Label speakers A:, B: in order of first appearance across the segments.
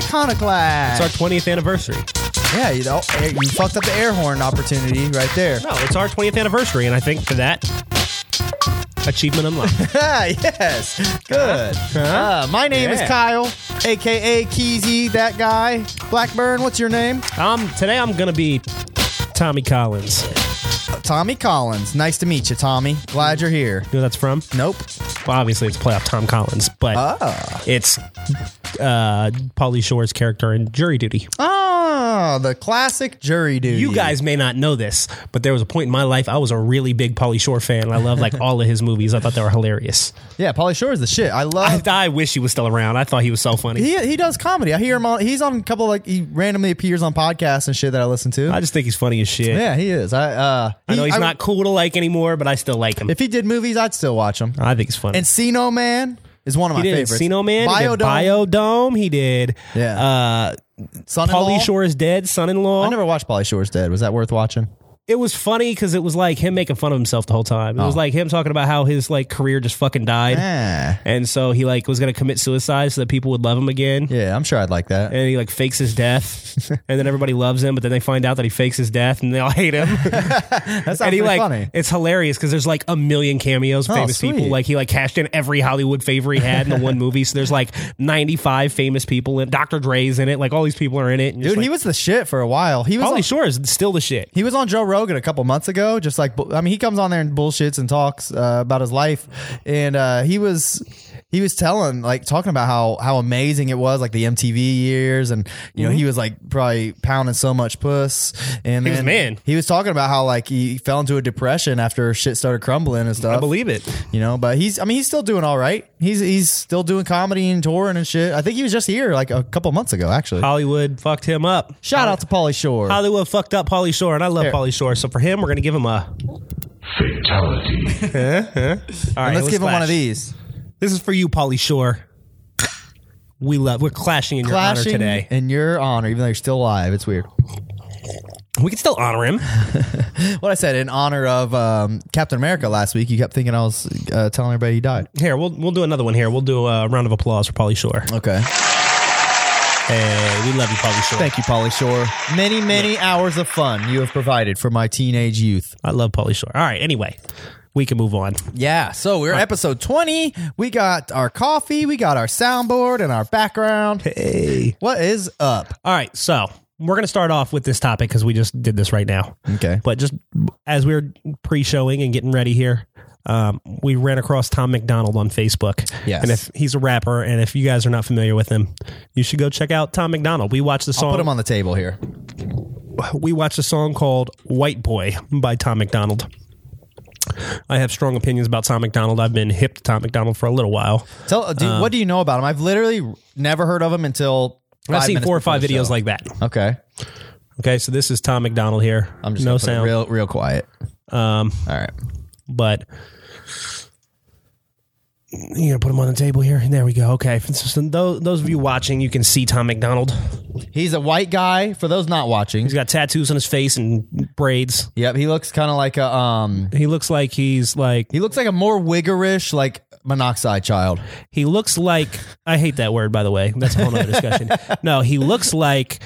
A: Iconoclast.
B: It's our 20th anniversary.
A: yeah, you know, eh, you fucked up the air horn opportunity right there.
B: No, it's our 20th anniversary, and I think for that achievement unlocked.
A: yes, good. Uh, my name is
B: Yeah.
A: Kyle, aka Keezy, that guy. Blackburn, what's your name?
B: um, today I'm gonna be Tommy Collins. You
A: Tommy Collins. Nice to meet you, Tommy. Glad you're here.
B: know who that's from?
A: Nope.
B: Well, obviously it's playoff Tom Collins, but
A: Ah.
B: it's uh, Paulie Shore's character in Jury Duty.
A: Ah, the classic jury duty.
B: You guys may not know this, but there was a point in my life I was a really big Paulie Shore fan. I love like all of his movies. I thought they were hilarious.
A: Yeah, Polly Shore is the shit. I love.
B: I, I wish he was still around. I thought he was so funny.
A: he, he does comedy. I hear him on. He's on a couple like he randomly appears on podcasts and shit that I listen to.
B: I just think he's funny as shit.
A: yeah, he is. I uh,
B: I know
A: he-
B: he's not cool to like anymore, but I still like him.
A: If he did movies, I'd still watch him.
B: I think he's funny.
A: Encino Man is one of my
B: he did
A: favorites.
B: Encino Man, he
A: Biodome,
B: did Biodome, he did
A: Yeah.
B: uh,
A: Son-in-Law.
B: Paulie Shore is Dead, Son-in-Law.
A: I never watched Polly Shore's Dead. Was that worth watching?
B: it was funny because it was like him making fun of himself the whole time.
A: Oh.
B: It was like him talking about how his like career just fucking died,
A: Eh.
B: and so he like was gonna commit suicide so that people would love him again.
A: Yeah, I'm sure I'd like that.
B: And he like fakes his death, and then everybody loves him, but then they find out that he fakes his death, and they all hate him.
A: That sounds
B: and he
A: pretty
B: like
A: funny.
B: it's hilarious because there's like a million cameos, of
A: Oh,
B: famous people.
A: sweet.
B: Like he like cashed in every Hollywood favor he had in the one movie. So there's like 95 famous people, and Dr. Dre's in it. Like all these people are in it. And
A: Dude, he was the shit for a while. He was
B: Pauly
A: on,
B: Shore is still the shit.
A: he was on Joe Rogan a couple months ago. Just like bu- I mean, he comes on there and bullshits and talks uh, about his life, and uh, he was he was telling like talking about how how amazing it was like the MTV years, and you know he was like probably pounding so much puss, and
B: Mm-hmm. He was
A: then
B: man.
A: He was talking about how like he fell into a depression after shit started crumbling and stuff.
B: I believe it.
A: you know, but he's I mean he's still doing all right. He's he's still doing comedy and touring and shit. I think he was just here like a couple months ago actually.
B: Hollywood fucked him up.
A: Shout out to Pauly Shore.
B: Hollywood fucked up Pauly Shore, and I love Pauly Shore. So for him, we're gonna give him a.
C: Fatality.
B: All right,
A: Let's give him one
B: clash.
A: of these.
B: This is for you, Pauly Shore. We love. We're clashing in your honor
A: Clashing
B: today.
A: in your honor, even though you're still alive. It's weird.
B: We can still honor him.
A: What I said in honor of um, Captain America last week. You kept thinking I was uh, telling everybody he died.
B: Here, we'll we'll do another one. Here, we'll do a round of applause for Pauly Shore.
A: Okay,
B: Hey, we love you, Pauly Shore.
A: thank you, Polly Shore. Many many hours of fun you have provided for my teenage youth.
B: I love Pauly Shore. All right. Anyway, we can move on.
A: Yeah. So we're episode twenty. We got our coffee. We got our soundboard and our background.
B: Hey.
A: What is up?
B: All right. So we're gonna start off with this topic because we just did this right now.
A: Okay.
B: But just as we were pre-showing and getting ready here, um, we ran across Tom McDonald on Facebook.
A: Yes.
B: And if he's a rapper, and if you guys are not familiar with him, you should go check out Tom McDonald. We watched the song.
A: Put him on the table here.
B: we watched a song called White Boy by Tom McDonald. I have strong opinions about Tom McDonald. I've been hip to Tom McDonald for a little while.
A: Tell do, what do you know about him? I've literally never heard of him until.
B: I've
A: five
B: seen
A: minutes
B: four or
A: before
B: five
A: the
B: videos
A: show.
B: like that.
A: Okay.
B: Okay, so this is Tom McDonald here.
A: I'm just
B: no
A: gonna put it
B: sound, Um,
A: real real quiet. All right.
B: but you gonna put him on the table here. There we go. Okay, so, so those, those of you watching, you can see Tom McDonald.
A: He's a white guy. For those not watching,
B: He's got tattoos on his face and braids.
A: yep, he looks kind of like a um.
B: He looks like he's like
A: He looks like a more wiggerish, like monoxide child.
B: He looks like I hate that word by the way. That's a whole nother discussion. No, he looks like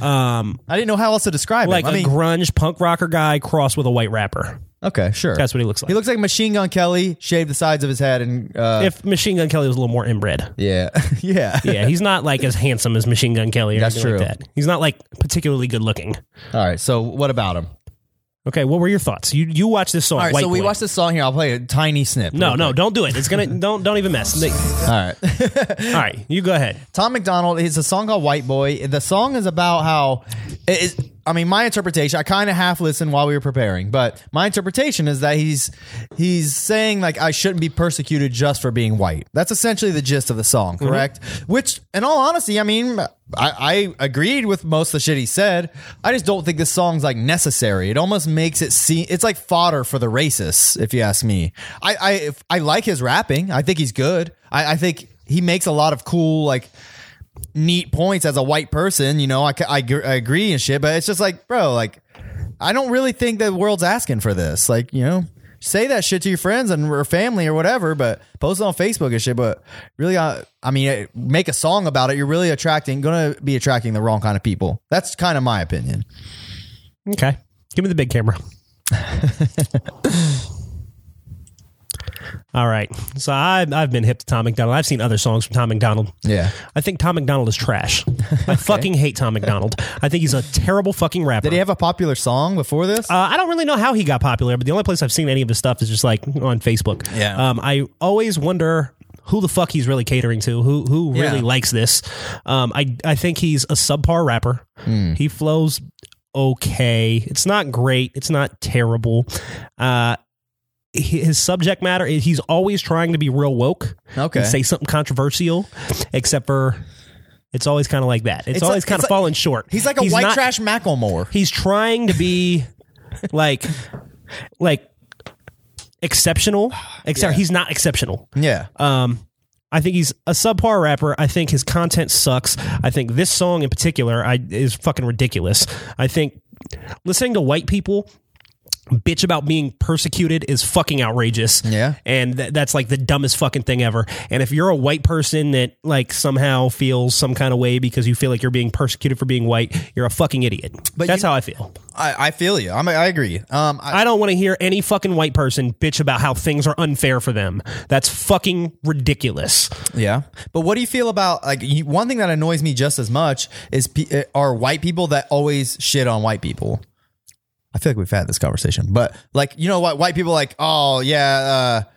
B: um
A: I didn't know how else to describe
B: like
A: him. I
B: a
A: mean,
B: grunge punk rocker guy crossed with a white rapper.
A: okay, sure.
B: That's what he looks like.
A: He looks like Machine Gun Kelly, shaved the sides of his head, and uh,
B: if Machine Gun Kelly was a little more inbred.
A: yeah, yeah,
B: Yeah, he's not like as handsome as Machine Gun Kelly or
A: That's true.
B: anything like that. He's not like particularly good looking.
A: All right. So what about him?
B: Okay, what were your thoughts? You you watched this song.
A: All right.
B: White
A: so we
B: Boy.
A: watched this song here. I'll play a tiny snip.
B: No, no, don't do it. It's gonna don't don't even mess. Nick-
A: All right.
B: All right, you go ahead.
A: Tom McDonald. It's a song called White Boy. The song is about how. It is, I mean, my interpretation. I kind of half listened while we were preparing, but my interpretation is that he's he's saying like I shouldn't be persecuted just for being white. That's essentially the gist of the song, correct? Which, in all honesty, I mean, I, I agreed with most of the shit he said. I just don't think this song's like necessary. It almost makes it seem it's like fodder for the racists, if you ask me. I I if- I like his rapping. I think he's good. I, I think he makes a lot of cool like neat points as a white person. You know, I, ca- I, gr- I agree and shit, but it's just like, bro, like, I don't really think the world's asking for this. Like, you know, say that shit to your friends and or family or whatever, but post it on Facebook and shit. But really, uh, I mean, eh, make a song about it. You're really attracting, gonna be attracting the wrong kind of people. That's kind of my opinion.
B: Okay. Give me the big camera. All right. So I, I've been hip to Tom McDonald. I've seen other songs from Tom McDonald.
A: Yeah.
B: I think Tom McDonald is trash. I fucking hate Tom McDonald. I think he's a terrible fucking rapper.
A: Did he have a popular song before this?
B: Uh, I don't really know how he got popular, but the only place I've seen any of his stuff is just like on Facebook.
A: Yeah.
B: Um, I always wonder who the fuck he's really catering to. Who who
A: Yeah.
B: really likes this? Um, I I think he's a subpar rapper.
A: Hmm.
B: He flows okay. It's not great. It's not terrible. Uh, hi- his subject matter he's always trying to be real woke
A: Okay.
B: and say something controversial except for it's always kind of like that it's,
A: It's
B: always
A: like-
B: kind
A: it's
B: of
A: like-
B: falling short
A: he's Uh, like a white
B: not-
A: trash Macklemore.
B: he's trying to be like like exceptional except
A: Yeah.
B: he's not exceptional
A: Yeah.
B: um I think he's a subpar rapper. I think his content sucks. I think this song in particular I, is fucking ridiculous. I think listening to white people bitch about being persecuted is fucking outrageous.
A: Yeah.
B: And th- that's like the dumbest fucking thing ever. And if you're a white person that like somehow feels some kind of way because you feel like you're being persecuted for being white, you're a fucking idiot.
A: But
B: that's
A: you-
B: how I feel.
A: I, I feel you. I'm, I agree. Um, I,
B: I don't want to hear any fucking white person bitch about how things are unfair for them. That's fucking ridiculous.
A: Yeah, but what do you feel about like you, one thing that annoys me just as much is pe- uh, are white people that always shit on white people. I feel like we've had this conversation, but like you know what, white people like oh yeah, uh,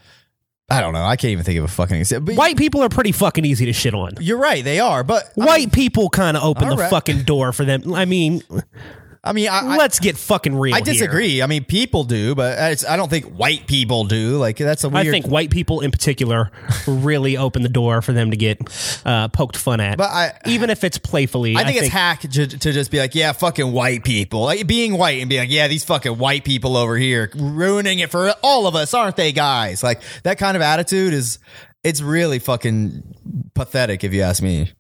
A: I don't know, I can't even think of a fucking example. But
B: White people are pretty fucking easy to shit on.
A: you're right, they are, but I
B: White people kind of open the
A: Alright.
B: fucking door for them. I mean,
A: I mean, I, I,
B: let's get fucking real.
A: I
B: here.
A: disagree. I mean, people do, but it's, I don't think white people do. Like that's a
B: I
A: weird.
B: think white people in particular really open the door for them to get uh, poked fun at.
A: But I-
B: even if it's playfully,
A: I think it's hack to, to just be like, yeah, fucking white people. Like being white and be like, yeah, these fucking white people over here ruining it for all of us, aren't they, guys? Like that kind of attitude is, it's really fucking pathetic if you ask me.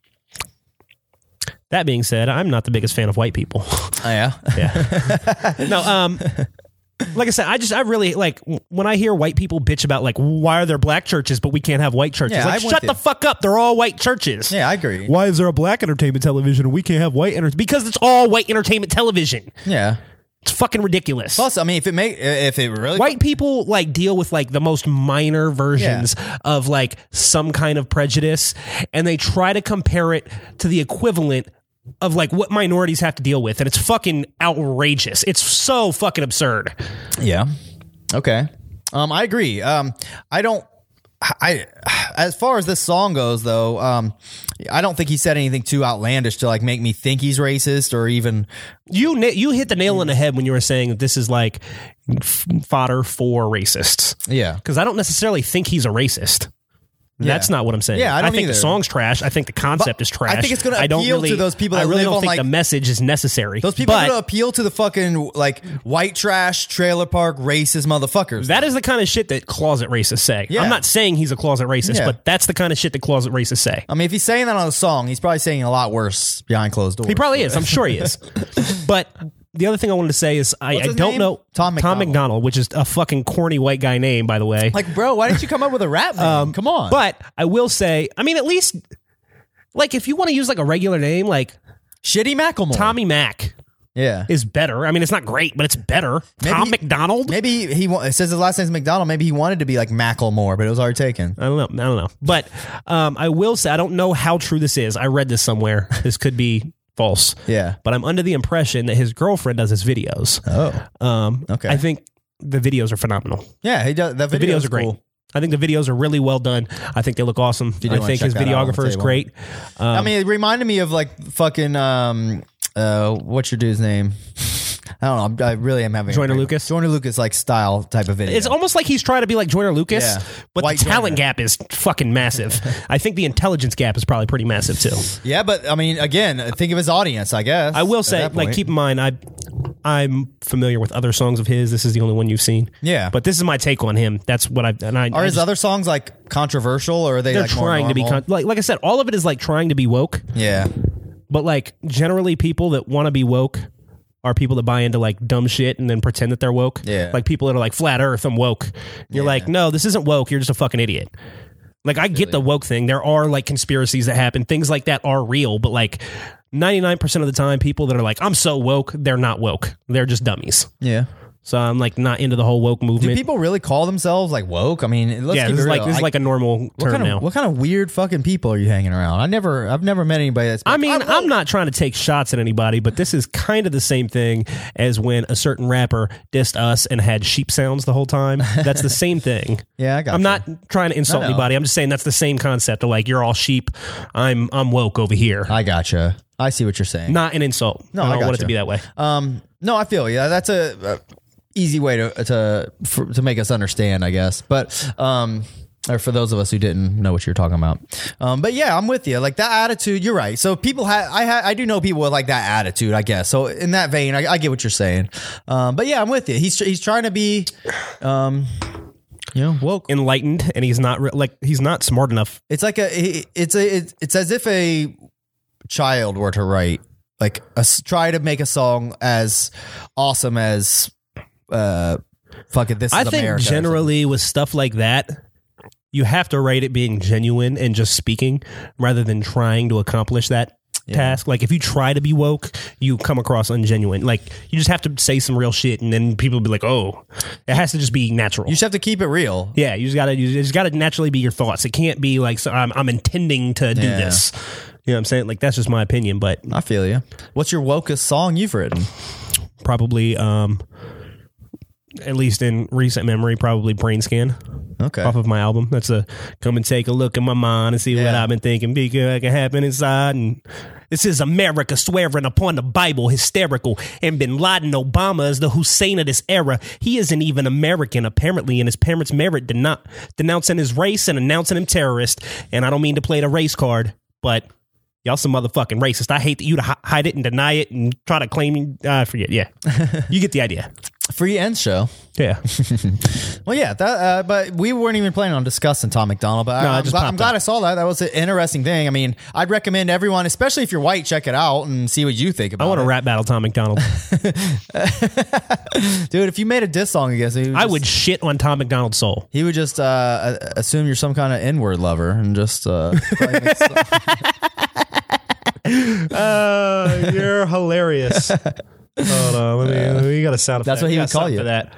B: that being said, I'm not the biggest fan of white people.
A: Oh, yeah.
B: no, um, like I said, I just I really like w- when I hear white people bitch about like why are there black churches but we can't have white churches.
A: Yeah,
B: like
A: I'm with
B: shut the
A: you.
B: fuck up, they're all white churches.
A: Yeah, I agree.
B: Why is there a black entertainment television and we can't have white entertainment? Because it's all white entertainment television.
A: Yeah.
B: It's fucking ridiculous.
A: Plus, I mean, if it make, if it really,
B: White people like deal with like the most minor versions of like some kind of prejudice and they try to compare it to the equivalent of like what minorities have to deal with and it's fucking outrageous. It's so fucking absurd.
A: Yeah. Okay. Um, I agree. Um, I don't. I as far as this song goes, though, um, I don't think he said anything too outlandish to like make me think he's racist or even
B: You na- you hit the nail
A: Mm.
B: on the head when you were saying that this is like f- fodder for racists.
A: yeah.
B: because I don't necessarily think he's a racist. That's not what I'm saying.
A: Yeah, I don't
B: think
A: either.
B: the song's trash. I think the concept
A: But
B: is trash.
A: I think it's gonna
B: I don't
A: appeal to
B: really-
A: those people
B: I
A: that
B: really
A: live
B: don't
A: on,
B: think
A: like-
B: the message is necessary.
A: Those people
B: but
A: that appeal to the fucking like white trash trailer park racist motherfuckers.
B: that is the kind of shit that closet racists say.
A: Yeah.
B: I'm not saying he's a closet racist,
A: Yeah.
B: but that's the kind of shit that closet racists say.
A: I mean, if he's saying that on a song, he's probably saying a lot worse behind closed doors.
B: He probably is. I'm sure he is. but the other thing I wanted to say is I, I
A: What's his
B: don't
A: name?
B: know
A: Tom
B: Tom
A: McDonald.
B: McDonald, which is a fucking corny white guy name, by the way.
A: like, bro, why didn't you come up with a rap name? come on.
B: but I will say, I mean, at least like if you want to use like a regular name, like
A: Shitty Macklemore.
B: Tommy Mack.
A: Yeah.
B: is better. I mean, it's not great, but it's better.
A: Maybe-
B: Tom McDonald.
A: Maybe he, wa- it says his last name's McDonald. Maybe he wanted to be like Macklemore, but it was already taken.
B: I don't know. I don't know. But um, I will say I don't know how true this is. I read this somewhere. This could be false.
A: Yeah.
B: But I'm under the impression that his girlfriend does his videos.
A: Oh.
B: Um,
A: Okay.
B: I think the videos are phenomenal.
A: Yeah. He does. That
B: The
A: video
B: videos
A: is
B: are great.
A: cool.
B: I think the videos are really well done. I think they look awesome.
A: do
B: I
A: wanna
B: think
A: check
B: his
A: that out on the
B: videographer is
A: table.
B: great. Um,
A: I mean, it reminded me of like fucking um uh what's your dude's name? I don't know. I really am having a
B: Joyner
A: brain-
B: Lucas?
A: Joyner Lucas like style type of video.
B: It's almost like he's trying to be like Joyner Lucas,
A: Yeah.
B: but
A: White
B: the
A: Joyner.
B: talent gap is fucking massive. I think the intelligence gap is probably pretty massive too.
A: Yeah, but I mean, again, think of his audience. I guess
B: I will
A: at
B: say,
A: that
B: like,
A: point.
B: keep in mind, I I'm familiar with other songs of his. This is the only one you've seen.
A: Yeah.
B: but this is my take on him. That's what I and I
A: Are
B: I
A: his
B: just-
A: other songs like controversial, or are they?
B: they're
A: like, more
B: trying to be
A: normal?
B: con- like like I said, all of it is like trying to be woke,
A: yeah,
B: but like generally people that want to be woke are people that buy into like dumb shit and then pretend that they're woke.
A: Yeah.
B: Like people that are like flat Earth, I'm woke. You're like, no, this isn't woke. You're just a fucking idiot. Like I get the woke thing. There are like conspiracies that happen. Things like that are real, but like 99% of the time people that are like I'm so woke, they're not woke. They're just dummies.
A: Yeah.
B: So I'm like not into the whole woke
A: Do
B: movement.
A: people really call themselves like woke? I mean, let's
B: yeah,
A: keep
B: this
A: it
B: is like
A: real.
B: this is like a normal
A: what
B: term
A: kind of
B: now.
A: what kind of weird fucking people are you hanging around? I never I've never met anybody that's.
B: I mean, I'm not trying to take shots at anybody, but this is kind of the same thing as when a certain rapper dissed us and had sheep sounds the whole time. That's the same thing.
A: Yeah, I got.
B: I'm
A: you.
B: not trying to insult
A: know.
B: anybody. I'm just saying that's the same concept of like you're all sheep. I'm I'm woke over here.
A: I gotcha. I see what you're saying.
B: Not an insult.
A: No, I
B: I don't want it
A: gotcha.
B: to be that way.
A: Um, no, I feel yeah. That's a, a easy way to to for, to make us understand, I guess. But um, or for those of us who didn't know what you're talking about. Um, but yeah, I'm with you. Like that attitude, you're right. So people, ha- I ha- I do know people with like that attitude, I guess. So in that vein, I, I get what you're saying. Um, but yeah, I'm with you. He's he's trying to be, um, you know, woke.
B: Enlightened, and he's not re- like he's not smart enough.
A: It's like a it's a it's, it's as if a child were to write like a s try to make a song as awesome as uh fuck it this
B: I
A: is
B: think
A: America.
B: generally with stuff like that, you have to rate it being genuine and just speaking rather than trying to accomplish that task. Like if you try to be woke, you come across ungenuine. Like you just have to say some real shit, and then people will be like, "Oh, it has to just be natural."
A: you just have to keep it real.
B: yeah, you just gotta you just gotta naturally be your thoughts. It can't be like so I'm I'm intending to do
A: Yeah.
B: this. You know what I'm saying? Like that's just my opinion, but
A: I feel you. What's your wokest song you've written?
B: probably um at least in recent memory, probably brain scan.
A: Okay.
B: off of my album. That's a come and take a look at my mind and see what
A: Yeah.
B: I've been thinking. Be good, can happen inside. And this is America swearing upon the Bible, hysterical. And Bin Laden Obama is the Hussein of this era. He isn't even American, apparently, and his parents' merit did not denouncing his race and announcing him terrorist. And I don't mean to play the race card, but. Y'all some motherfucking racist. I hate that you to hi- hide it and deny it and try to claim. Uh, I forget. Yeah, you get the idea.
A: Free end show.
B: Yeah.
A: Well, yeah, that. Uh, but we weren't even planning on discussing Tom McDonald. But
B: No,
A: I,
B: it
A: am
B: just
A: glad,
B: popped
A: I'm glad
B: up.
A: I saw that. That was an interesting thing. I mean, I'd recommend everyone, especially if you're white, check it out and see what you think about.
B: I want to rap battle Tom McDonald.
A: it, dude. If you made a diss song against me,
B: I would shit on Tom McDonald's soul.
A: He would just uh, a- assume you're some kind of N word lover and just. Uh, probably make some-
B: Uh, you're hilarious. Hold on, let me. We got a sound.
A: That's
B: effect.
A: what he
B: We
A: would
B: got
A: call
B: something
A: you.
B: for that.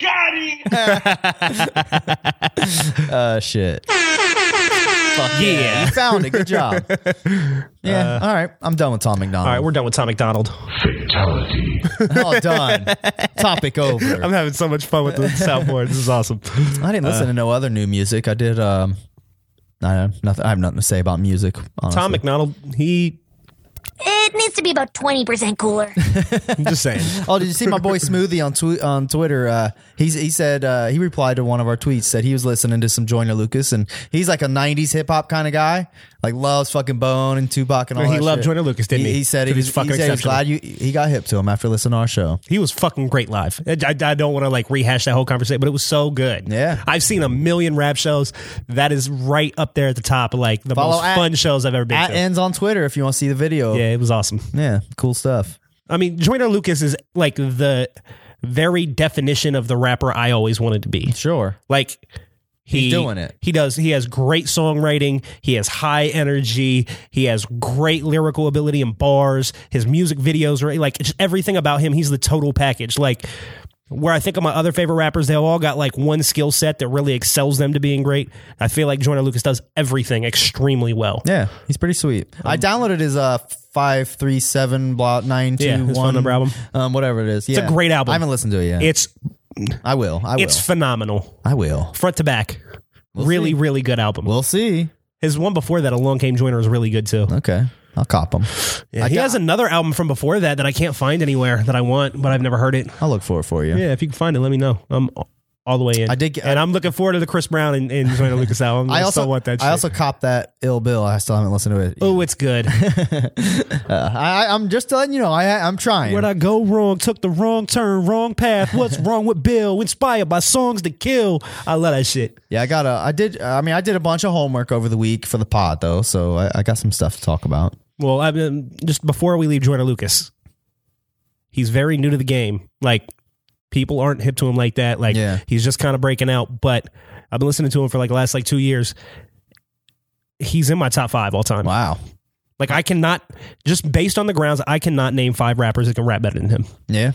D: Got it.
A: uh, shit. Fuck
B: Yeah. Uh,
A: You found it. Good job. Yeah. all right. I'm done with Tom McDonald.
B: All right, we're done with Tom McDonald.
C: Fatality.
A: all done. Topic over.
B: I'm uh, having so much fun with the soundboard. This is awesome.
A: I didn't listen to no other new music. I did. Um, I have nothing. I have nothing to say about music. Honestly.
B: Tom McDonald. He.
E: It needs to be about 20% cooler.
B: I'm just saying.
A: Oh, did you see my boy Smoothie on tw- on Twitter? Uh, he's, he said uh, he replied to one of our tweets that he was listening to some Joyner Lucas, and he's like a '90s hip hop kind of guy, like loves fucking Bone and Tupac and all.
B: He
A: that
B: loved
A: shit.
B: Joyner Lucas, didn't he?
A: He said he
B: Dude, he's
A: was
B: fucking
A: he said he's
B: exceptional.
A: glad you he got hip to him after listening to our show.
B: He was fucking great live. I, I- I don't want to like rehash that whole conversation, but it was so good.
A: Yeah.
B: I've seen a million rap shows. That is right up there at the top of like the
A: Follow
B: most
A: at-
B: fun shows I've ever been
A: At
B: to.
A: ends on Twitter if you want to see the video.
B: yeah, it was awesome.
A: Yeah, cool stuff.
B: I mean, Joyner Lucas is like the very definition of the rapper I always wanted to be.
A: Sure.
B: Like he,
A: He's doing it.
B: He does. He has great songwriting. He has high energy. He has great lyrical ability and bars. His music videos are like just everything about him. He's the total package. Like where I think of my other favorite rappers, they've all got like one skill set that really excels them to being great. I feel like Joyner Lucas does everything extremely well.
A: Yeah, he's pretty sweet.
B: Um,
A: I downloaded his uh five three seven block nine two
B: Yeah, his phone
A: one
B: number album.
A: um whatever it is. It's
B: a great album.
A: I haven't listened to it yet.
B: It's
A: I will. I will.
B: it's phenomenal.
A: I will.
B: Front to back. really,
A: see.
B: really good album.
A: We'll see.
B: His one before that, Along Came Joyner, is really good too.
A: Okay, I'll cop him.
B: Yeah, he has another album from before that that I can't find anywhere that I want, but I've never heard it.
A: I'll look for it for you.
B: Yeah, if you can find it, let me know. I'm all the way in.
A: I did get-
B: and I'm looking forward to the Chris Brown and, and Joyner Lucas album. I,
A: I also
B: still want that. Shit.
A: I also copped that ill bill. I still haven't listened to it.
B: oh, it's good.
A: I, I- I'm just letting you know. I I'm trying.
B: Where'd I go wrong? Took the wrong turn, wrong path. What's wrong with Bill? Inspired by songs to kill. I love that shit.
A: yeah, I got a. I did. I mean, I did a bunch of homework over the week for the pod though, so I, I got some stuff to talk about.
B: Well, I mean, just before we leave Jordan Lucas, he's very new to the game. Like people aren't hip to him like that. Like
A: Yeah.
B: he's just kind of breaking out. But I've been listening to him for like the last like two years. He's in my top five all time.
A: Wow.
B: Like I cannot just based on the grounds, I cannot name five rappers that can rap better than him.
A: Yeah.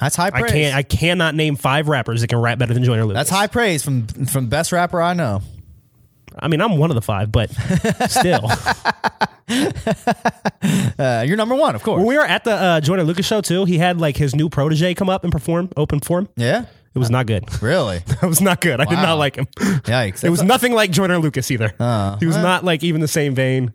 A: That's high
B: I
A: praise.
B: can't. I cannot name five rappers that can rap better than Joyner Lucas.
A: That's high praise from from best rapper I know.
B: I mean, I'm one of the five, but still.
A: Uh, you're number one, of course.
B: when we were at the uh, Joyner Lucas show too, he had like his new protege come up and perform open for him.
A: yeah.
B: It was not good.
A: Really?
B: It was not good. I did not like him.
A: Yikes.
B: It was nothing like Joyner Lucas either. he was not like even the same vein.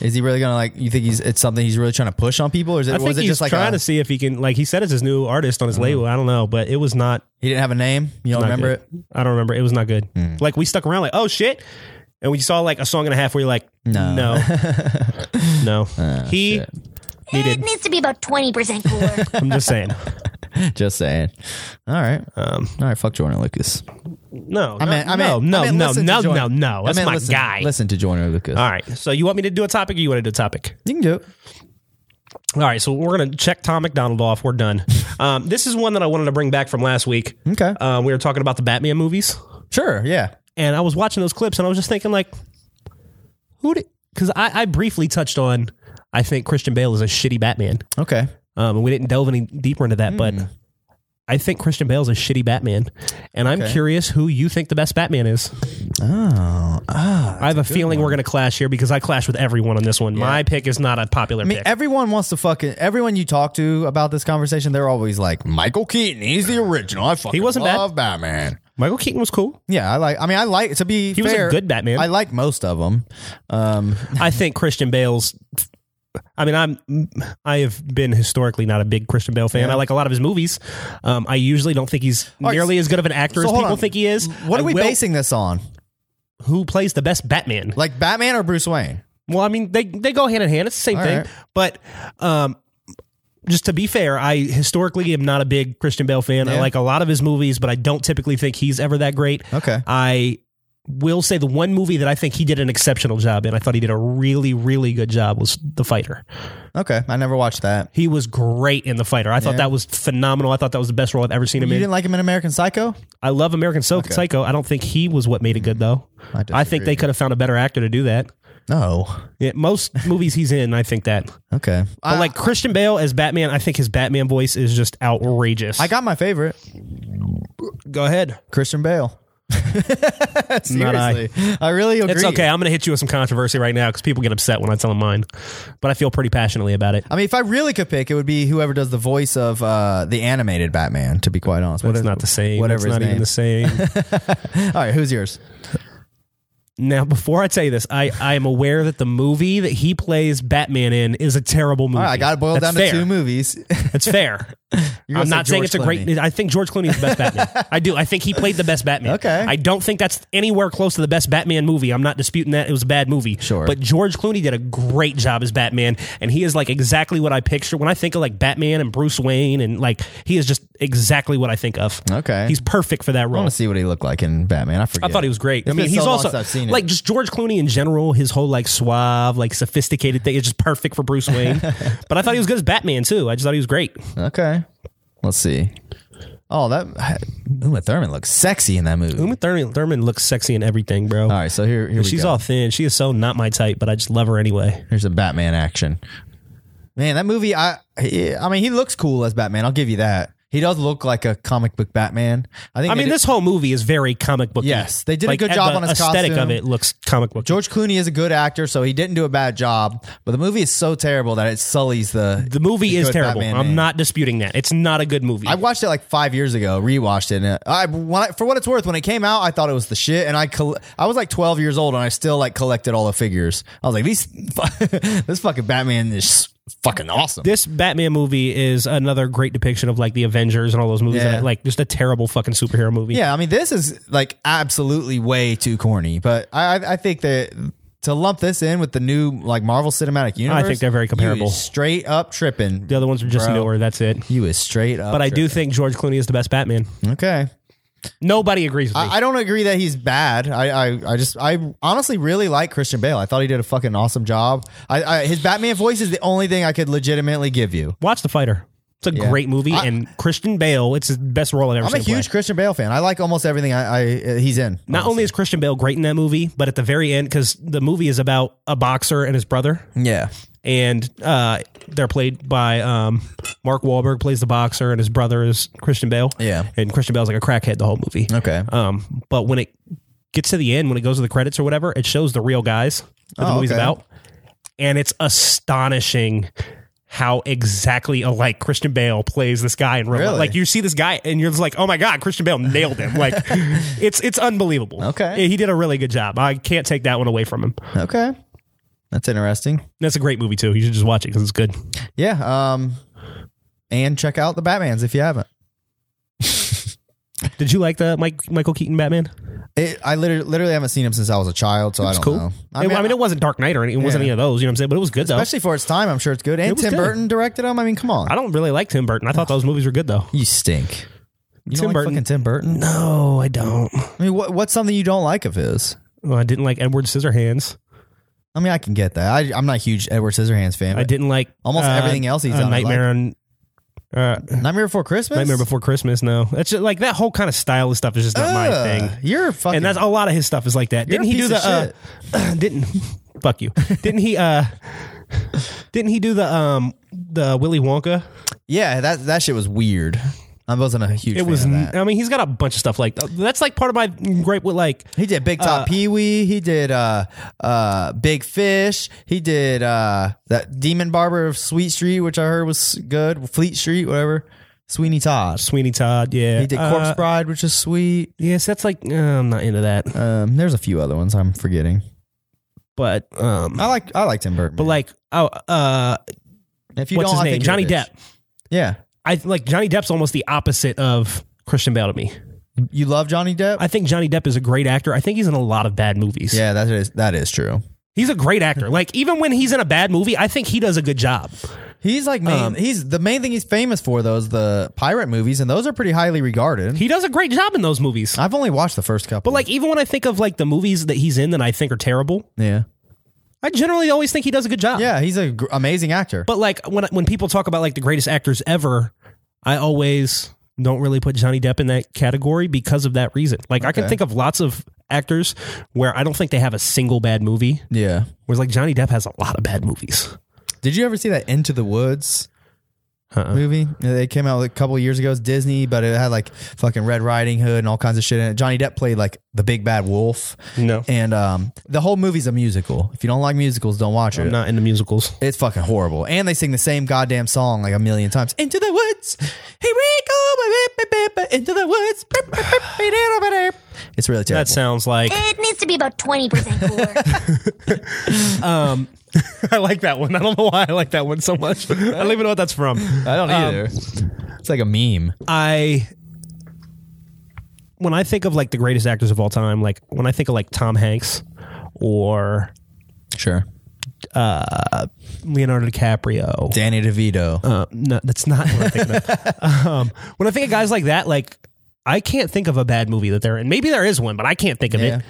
A: Is he really gonna like? You think he's it's something he's really trying to push on people, or is it
B: I
A: was
B: think
A: it
B: he's
A: just like
B: trying
A: a,
B: to see if he can. Like he said, it's his new artist on his label. I don't know, but it was not.
A: he didn't have a name? You don't
B: not
A: remember Hmm.
B: good. I don't remember. It was not good. Like we stuck around. Like oh shit, and we saw like a song and a half where you're like no, no,
A: Oh,
B: he
E: It
B: needed.
E: needs to be about 20% cooler.
B: I'm just saying.
A: it? Just saying. All right.
B: Um,
A: All right. Fuck Jordan Lucas.
B: No,
A: I mean,
B: no,
A: I mean,
B: no, no,
A: I mean,
B: no,
A: listen to
B: no, no,
A: Jordan-
B: no. Oh, That's
A: I mean,
B: my
A: listen,
B: guy.
A: Listen to Jordan Lucas.
B: All right. So you want me to do a topic, or you want to do a topic?
A: You can do it.
B: All right, so we're gonna check Tom McDonald off. We're done. Um, this is one that I wanted to bring back from last week.
A: Okay.
B: Um, we were talking about the Batman movies,
A: Sure. Yeah.
B: and I was watching those clips, and I was just thinking, like, who? did Because I, I briefly touched on, I think Christian Bale is a shitty Batman,
A: Okay.
B: um, and we didn't delve any deeper into that, but I think Christian Bale's a shitty Batman, and I'm curious who you think the best Batman is.
A: Oh. Ah.
B: I have a feeling we're gonna clash here because I clash with everyone on this one. My pick is not a popular
A: I mean,
B: pick.
A: everyone wants to fucking. Everyone you talk to about this conversation, they're always like, "Michael Keaton, he's the original." I fucking
B: wasn't bad.
A: love Batman.
B: Michael Keaton was cool.
A: Yeah, I like. I mean, I like to be.
B: He was a
A: fair,
B: good Batman.
A: I like most of them. Um,
B: I think Christian Bale's. I mean, I'm. I have been historically not a big Christian Bale fan. I like a lot of his movies. Um, I usually don't think he's
A: right,
B: nearly as good of an actor
A: so
B: as
A: hold
B: people
A: on.
B: think he is.
A: what
B: I
A: are we
B: will-
A: basing this on?
B: Who plays the best Batman?
A: Like Batman or Bruce Wayne?
B: Well, I mean, they they go hand in hand. It's the same
A: All
B: thing.
A: right.
B: But um, just to be fair, I historically am not a big Christian Bale fan. I
A: Yeah.
B: like a lot of his movies, but I don't typically think he's ever that great.
A: Okay.
B: I will say the one movie that I think he did an exceptional job in, I thought he did a really, really good job, was The Fighter.
A: Okay. I never watched that.
B: He was great in The Fighter. I thought that was phenomenal. I thought that was the best role I've ever seen him
A: You
B: in.
A: didn't like him in American Psycho?
B: I love American Psy- Psycho. I don't think he was what made it good, though. I, think they could have found a better actor to do that.
A: No.
B: Yeah, most movies he's in, I think that. But
A: Okay. I,
B: like Christian Bale as Batman, I think his Batman voice is just outrageous.
A: I got my favorite,
B: go ahead.
A: Christian Bale.
B: I.
A: Seriously, I. really agree.
B: It's okay. I'm going to hit you with some controversy right now because people get upset when I tell them mine, but I feel pretty passionately about it.
A: I mean, if I really could pick, it would be whoever does the voice of uh, the animated Batman. To be quite honest,
B: It's not the same.
A: Whatever
B: it's not
A: his
B: even
A: name.
B: the same.
A: All right, who's yours?
B: Now, before I tell you this, I, I am aware that the movie that he plays Batman in is a terrible movie.
A: All right, I got to boil
B: That's
A: down
B: fair.
A: to two movies.
B: That's fair. I'm not saying it's a great. I think George Clooney is the best Batman. I do. I think he played the best Batman.
A: Okay.
B: I don't think that's anywhere close to the best Batman movie. I'm not disputing that. It was a bad movie.
A: Sure.
B: But George Clooney did a great job as Batman, and he is like exactly what I picture when I think of like Batman and Bruce Wayne, and like he is just exactly what I think of.
A: Okay.
B: He's perfect for that
A: I
B: role.
A: want to see what he looked like in Batman. I
B: I
A: forget.
B: thought he was great. I
A: It's
B: mean,
A: been
B: he's
A: so long
B: also
A: since I've seen it.
B: like just George Clooney in general. His whole like suave, like sophisticated thing is just perfect for Bruce Wayne. but I thought he was good as Batman too. I just thought he was great.
A: Okay. Let's see. Oh, that Uma Thurman looks sexy in that movie.
B: Uma Thurman, Thurman looks sexy in everything, bro.
A: All right, so here, here we
B: She's
A: go.
B: all thin. She is so not my type, but I just love her anyway.
A: Here's a Batman action. Man, that movie. I, I mean, he looks cool as Batman. I'll give you that. He does look like a comic book Batman. I think.
B: I
A: they
B: mean,
A: did-
B: this whole movie is very comic book.
A: Yes, they did a good job on his
B: aesthetic
A: costume.
B: of it. Looks comic book.
A: George Clooney is a good actor, so he didn't do a bad job. But the movie is so terrible that it sullies the.
B: the movie is
A: good
B: terrible.
A: Batman
B: I'm
A: name.
B: not disputing that. It's not a good movie.
A: I watched it like five years ago, rewatched it. And I, when I, for what it's worth, when it came out, I thought it was the shit. And I, coll- I was like 12 years old, and I still like collected all the figures. I was like, these, this fucking Batman is fucking awesome.
B: this Batman movie is another great depiction of like the Avengers and all those movies.
A: Yeah.
B: That, like just a terrible fucking superhero movie.
A: Yeah, I mean, this is like absolutely way too corny. But I, I I think that to lump this in with the new like Marvel Cinematic Universe,
B: they're very
A: you
B: comparable.
A: is straight up tripping.
B: The other ones are just
A: Bro.
B: newer. That's it.
A: You is straight up.
B: But I do
A: tripping.
B: think George Clooney is the best Batman.
A: Okay.
B: Nobody agrees with me.
A: I, I don't agree that he's bad. I, I, I just, I honestly really like Christian Bale. I thought he did a fucking awesome job. I, I his Batman voice is the only thing I could legitimately give you.
B: Watch The Fighter. It's a
A: Yeah.
B: great movie,
A: I-
B: and Christian Bale. It's his best role I've ever
A: I'm a
B: seen. him play.
A: huge Christian Bale fan. I like almost everything I, I he's in.
B: Not only is Christian Bale great in that movie, but at the very end, because the movie is about a boxer and his brother,
A: yeah,
B: and uh, they're played by um, Mark Wahlberg plays the boxer, and his brother is Christian Bale.
A: Yeah.
B: and Christian Bale's like a crackhead the whole movie.
A: okay.
B: Um, but when it gets to the end, when it goes to the credits or whatever, it shows the real guys that the
A: Oh,
B: movie's
A: okay.
B: about, and it's astonishing how exactly alike Christian Bale plays this guy in real life.
A: Really?
B: Like you see this guy, and you're just like, oh my god, Christian Bale nailed him. Like it's it's unbelievable.
A: Okay.
B: he did a really good job. I can't take that one away from him. And
A: Okay, that's interesting.
B: That's a great movie too. You should just watch it because it's good.
A: Yeah. Um, and check out the Batman's if you haven't.
B: Did you like the Mike Michael Keaton Batman?
A: It, I literally, literally haven't seen him since I was a child, so I
B: It's
A: don't
B: cool.
A: know.
B: I mean, I mean, it wasn't Dark Knight or anything. It wasn't
A: Yeah.
B: any of those. You know what I'm saying? But it was good though.
A: especially for its time, I'm sure it's good. And
B: was
A: Tim
B: good.
A: Burton directed him. I mean, come on,
B: I don't really like Tim Burton. I thought those movies were good though.
A: you stink. You
B: Tim
A: don't like
B: Burton.
A: fucking Tim Burton.
B: No, I don't.
A: I mean, what, what's something you don't like of his?
B: Well, I didn't like Edward Scissorhands.
A: I mean, I can get that. I, I'm not a huge Edward Scissorhands fan.
B: I
A: but
B: didn't like uh,
A: Almost everything else he's
B: a
A: done I
B: Nightmare on uh,
A: Nightmare Before Christmas.
B: Nightmare Before Christmas. No, that's just, like that whole kind of style of stuff is just not my
A: Ugh,
B: thing.
A: You're a fucking.
B: And that's a lot of his stuff is like that.
A: You're
B: Didn't
A: a
B: he do
A: piece
B: the?
A: of
B: Uh, didn't fuck you? Didn't he? uh Didn't he do the um the Willy Wonka?
A: yeah, that that shit was weird. I wasn't a huge.
B: It
A: fan
B: was.
A: Of that.
B: I mean, he's got a bunch of stuff like that. That's like part of my gripe with like
A: He did Big
B: Uh,
A: Top Pee Wee. He did uh, uh, Big Fish. He did uh, that Demon Barber of Sweet Street, which I heard was good. Fleet Street, whatever. Sweeney Todd.
B: Sweeney Todd. Yeah,
A: He did Corpse
B: Uh,
A: Bride, which is sweet.
B: yes, that's like uh, I'm not into that.
A: Um, there's a few other ones I'm forgetting.
B: But um,
A: I like I like Tim Burton.
B: but
A: man.
B: like oh uh,
A: if you
B: what's
A: don't,
B: his
A: I
B: name?
A: think
B: Johnny
A: you're a
B: Depp.
A: bitch. Yeah,
B: I like Johnny Depp's almost the opposite of Christian Bale to me.
A: you love Johnny Depp.
B: I think Johnny Depp is a great actor. I think he's in a lot of bad movies.
A: yeah, that is that is true.
B: He's a great actor. Like even when he's in a bad movie, I think he does a good job.
A: He's like main,
B: Um,
A: he's the main thing he's famous for though is the pirate movies, and those are pretty highly regarded.
B: He does a great job in those movies.
A: I've only watched the first couple,
B: But like even when I think of like the movies that he's in that I think are terrible,
A: yeah,
B: I generally always think he does a good job.
A: yeah, he's an gr- amazing actor.
B: But like when when people talk about like the greatest actors ever, I always don't really put Johnny Depp in that category because of that reason. Like I can
A: Okay.
B: think of lots of actors where I don't think they have a single bad movie.
A: yeah,
B: Whereas like Johnny Depp has a lot of bad movies.
A: Did you ever see that Into the Woods
B: Uh-uh.
A: movie? It came out a couple years ago. It's Disney, but it had like fucking Red Riding Hood and all kinds of shit in it. Johnny Depp played like the big bad wolf.
B: No.
A: And um, the whole movie's a musical. If you don't like musicals, don't watch it.
B: I'm not into musicals.
A: It's fucking horrible. And they sing the same goddamn song like a million times. Into the woods. Here we go. ba- ba- ba- ba- Into the woods. It's really terrible.
B: That sounds like
E: It needs to be about 20% cooler.
B: I like that one. I don't know why I like that one so much. I don't even know what that's from.
A: I don't either. Um, it's like a meme.
B: I when I think of like the greatest actors of all time, like when I think of like Tom Hanks or
A: Sure.
B: Leonardo DiCaprio.
A: Danny DeVito.
B: Uh, no, that's not what I'm thinking of. Um, when I think of guys like that, like I can't think of a bad movie that they're in. Maybe there is one, but I can't think of
A: yeah.
B: it.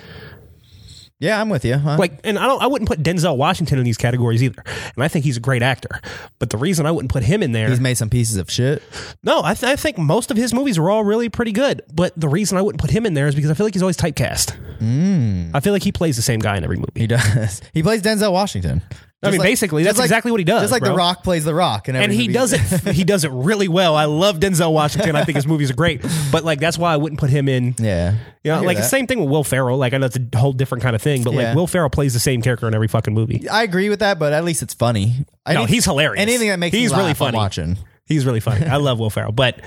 A: Yeah, I'm with you. Huh?
B: Like, and I don't. I wouldn't put Denzel Washington in these categories either. And I think he's a great actor. But the reason I wouldn't put him in there,
A: He's made some pieces of shit.
B: no, I, th- I think most of his movies are all really pretty good. But the reason I wouldn't put him in there is because I feel like he's always typecast. I feel like he plays the same guy in every movie.
A: Hmm. He does. He plays Denzel Washington.
B: I mean, basically, that's
A: just like-
B: exactly what he does.
A: Just like The
B: bro.
A: Rock plays The Rock, and
B: and he does it. He does it really well. I love Denzel Washington. I think his movies are great. But like, that's why I wouldn't put him in.
A: Yeah,
B: You
A: I
B: know,
A: hear
B: like the
A: that.
B: same thing with Will Ferrell. Like I know it's a whole different kind of thing, but
A: Yeah.
B: like Will Ferrell plays the same character in every fucking movie.
A: I agree with that, but at least it's funny. I
B: No, he's hilarious.
A: Anything that makes me
B: He's
A: laugh,
B: really
A: I'm
B: funny.
A: watching.
B: He's really funny. I love Will Ferrell, but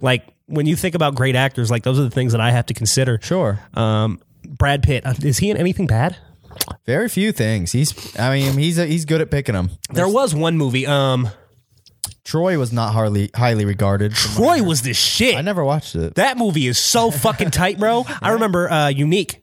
B: like when you think about great actors, like those are the things that I have to consider.
A: Sure,
B: Um, Brad Pitt uh, is he in anything bad?
A: very few things. He's. I mean, he's he's good at picking them.
B: There was one movie. Um,
A: Troy was not hardly highly regarded.
B: Roy was the shit.
A: I never watched it.
B: That movie is so fucking tight, bro. I remember uh, Unique.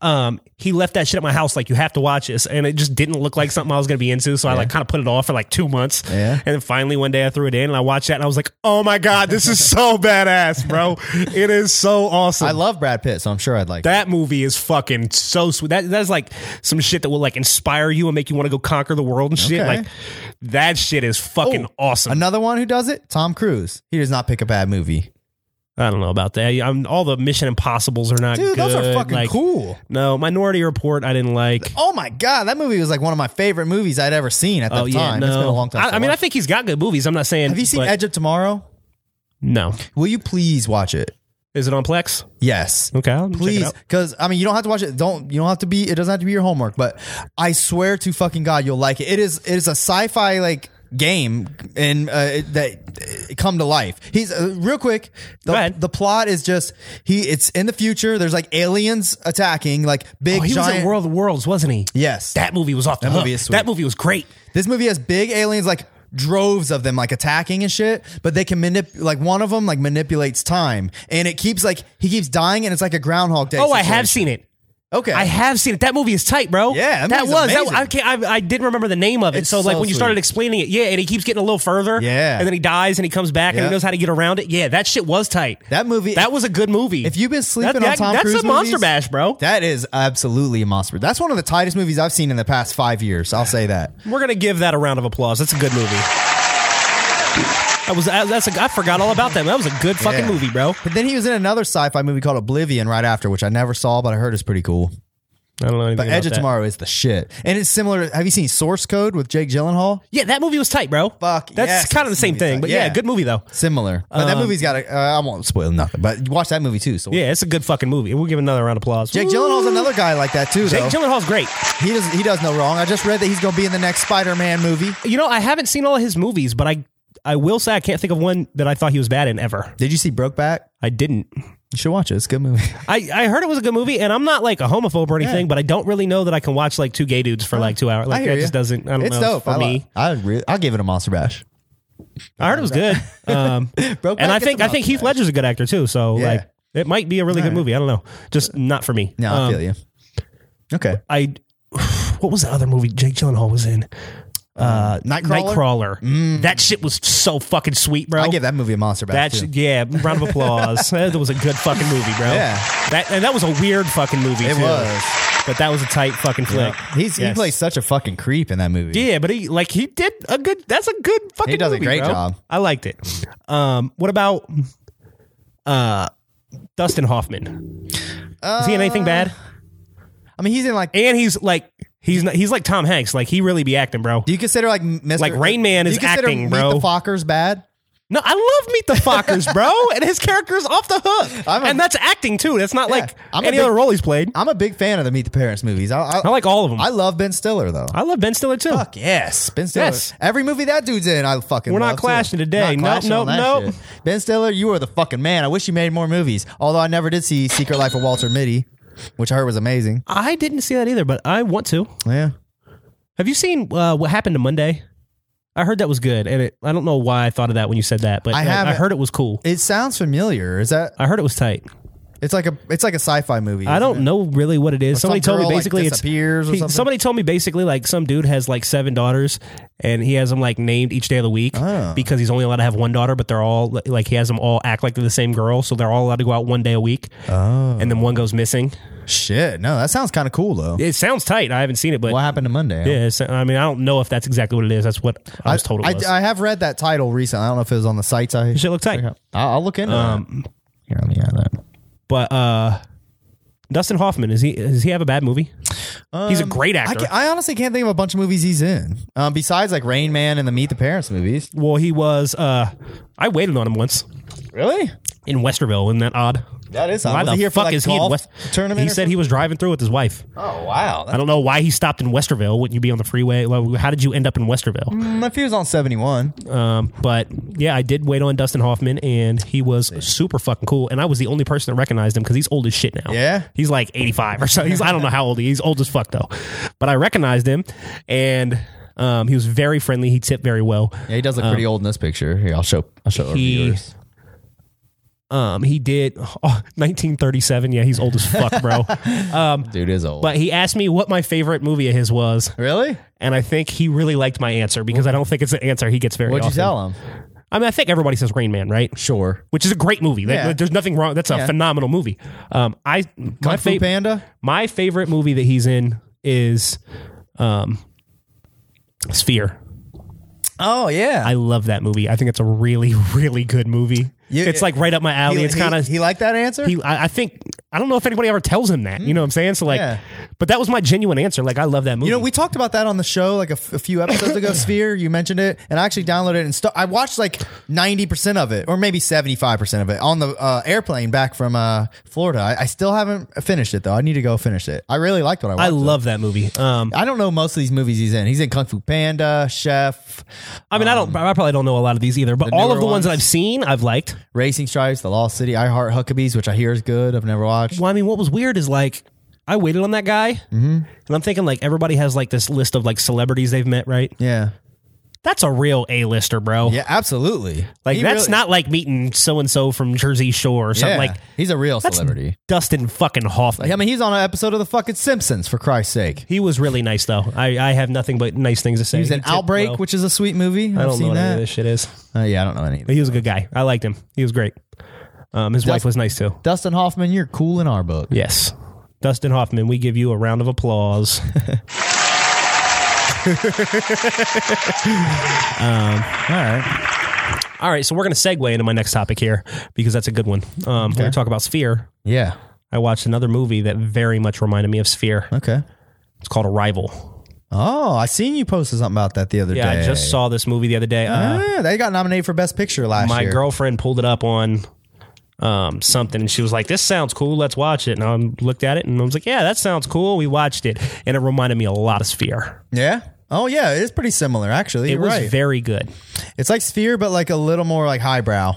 B: Um, he left that shit at my house. Like, you have to watch this, and it just didn't look like something I was gonna be into. So I like kind of put it off for like two months.
A: Yeah.
B: And then finally one day I threw it in and I watched that and I was like, oh my god, this is so badass, bro. It is so awesome.
A: I love Brad Pitt, so I'm sure I'd like.
B: That movie is fucking so sweet. That that's like some shit that will like inspire you and make you want to go conquer the world and shit.
A: Okay. Oh,
B: Like that shit is fucking awesome.
A: Another one who does it, Tom Cruise. He does not pick a bad movie.
B: I don't know about that. I'm, all the Mission Impossibles are not
A: Dude,
B: good.
A: those are fucking
B: Like,
A: cool.
B: No, Minority Report I didn't like.
A: Oh my god, that movie was like one of my favorite movies I'd ever seen at that
B: Oh yeah,
A: time.
B: no.
A: It's been a long time.
B: I,
A: since
B: I mean, I
A: watched
B: think he's got good movies. I'm not saying.
A: it. have you seen
B: but-
A: Edge of Tomorrow?
B: No.
A: Will you please watch it?
B: Is it on Plex?
A: Yes.
B: Okay, I'll check it
A: please,
B: out.
A: because I mean, you don't have to watch it. Don't you don't have to be. It doesn't have to be your homework. But I swear to fucking god, you'll like it. It is. It is a sci-fi like game and uh, it- that it come to life. He's uh, real quick. The,
B: Go ahead.
A: the plot is just he. It's in the future. There's like aliens attacking like big
B: Oh, he
A: giant.
B: was in World of Worlds, wasn't he?
A: yes,
B: That movie was off the
A: That
B: hook.
A: movie is sweet.
B: That movie was great.
A: This movie has big aliens, like droves of them, like attacking and shit. But they can manip, like one of them, like manipulates time, and it keeps like he keeps dying, and it's like a Groundhog Day.
B: Oh, I have
A: situation.
B: seen it.
A: Okay,
B: I have seen it. That movie is tight, bro.
A: Yeah, that
B: that
A: movie's
B: was. That,
A: amazing.
B: I can't. I, I didn't remember the name of it.
A: It's
B: so like
A: so
B: when you started
A: sweet.
B: explaining it, yeah, and he keeps getting a little further.
A: Yeah.
B: and then he dies, and he comes back, and
A: Yeah.
B: he knows how to get around it. Yeah, that shit was tight.
A: That movie-
B: That was a good movie.
A: If you've been sleeping
B: That-
A: on
B: that-
A: Tom
B: that's
A: Cruise,
B: a monster
A: movies,
B: bash, bro.
A: That is absolutely a monster. That's one of the tightest movies I've seen in the past five years. I'll say that.
B: We're gonna give that a round of applause. That's a good movie. I was. I, that's. A, I forgot all about that. That was a good fucking
A: Yeah.
B: movie, bro.
A: But then he was in another sci-fi movie called Oblivion right after, which I never saw, but I heard is pretty cool.
B: I don't know anything
A: But
B: about
A: Edge of
B: that.
A: Tomorrow is the shit, and it's similar. Have you seen Source Code with Jake Gyllenhaal?
B: Yeah, that movie was tight, bro.
A: Fuck,
B: That's
A: yes,
B: kind of the
A: this
B: same
A: movie's
B: thing,
A: tight.
B: but yeah.
A: Yeah.
B: good movie though.
A: Similar, but that movie's got. A, uh, I won't spoil nothing, but watch that movie too. So
B: Um, Yeah, it's a good fucking movie. We'll give another round of applause.
A: Jake Gyllenhaal's another guy like that too, though.
B: Jake Gyllenhaal's great.
A: he does he does no wrong. I just read that he's going to be in the next Spider-Man movie.
B: You know, I haven't seen all of his movies, but I I will say I can't think of one that I thought he was bad in ever.
A: Did you see Brokeback?
B: I didn't.
A: You should watch it. It's a good movie.
B: I, I heard it was a good movie, and I'm not like a homophobe or anything,
A: Yeah.
B: but I don't really know that I can watch like two gay dudes for like two hours. Like
A: I hear
B: that
A: you.
B: just doesn't. I don't
A: it's
B: know.
A: dope.
B: For
A: I,
B: me,
A: li- I re- I'll give it a monster bash.
B: I heard it was good. Um,
A: Brokeback
B: and I
A: gets
B: think
A: a
B: I think
A: monster
B: Heath Ledger's a good actor too. So
A: Yeah.
B: like it might be a really good movie. I don't know. Just not for me.
A: No, I
B: Um,
A: feel you. Okay.
B: I what was the other movie Jake Gyllenhaal was in? Uh,
A: Nightcrawler?
B: Nightcrawler. That shit was so fucking sweet, bro.
A: Mm. I give that movie a monster bash.
B: That's
A: too.
B: yeah, round of applause. that was a good fucking movie, bro.
A: Yeah.
B: that and that was a weird fucking movie.
A: It
B: too.
A: was.
B: but that was a tight fucking flick.
A: He's he
B: Yes.
A: plays such a fucking creep in that movie.
B: Yeah, but he like he did a good. That's a good fucking.
A: He does a
B: movie,
A: great
B: bro.
A: job.
B: I liked it. Um, what about uh Dustin Hoffman? Is he in
A: Uh,
B: anything bad?
A: I mean, he's in like.
B: And he's like he's not, he's like Tom Hanks. Like he really be acting, bro.
A: Do you consider like Mr.
B: Like, Rain Man
A: do you
B: is
A: consider
B: acting,
A: Meet
B: bro.
A: The Fockers bad.
B: No, I love Meet the Fockers, bro, and his character's off the hook,
A: I'm a-
B: and that's acting too. That's not like
A: I'm a
B: any
A: big-
B: other role he's played.
A: I'm a big fan of the Meet the Parents movies. I, I,
B: I like all of them.
A: I
B: I,
A: love Ben Stiller though.
B: love Ben Stiller too.
A: Fuck yes, Ben Stiller.
B: Yes.
A: Every movie that dude's in, I fucking.
B: We're not
A: love, too.
B: clashing
A: Not
B: today. Nope,
A: clashing on
B: nope,
A: that
B: nope.
A: shit. Ben Stiller, you are the fucking man. I wish you made more movies. Although I never did see Secret Life of Walter Mitty, which I heard was amazing.
B: I didn't see that either, but I want to.
A: Yeah,
B: Have you seen uh, what happened to Monday? I heard that was good, and it, I don't know why I thought of that when you said that, but
A: I
B: I, I
A: haven't-
B: heard it was cool.
A: it sounds familiar. Is that?
B: I heard it was tight.
A: It's like a it's like a sci-fi movie.
B: I
A: isn't
B: don't
A: it?
B: know really what it is.
A: some
B: Somebody told
A: girl,
B: me
A: like,
B: basically it's
A: disappears or
B: he-
A: something?
B: Somebody told me basically like some dude has like seven daughters and he has them like named each day of the week
A: Oh.
B: because he's only allowed to have one daughter, but they're all like he has them all act like they're the same girl, so they're all allowed to go out one day a week. Oh. And then one goes missing.
A: Shit, no, that sounds kind of cool though.
B: It sounds tight. I haven't seen it, but
A: What happened to Monday?
B: yeah, it's- I mean I don't know if that's exactly what it is. That's what I was told it
A: I,
B: was.
A: I have read that title recently. I don't know if it was on the sites. I
B: Shit looked tight.
A: I'll, I'll look into um, Here, let me add that.
B: But uh Dustin Hoffman, is he does he have a bad movie? he's a great
A: Um, I,
B: actor.
A: can, I honestly can't think of a bunch of movies he's in um, besides like Rain Man and the Meet the Parents movies.
B: well, he was uh I waited on him once.
A: Really?
B: in Westerville. Isn't that odd?
A: That is
B: why
A: odd. Was
B: the
A: he here for,
B: fuck
A: like,
B: is he in
A: golf
B: West
A: tournament
B: He
A: or
B: said he was driving through with his wife.
A: Oh wow!
B: I don't know why he stopped in Westerville. Wouldn't you be on the freeway? Well, How did you end up in Westerville?
A: My fear's on seventy one.
B: Um, but yeah, I did wait on Dustin Hoffman, and he was super fucking cool. And I was the only person that recognized him because he's old as shit now.
A: Yeah?
B: he's like eighty five or so. He's I don't know how old he. He's old as fuck though. But I recognized him, and um, he was very friendly. He tipped very well.
A: Oh. Yeah, he does look pretty old in this picture. Here, I'll show. I'll show our
B: he-
A: viewers.
B: Um, he did oh, 1937. Yeah, he's old as fuck, bro.
A: Dude is old.
B: but he asked me what my favorite movie of his was,
A: really?
B: and I think he really liked my answer because I don't think it's an answer he gets very
A: What'd
B: often.
A: you tell him?
B: I mean, I think everybody says Rain Man, right?
A: Sure.
B: Which is a great movie. That-
A: Yeah.
B: There's nothing wrong. That's a
A: Yeah.
B: phenomenal movie. Um, I my
A: Kung Fu
B: favorite.
A: Panda.
B: My favorite movie that he's in is um, Sphere.
A: Oh yeah.
B: I love that movie. I think it's a really, really good movie.
A: You-
B: it's like right up my alley.
A: he,
B: it's kind of
A: he, he liked that answer.
B: he. I I think I don't know if anybody ever tells him that. You know what I'm saying? So like,
A: Hmm. Yeah.
B: but that was my genuine answer. Like I love that movie.
A: you know, we talked about that on the show like a, f- a few episodes ago. Sphere, you mentioned it, and I actually downloaded it and st- I watched like ninety percent of it, or maybe seventy five percent of it, on the uh, airplane back from uh, Florida. I, I still haven't finished it though. I need to go finish it. I really liked what I watched.
B: I love that movie. Um,
A: I don't know most of these movies he's in. He's in Kung Fu Panda, Chef,
B: I mean, I don't. I probably don't know a lot of these either. But
A: Um, The
B: all
A: newer
B: of the ones that
A: ones.
B: I've seen, I've liked.
A: Racing Stripes, The Lost City, I Heart Huckabees, which I hear is good. I've never watched.
B: Well, I mean, what was weird is like I waited on that guy,
A: Mm-hmm.
B: and I'm thinking like everybody has like this list of like celebrities they've met, right?
A: Yeah,
B: That's a real A-lister, bro.
A: yeah, absolutely.
B: Like
A: He
B: that's
A: really-
B: not like meeting so and so from Jersey Shore or something.
A: Yeah,
B: Like
A: he's a real
B: that's
A: celebrity.
B: Dustin fucking Hoffman.
A: I mean, he's on an episode of the fucking Simpsons for Christ's sake.
B: he was really nice though. I, I have nothing but nice things to say.
A: He's
B: He
A: in
B: tipped
A: Outbreak,
B: well.
A: which is a sweet movie. I've
B: I don't know
A: seen
B: what any of
A: that.
B: this shit is.
A: Uh, yeah, I don't know any. of
B: But
A: it.
B: he was a good guy. I liked him. He was great. Um, his wife was nice too.
A: Dustin Hoffman, you're cool in our book.
B: Yes. Dustin Hoffman, we give you a round of applause. Um,
A: All right.
B: All right, so we're going to segue into my next topic here because that's a good one. Um, We're going to talk about Sphere.
A: Yeah.
B: I watched another movie that very much reminded me of Sphere.
A: Okay.
B: It's called Arrival.
A: Oh, I seen you posted something about that the other
B: Yeah,
A: day.
B: I just saw this movie the other day. Uh,
A: Ah, they got nominated for Best Picture last
B: my
A: year.
B: girlfriend pulled it up on um, something and she was like, This sounds cool. Let's watch it. And I looked at it and I was like, Yeah, that sounds cool. We watched it. And it reminded me a lot of Sphere.
A: Yeah. Oh yeah, it is pretty similar actually.
B: It
A: You're
B: was
A: right.
B: very good.
A: it's like Sphere, but like a little more like highbrow.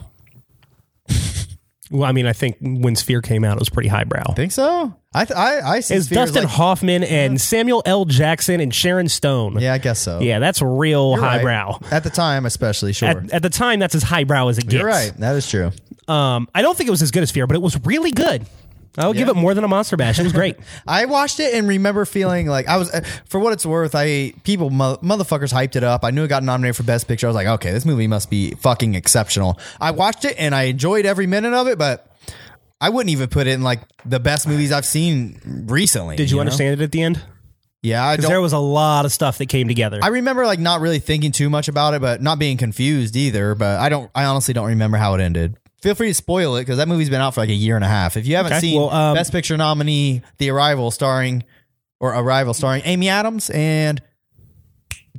B: Well, I mean, I think when Sphere came out, it was pretty highbrow.
A: Think so? I th- I I see
B: It's
A: Sphere as,
B: Dustin
A: like,
B: Hoffman and Samuel L. Jackson and Sharon Stone.
A: Yeah, I guess so.
B: Yeah, that's real
A: You're right.
B: highbrow.
A: at the time, especially. Sure.
B: At, at the time, that's as highbrow as it gets.
A: You're right. That is true.
B: Um, I don't think it was as good as Fear, but it was really good. I'll give
A: Yeah.
B: it more than a monster bash. It was great.
A: I watched it and remember feeling like I was, uh, for what it's worth, I people mo- motherfuckers hyped it up. I knew it got nominated for best picture. I was like, okay, this movie must be fucking exceptional. I watched it and I enjoyed every minute of it, but I wouldn't even put it in like the best movies I've seen recently.
B: Did you
A: know?
B: understand it at the end?
A: Yeah, I
B: Because there
A: don't.
B: was a lot of stuff that came together.
A: I remember like not really thinking too much about it, but not being confused either. But I don't. I honestly don't remember how it ended. Feel free to spoil it because that movie's been out for like a year and a half. If you haven't
B: Okay,
A: seen
B: well, um,
A: Best Picture nominee The Arrival, starring or Arrival, starring Amy Adams and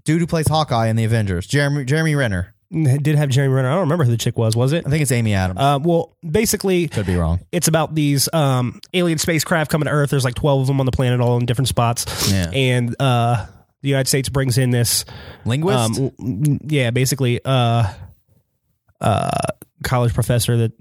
A: dude who plays Hawkeye in the Avengers, Jeremy Jeremy Renner.
B: It did have Jeremy Renner. I don't remember who the chick was. Was it?
A: I think it's Amy Adams.
B: Uh, well, basically,
A: Could be wrong.
B: it's about these um, alien spacecraft coming to Earth. There's like 12 of them on the planet, all in different spots.
A: Yeah.
B: And uh, the United States brings in this
A: Linguist.
B: um, w- w- yeah, basically, uh, uh, college professor that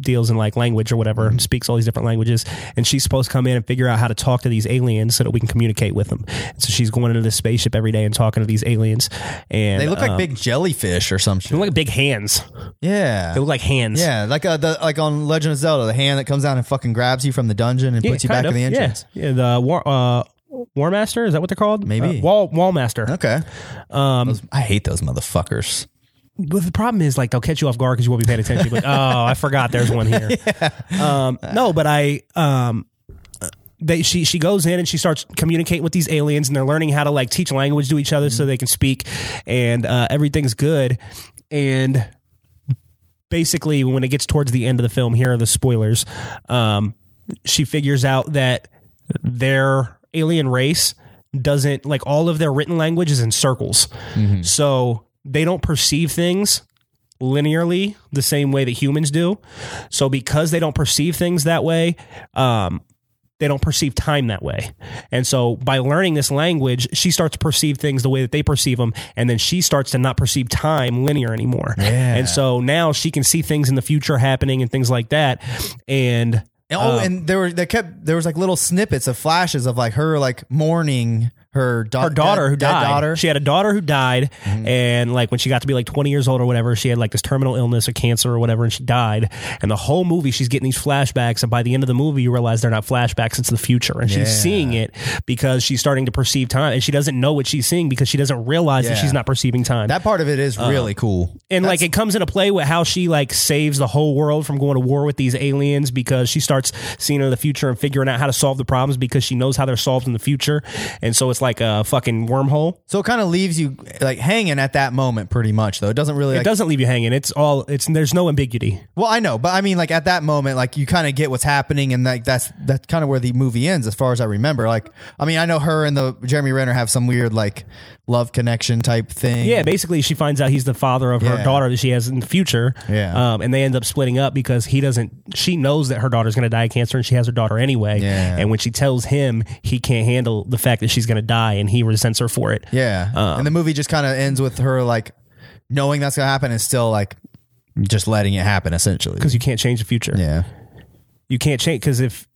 B: deals in like language or whatever,
A: Mm-hmm.
B: and speaks all these different languages, and she's supposed to come in and figure out how to talk to these aliens so that we can communicate with them. So she's going into this spaceship every day and talking to these aliens, and
A: they look like
B: um,
A: big jellyfish or some
B: they
A: shit.
B: look like big hands.
A: yeah.
B: They look like hands.
A: Yeah, like uh, the like on Legend of Zelda, the hand that comes out and fucking grabs you from the dungeon and
B: Yeah,
A: puts you
B: kind
A: back
B: of,
A: in the entrance.
B: Yeah, yeah the war, uh, war master is that what they're called?
A: Maybe.
B: uh, wall wall master.
A: Okay.
B: Um,
A: Those- I hate those motherfuckers.
B: But the problem is, like, they'll catch you off guard because you won't be paying attention. You'll be Like, oh, I forgot there's one here. Um, no, but I, um, they, she, she goes in and she starts communicating with these aliens, and they're learning how to like teach language to each other
A: Mm-hmm.
B: so they can speak, and uh, everything's good. And basically, when it gets towards the end of the film, here are the spoilers. Um, she figures out that their alien race doesn't like all of their written language is in circles. So they don't perceive things linearly the same way that humans do. So because they don't perceive things that way, um, they don't perceive time that way. And so by learning this language, she starts to perceive things the way that they perceive them. And then she starts to not perceive time linear anymore.
A: Yeah.
B: And so now she can see things in the future happening and things like that. And Um,
A: Oh, and there were they kept there was like little snippets of flashes of like her like mourning her, da-
B: her daughter
A: dead-
B: who
A: dead
B: died.
A: daughter. Mm-hmm.
B: She had a daughter who died, and like when she got to be like 20 years old or whatever, she had like this terminal illness or cancer or whatever, and she died. And the whole movie, she's getting these flashbacks, and by the end of the movie, you realize they're not flashbacks; it's the future, and
A: Yeah.
B: she's seeing it because she's starting to perceive time, and she doesn't know what she's seeing because she doesn't realize that
A: Yeah.
B: she's not perceiving time.
A: that part of it is
B: Uh-huh.
A: really cool.
B: and like it comes into play with how she like saves the whole world from going to war with these aliens because she starts seeing in the future and figuring out how to solve the problems because she knows how they're solved in the future, and so it's like a fucking wormhole.
A: So it kind of leaves you like hanging at that moment, pretty much. Though it doesn't really.
B: it
A: Like,
B: doesn't leave you hanging. It's all it's there's no ambiguity.
A: well, I know, but I mean, like at that moment, like you kind of get what's happening, and like that's that's kind of where the movie ends, as far as I remember. Like, I mean, I know her and the Jeremy Renner have some weird like love connection type thing.
B: Yeah, basically she finds out he's the father of her
A: Mm. Yeah.
B: daughter that she has in the future.
A: Yeah.
B: Um, and they end up splitting up because he doesn't she knows that her daughter's gonna die of cancer and she has her daughter anyway.
A: Yeah.
B: And when she tells him he can't handle the fact that she's gonna die and he resents her for it.
A: yeah. and the movie just kind of ends with her like knowing that's gonna happen and still like just letting it happen, essentially.
B: Because you can't change the future.
A: Yeah.
B: You can't change because if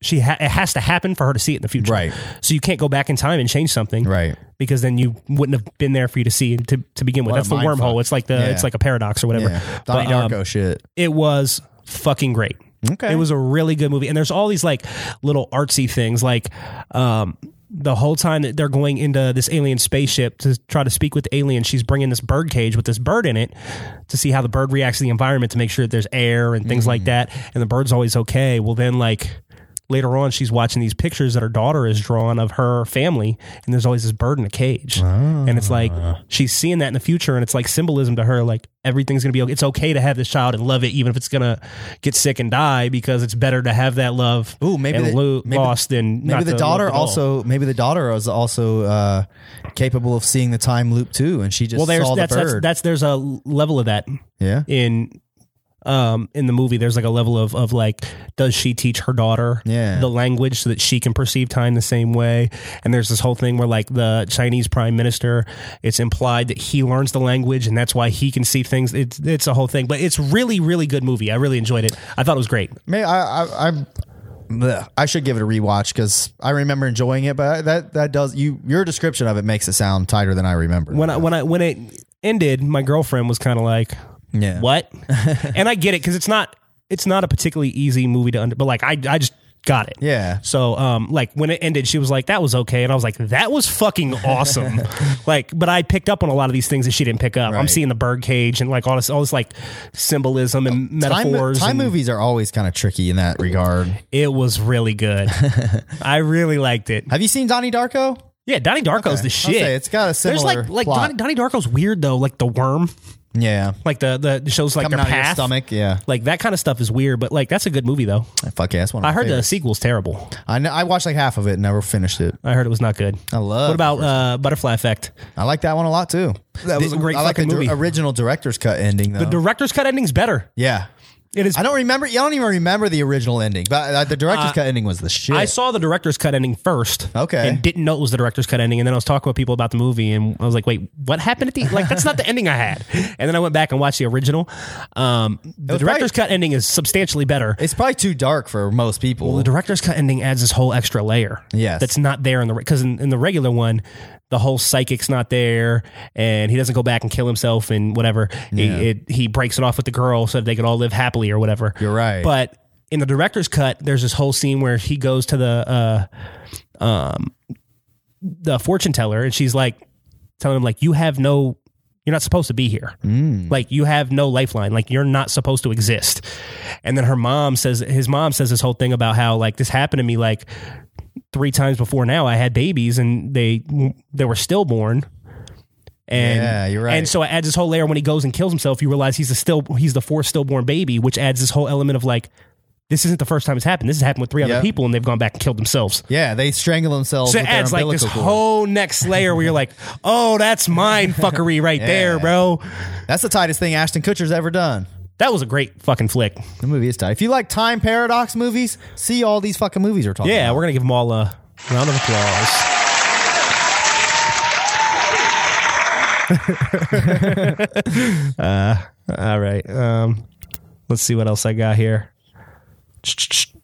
B: she ha- it has to happen for her to see it in the future.
A: Right.
B: So you can't go back in time and change something.
A: Right.
B: Because then you wouldn't have been there for you to see to, to begin with.
A: What
B: That's
A: a
B: the
A: mind
B: wormhole.
A: fuck.
B: It's like the
A: Yeah.
B: it's like a paradox or whatever.
A: Yeah.
B: But,
A: Donnie
B: um,
A: Darko shit.
B: it was fucking great.
A: Okay.
B: It was a really good movie. And there's all these like little artsy things like um the whole time that they're going into this alien spaceship to try to speak with the alien, she's bringing this bird cage with this bird in it to see how the bird reacts to the environment to make sure that there's air and things like that. And the bird's always okay. Well, then like later on, she's watching these pictures that her daughter has drawn of her family, and there's always this bird in a cage. And it's like
A: Ah.
B: she's seeing that in the future, and it's like symbolism to her, like everything's gonna be okay. It's okay to have this child and love it, even if it's gonna get sick and die, because it's better to have that love
A: Ooh, maybe
B: and
A: the-
B: lo-
A: maybe-
B: lost than
A: Maybe
B: not
A: the
B: to
A: daughter
B: love at all.
A: also. Maybe the daughter is also uh, capable of seeing the time loop too, and she just
B: Well, there's
A: saw the
B: that's, that's
A: bird.
B: that's there's a level of that
A: yeah,
B: in um in the movie there's like a level of of like does she teach her daughter
A: Yeah.
B: the language so that she can perceive time the same way and there's this whole thing where like the chinese prime minister it's implied that he learns the language and that's why he can see things it's it's a whole thing but it's really really good movie i really enjoyed it i thought it was great
A: May I, I, I, bleh. I should give it a rewatch because I remember enjoying it, but that that does you your description of it makes it sound tighter than I remember.
B: when i when i when it ended my girlfriend was kind of like
A: yeah,
B: what and i get it because it's not it's not a particularly easy movie to under but like i i just got it
A: Yeah,
B: So, um, like when it ended, she was like, "That was okay," and I was like, "That was fucking awesome." like, but I picked up on a lot of these things that she didn't pick up. I'm
A: Right.
B: seeing the bird cage and like all this, all this like symbolism and
A: time,
B: metaphors.
A: time
B: and
A: movies are always kind of tricky in that regard.
B: It was really good. I really liked it.
A: Have you seen Donnie Darko?
B: Yeah, Donnie Darko's the shit.
A: say it's got a
B: There's
A: similar
B: like like
A: plot.
B: Donnie, Donnie Darko's weird though. Like the worm,
A: Yeah,
B: like the the it shows like
A: coming
B: their
A: out of your
B: path.
A: stomach. Yeah,
B: Like that kind of stuff is weird, but like that's a good movie though.
A: fuck yeah, that's one. Of
B: I
A: my
B: heard the
A: favorites.
B: sequel's terrible.
A: I know, I watched like half of it, and never finished it.
B: I heard it was not good.
A: I love.
B: What about uh, Butterfly Effect?
A: I like that one a lot too. That
B: was a great
A: I like
B: fucking
A: the dir-
B: movie.
A: original director's cut ending though.
B: The director's cut ending's better.
A: yeah.
B: It is
A: Oh. I don't remember. I don't even remember the original ending, but uh, the director's cut ending was the shit.
B: I saw the director's cut ending first.
A: Okay.
B: And didn't know it was the director's cut ending. And then I was talking with people about the movie and I was like, wait, what happened at the like that's not the ending I had. And then I went back and watched the original. Um the
A: was
B: director's cut ending is substantially better.
A: it's probably too dark for most people.
B: the director's cut ending adds this whole extra layer.
A: Yes.
B: That's not there in the because in, in the regular one, the whole psychic's not there, and he doesn't go back and kill himself and whatever. He- It, he breaks it off with the girl so that they could all live happily or whatever.
A: You're right.
B: But in the director's cut, there's this whole scene where he goes to the uh, um, the fortune teller, and she's like telling him like you have no. You're not supposed to be here.
A: Mm.
B: Like you have no lifeline. Like you're not supposed to exist. And then her mom says his mom says this whole thing about how like this happened to me like three times before now I had babies and they they were stillborn. And
A: Yeah, you're right.
B: And so it adds this whole layer when he goes and kills himself, you realize he's a still he's the fourth stillborn baby, which adds this whole element of like this isn't the first time it's happened. This has happened with three other
A: Yep.
B: people and they've gone back and killed themselves.
A: yeah, they strangle themselves.
B: So it
A: with their
B: adds like this
A: umbilical cord.
B: whole next layer where you're like, oh, that's mind fuckery right there, bro.
A: That's the tightest thing Ashton Kutcher's ever done.
B: That was a great fucking flick.
A: The movie is tight. If you like time paradox movies, see all these fucking movies we're talking.
B: Yeah,
A: about.
B: we're gonna give them all a round of applause. uh, all right. Um, let's see what else I got here.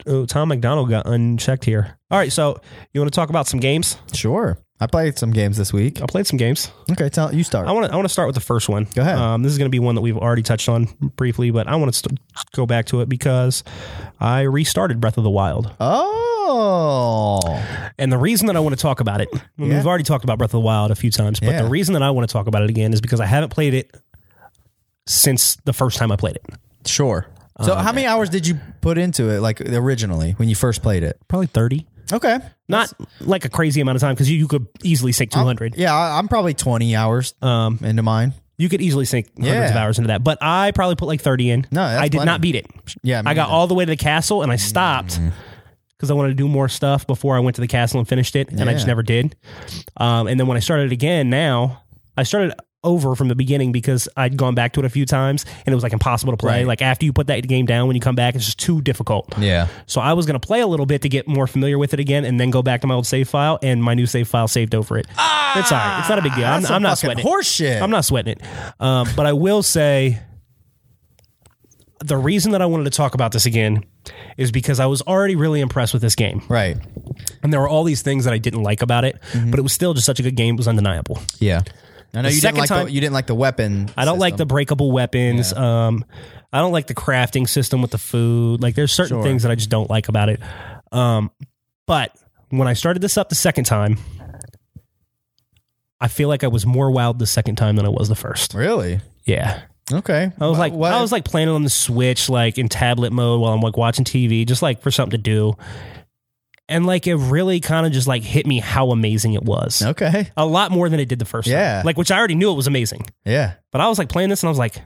B: Oh, Tom McDonald got unchecked here. All right, so you want to talk about some games?
A: sure. I played some games this week.
B: I played some games.
A: Okay, tell you start.
B: I want to I want to start with the first one. Go
A: ahead.
B: Um, this is going to be one that we've already touched on briefly, but I want to st- go back to it because I restarted Breath of the Wild.
A: oh,
B: And the reason that I want to talk about it, and
A: Yeah.
B: we've already talked about Breath of the Wild a few times, but
A: Yeah.
B: the reason that I want to talk about it again is because I haven't played it since the first time I played it.
A: sure.
B: Oh,
A: So, how many hours did you put into it, like originally when you first played it?
B: Probably 30.
A: Okay,
B: Not like a crazy amount of time because you, you could easily sink 200.
A: yeah, I, I'm probably 20 hours um, into mine.
B: You could easily sink hundreds
A: Yeah.
B: of hours into that. But I probably put like 30 in.
A: No, that's
B: I did
A: plenty.
B: not beat it.
A: Yeah, me
B: I got
A: neither. Mm.
B: all the way to the castle and I stopped because I wanted to do more stuff before I went to the castle and finished it. And I just
A: Yeah.
B: never did. Um, and then when I started again now, I started over from the beginning because I'd gone back to it a few times and it was like impossible to play.
A: Right.
B: Like after you put that game down, when you come back, it's just too difficult.
A: Yeah.
B: So I was going to play a little bit to get more familiar with it again, and then go back to my old save file, and my new save file saved over it. it's all right. It's not a big deal. I'm,
A: Ah, That's some
B: I'm not
A: fucking
B: sweating. it.
A: Horseshit.
B: I'm not sweating it. Um, but I will say the reason that I wanted to talk about this again is because I was already really impressed with this game,
A: Right.
B: and there were all these things that I didn't like about it, but it was still just such a good game. It was undeniable.
A: Yeah. I know you didn't
B: second
A: like
B: time-
A: the, you didn't like the weapon.
B: I don't like the breakable weapons. Um, I don't like the crafting system with the food. Like there's certain things that I just don't like about it. Um, but when I started this up the second time, I feel like I was more wild the second time than I was the first.
A: Really?
B: Yeah.
A: Okay.
B: I was like,
A: what?
B: I was like playing it on the Switch, like in tablet mode while I'm like watching TV, just like for something to do. And like it really kind of just like hit me how amazing it was.
A: okay.
B: A lot more than it did the first
A: Yeah.
B: time. Like, which I already knew it was amazing.
A: Yeah.
B: But I was like playing this and I was like,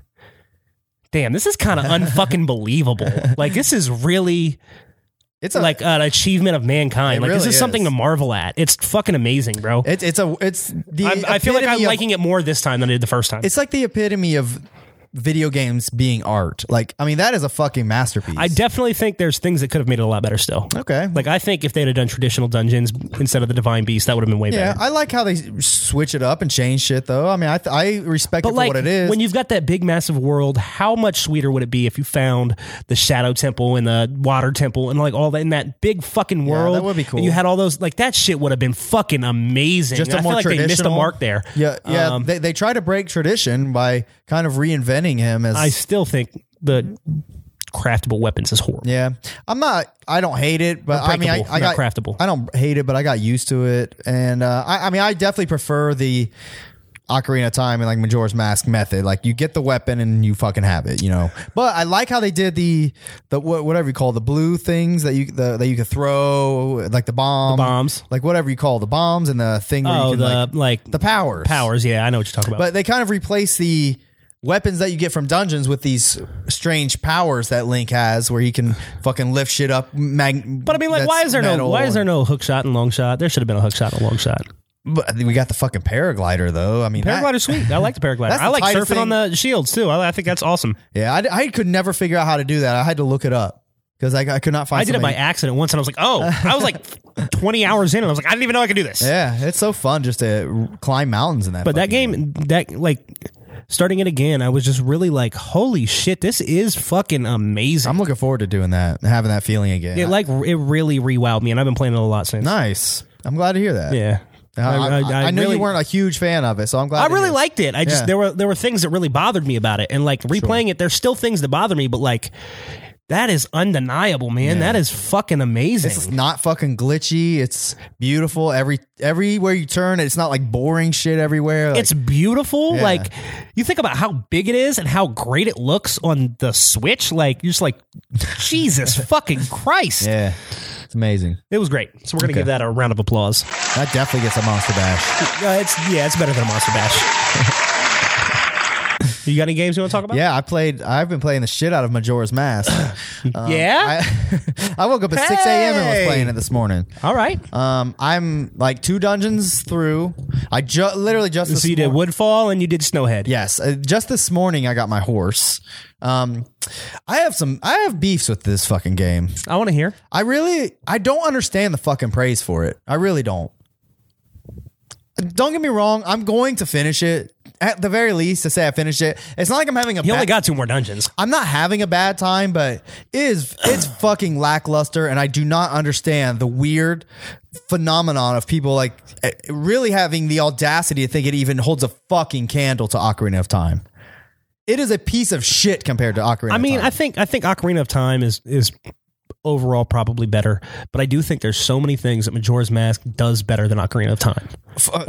B: damn, this is kind of unfucking believable. Like, this is really
A: It's a,
B: like an achievement of mankind.
A: It
B: Like, this
A: really
B: is, something
A: is.
B: to marvel at. It's fucking amazing, bro.
A: it's it's a it's the.
B: I, I feel like I'm
A: epitome of-
B: liking it more this time than I did the first time.
A: It's like the epitome of video games being art. Like I mean, that is a fucking masterpiece.
B: I definitely think there's things that could have made it a lot better still.
A: okay.
B: Like, I think if they'd have done traditional dungeons instead of the Divine Beast, that would have been way
A: yeah,
B: better.
A: I like how they switch it up and change shit though. I mean, I I respect it
B: But
A: for
B: like
A: what it is.
B: when you've got that big massive world, how much sweeter would it be if you found the Shadow Temple and the Water Temple and like all that in that big fucking world?
A: that would be cool.
B: And you had all those like that shit would have been fucking amazing.
A: just a
B: I
A: more
B: feel like
A: traditional
B: they missed the mark there.
A: Yeah, yeah.
B: Um,
A: they they try to break tradition by kind of reinventing him as
B: I still think the craftable weapons is horrible.
A: Yeah, I'm not. I don't hate it, but I mean, I,
B: breakable,
A: I got
B: not craftable.
A: I don't hate it, but I got used to it, and uh, I, I mean, I definitely prefer the Ocarina of Time and like Majora's Mask method. Like, you get the weapon and you fucking have it, you know. But I like how they did the the wha- whatever you call the blue things that you the, that you could throw, like the bomb,
B: bombs.
A: like whatever you call the bombs and the thing. Where
B: Oh,
A: you can,
B: the
A: like,
B: like,
A: the powers,
B: powers. Yeah, I know what you're talking about.
A: But they kind of replace the weapons that you get from dungeons with these strange powers that Link has, where he can fucking lift shit up. Mag-
B: but I mean, like, why is there no why is there no hook shot and long shot? There should have been a hook shot and a long shot.
A: But we got the fucking paraglider though. I mean, that-
B: Paraglider's sweet. I like the paraglider.
A: That's the
B: I like surfing
A: tightest
B: on the shields too. I, I think that's awesome.
A: yeah, I, I could never figure out how to do that. I had to look it up because I, I could not find.
B: I did it by
A: somebody-
B: accident once, and I was like, "Oh!" I was like, twenty hours in, and I was like, "I didn't even know I could do this."
A: Yeah, it's so fun just to climb mountains in that.
B: But that
A: fucking
B: game, that like starting it again, I was just really like, "Holy shit, this is fucking amazing!"
A: I'm looking forward to doing that, and having that feeling again.
B: it like it really rewowed me, and I've been playing it a lot since.
A: nice. I'm glad to hear that. Uh,
B: Yeah,
A: I, I, I, know
B: really-
A: you weren't a huge fan of it, so I'm glad.
B: I
A: to
B: really
A: hear-
B: liked it. I just
A: Yeah.
B: there were there were things that really bothered me about it, and like replaying it, there's still things that bother me, but like that is undeniable, man. That is fucking amazing.
A: It's not fucking glitchy. It's beautiful. Every everywhere you turn, it's not like boring shit everywhere. Like,
B: it's beautiful.
A: Yeah.
B: Like you think about how big it is and how great it looks on the Switch. Like you're just like, Jesus fucking Christ!
A: yeah, it's amazing.
B: It was great. So we're gonna
A: Okay.
B: give that a round of applause.
A: That definitely gets a monster bash.
B: Uh, it's yeah, it's better than a Monster Bash. you got any games you want to talk about?
A: Yeah, I played. I've been playing the shit out of Majora's Mask. Um,
B: Yeah?
A: I, I woke up at six a.m. and was
B: Hey!
A: playing it this morning.
B: All right.
A: Um, I'm like two dungeons through. I ju- literally just this
B: so you did
A: mor-
B: Woodfall and you did Snowhead.
A: Yes, uh, just this morning I got my horse. Um, I have some. I have beefs with this fucking game.
B: I want to hear.
A: I really I don't understand the fucking praise for it. I really don't. don't get me wrong, I'm going to finish it at the very least to say I finished it. It's not like I'm having a
B: You only
A: bad,
B: got two more dungeons.
A: I'm not having a bad time, but it is it's fucking lackluster, and I do not understand the weird phenomenon of people like eh, really having the audacity to think it even holds a fucking candle to Ocarina of Time. It is a piece of shit compared to Ocarina.
B: I mean,
A: of
B: I
A: Time.
B: think I think Ocarina of Time is is overall probably better, but I do think there's so many things that Majora's Mask does better than Ocarina of Time,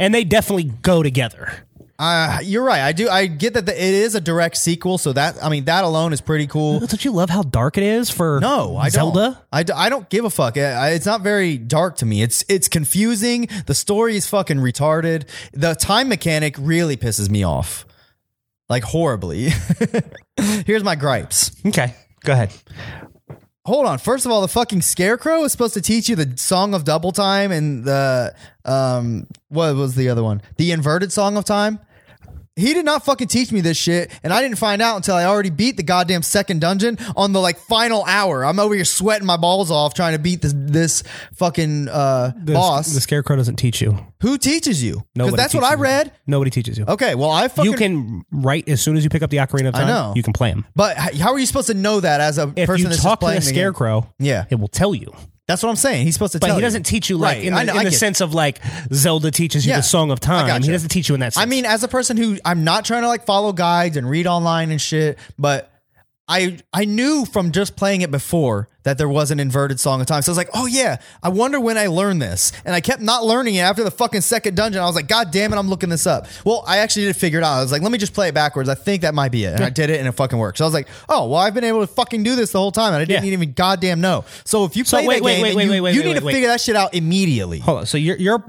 B: and they definitely go together.
A: Uh, you're right. I do. I get that the, it is a direct sequel, so that I mean that alone is pretty cool.
B: Don't you love how dark it is for
A: No, I don't.
B: Zelda?
A: I, d- I don't give a fuck. I, I- it's not very dark to me. It's it's confusing. The story is fucking retarded. The time mechanic really pisses me off, like horribly. Here's my gripes.
B: Okay, go ahead.
A: Hold on. First of all, the fucking scarecrow is supposed to teach you the song of double time and the um what was the other one? The inverted song of time. He did not fucking teach me this shit, and I didn't find out until I already beat the goddamn second dungeon on the like final hour. I'm over here sweating my balls off trying to beat this this fucking uh,
B: The,
A: boss.
B: the scarecrow doesn't teach you.
A: Who teaches you? Because
B: Nobody
A: that's what I
B: teaches you.
A: read.
B: Nobody teaches you.
A: Okay, well I fucking
B: you can write as soon as you pick up the Ocarina of Time.
A: know.
B: You can play them.
A: But h- how are you supposed to know that as a
B: If
A: person
B: you
A: that's
B: talk
A: just
B: to
A: playing
B: the
A: game?
B: scarecrow,
A: Yeah.
B: it will tell you.
A: That's what I'm saying. He's supposed to
B: But
A: tell
B: he
A: you.
B: doesn't teach you like
A: Right.
B: in the,
A: I know-
B: in
A: I
B: the
A: get it.
B: sense of like Zelda teaches you
A: Yeah.
B: the Song of Time.
A: gotcha.
B: He doesn't teach you in that sense.
A: I mean, as a person who I'm not trying to like follow guides and read online and shit, but I I knew from just playing it before that there was an inverted song of time. So I was like, oh yeah, I wonder when I learned this. And I kept not learning it after the fucking second dungeon. I was like, God damn it, I'm looking this up. Well, I actually did figure it out. I was like, let me just play it backwards. I think that might be it. And I did it and it fucking worked. So I was like, oh well, I've been able to fucking do this the whole time and I didn't
B: Yeah.
A: even goddamn know. So if you play
B: wait,
A: that
B: wait,
A: game,
B: wait,
A: then
B: wait,
A: you,
B: wait, wait,
A: you
B: wait,
A: need to
B: wait.
A: figure that shit out immediately.
B: Hold on. So you're you're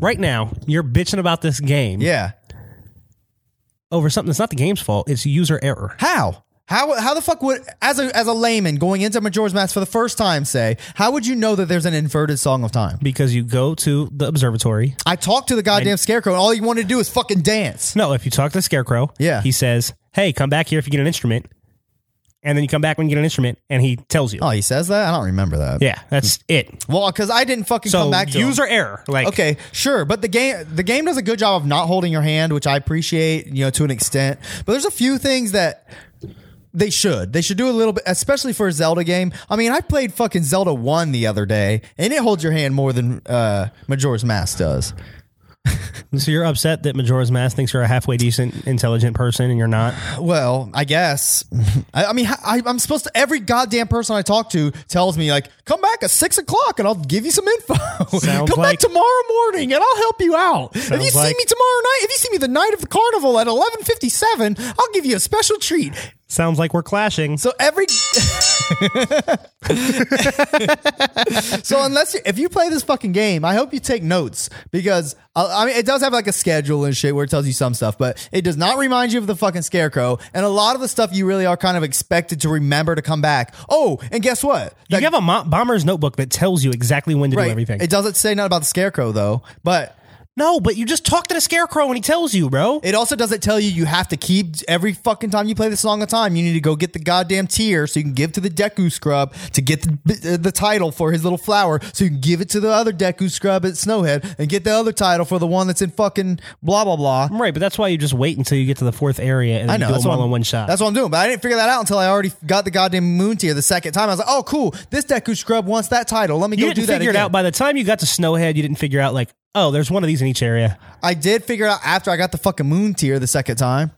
B: right now you're bitching about this game
A: Yeah.
B: over something that's not the game's fault. It's user error.
A: How? How, how the fuck would as a as a layman going into Majora's Mask for the first time say how would you know that there's an inverted song of time?
B: Because you go to the observatory.
A: I talked to the goddamn scarecrow and all he wanted to do is fucking dance.
B: No, if you talk to the scarecrow,
A: Yeah.
B: he says, "Hey, come back here if you get an instrument," and then you come back when you get an instrument, and he tells you.
A: Oh, he says that? I don't remember that.
B: Yeah, that's it.
A: Well, because I didn't fucking
B: So
A: come back to him.
B: user error. Like
A: Okay, sure, but the game the game does a good job of not holding your hand, which I appreciate, you know, to an extent. But there's a few things that they should. They should do a little bit, especially for a Zelda game. I mean, I played fucking Zelda One the other day, and it holds your hand more than uh, Majora's Mask does.
B: So you're upset that Majora's Mask thinks you're a halfway decent, intelligent person, and you're not.
A: Well, I guess. I, I mean, I, I'm supposed to. Every goddamn person I talk to tells me like, "Come back at six o'clock, and I'll give you some info. Come back
B: like-
A: tomorrow morning, and I'll help you out. If you
B: Sounds
A: see
B: like-
A: me tomorrow night, if you see me the night of the carnival at 11:57, I'll give you a special treat."
B: Sounds like we're clashing.
A: So every. so unless you, if you play this fucking game, I hope you take notes because uh, I mean it does have like a schedule and shit where it tells you some stuff, but it does not remind you of the fucking scarecrow and a lot of the stuff you really are kind of expected to remember to come back. Oh, and guess what?
B: you have a mo- bomber's notebook that tells you exactly when to do everything.
A: It doesn't say nothing about the scarecrow though, but
B: no, but you just talk to the scarecrow and he tells you, bro.
A: It also doesn't tell you you have to keep every fucking time you play the song of time. You need to go get the goddamn tear so you can give to the Deku scrub to get the, uh, the title for his little flower, so you can give it to the other Deku scrub at Snowhead and get the other title for the one that's in fucking blah blah blah.
B: right, but that's why you just wait until you get to the fourth area and
A: I
B: then you
A: know
B: do
A: that's
B: them
A: what
B: all
A: I'm-
B: in one shot.
A: That's what I'm doing, but I didn't figure that out until I already got the goddamn moon tier the second time. I was like, oh cool, this Deku scrub wants that title. Let me
B: you
A: go
B: didn't
A: do that.
B: figure it
A: again.
B: out by the time you got to Snowhead. You didn't figure out like, oh, there's one of these in each area.
A: I did figure it out after I got the fucking moon tier the second time.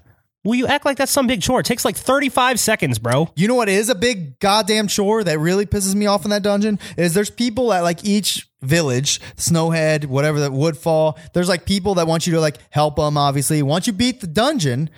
B: Will you act like that's some big chore? It takes like 35 seconds, bro.
A: You know what is a big goddamn chore that really pisses me off in that dungeon is there's people at like each village, Snowhead, whatever that Woodfall. There's like people that want you to like help them. Obviously, once you beat the dungeon,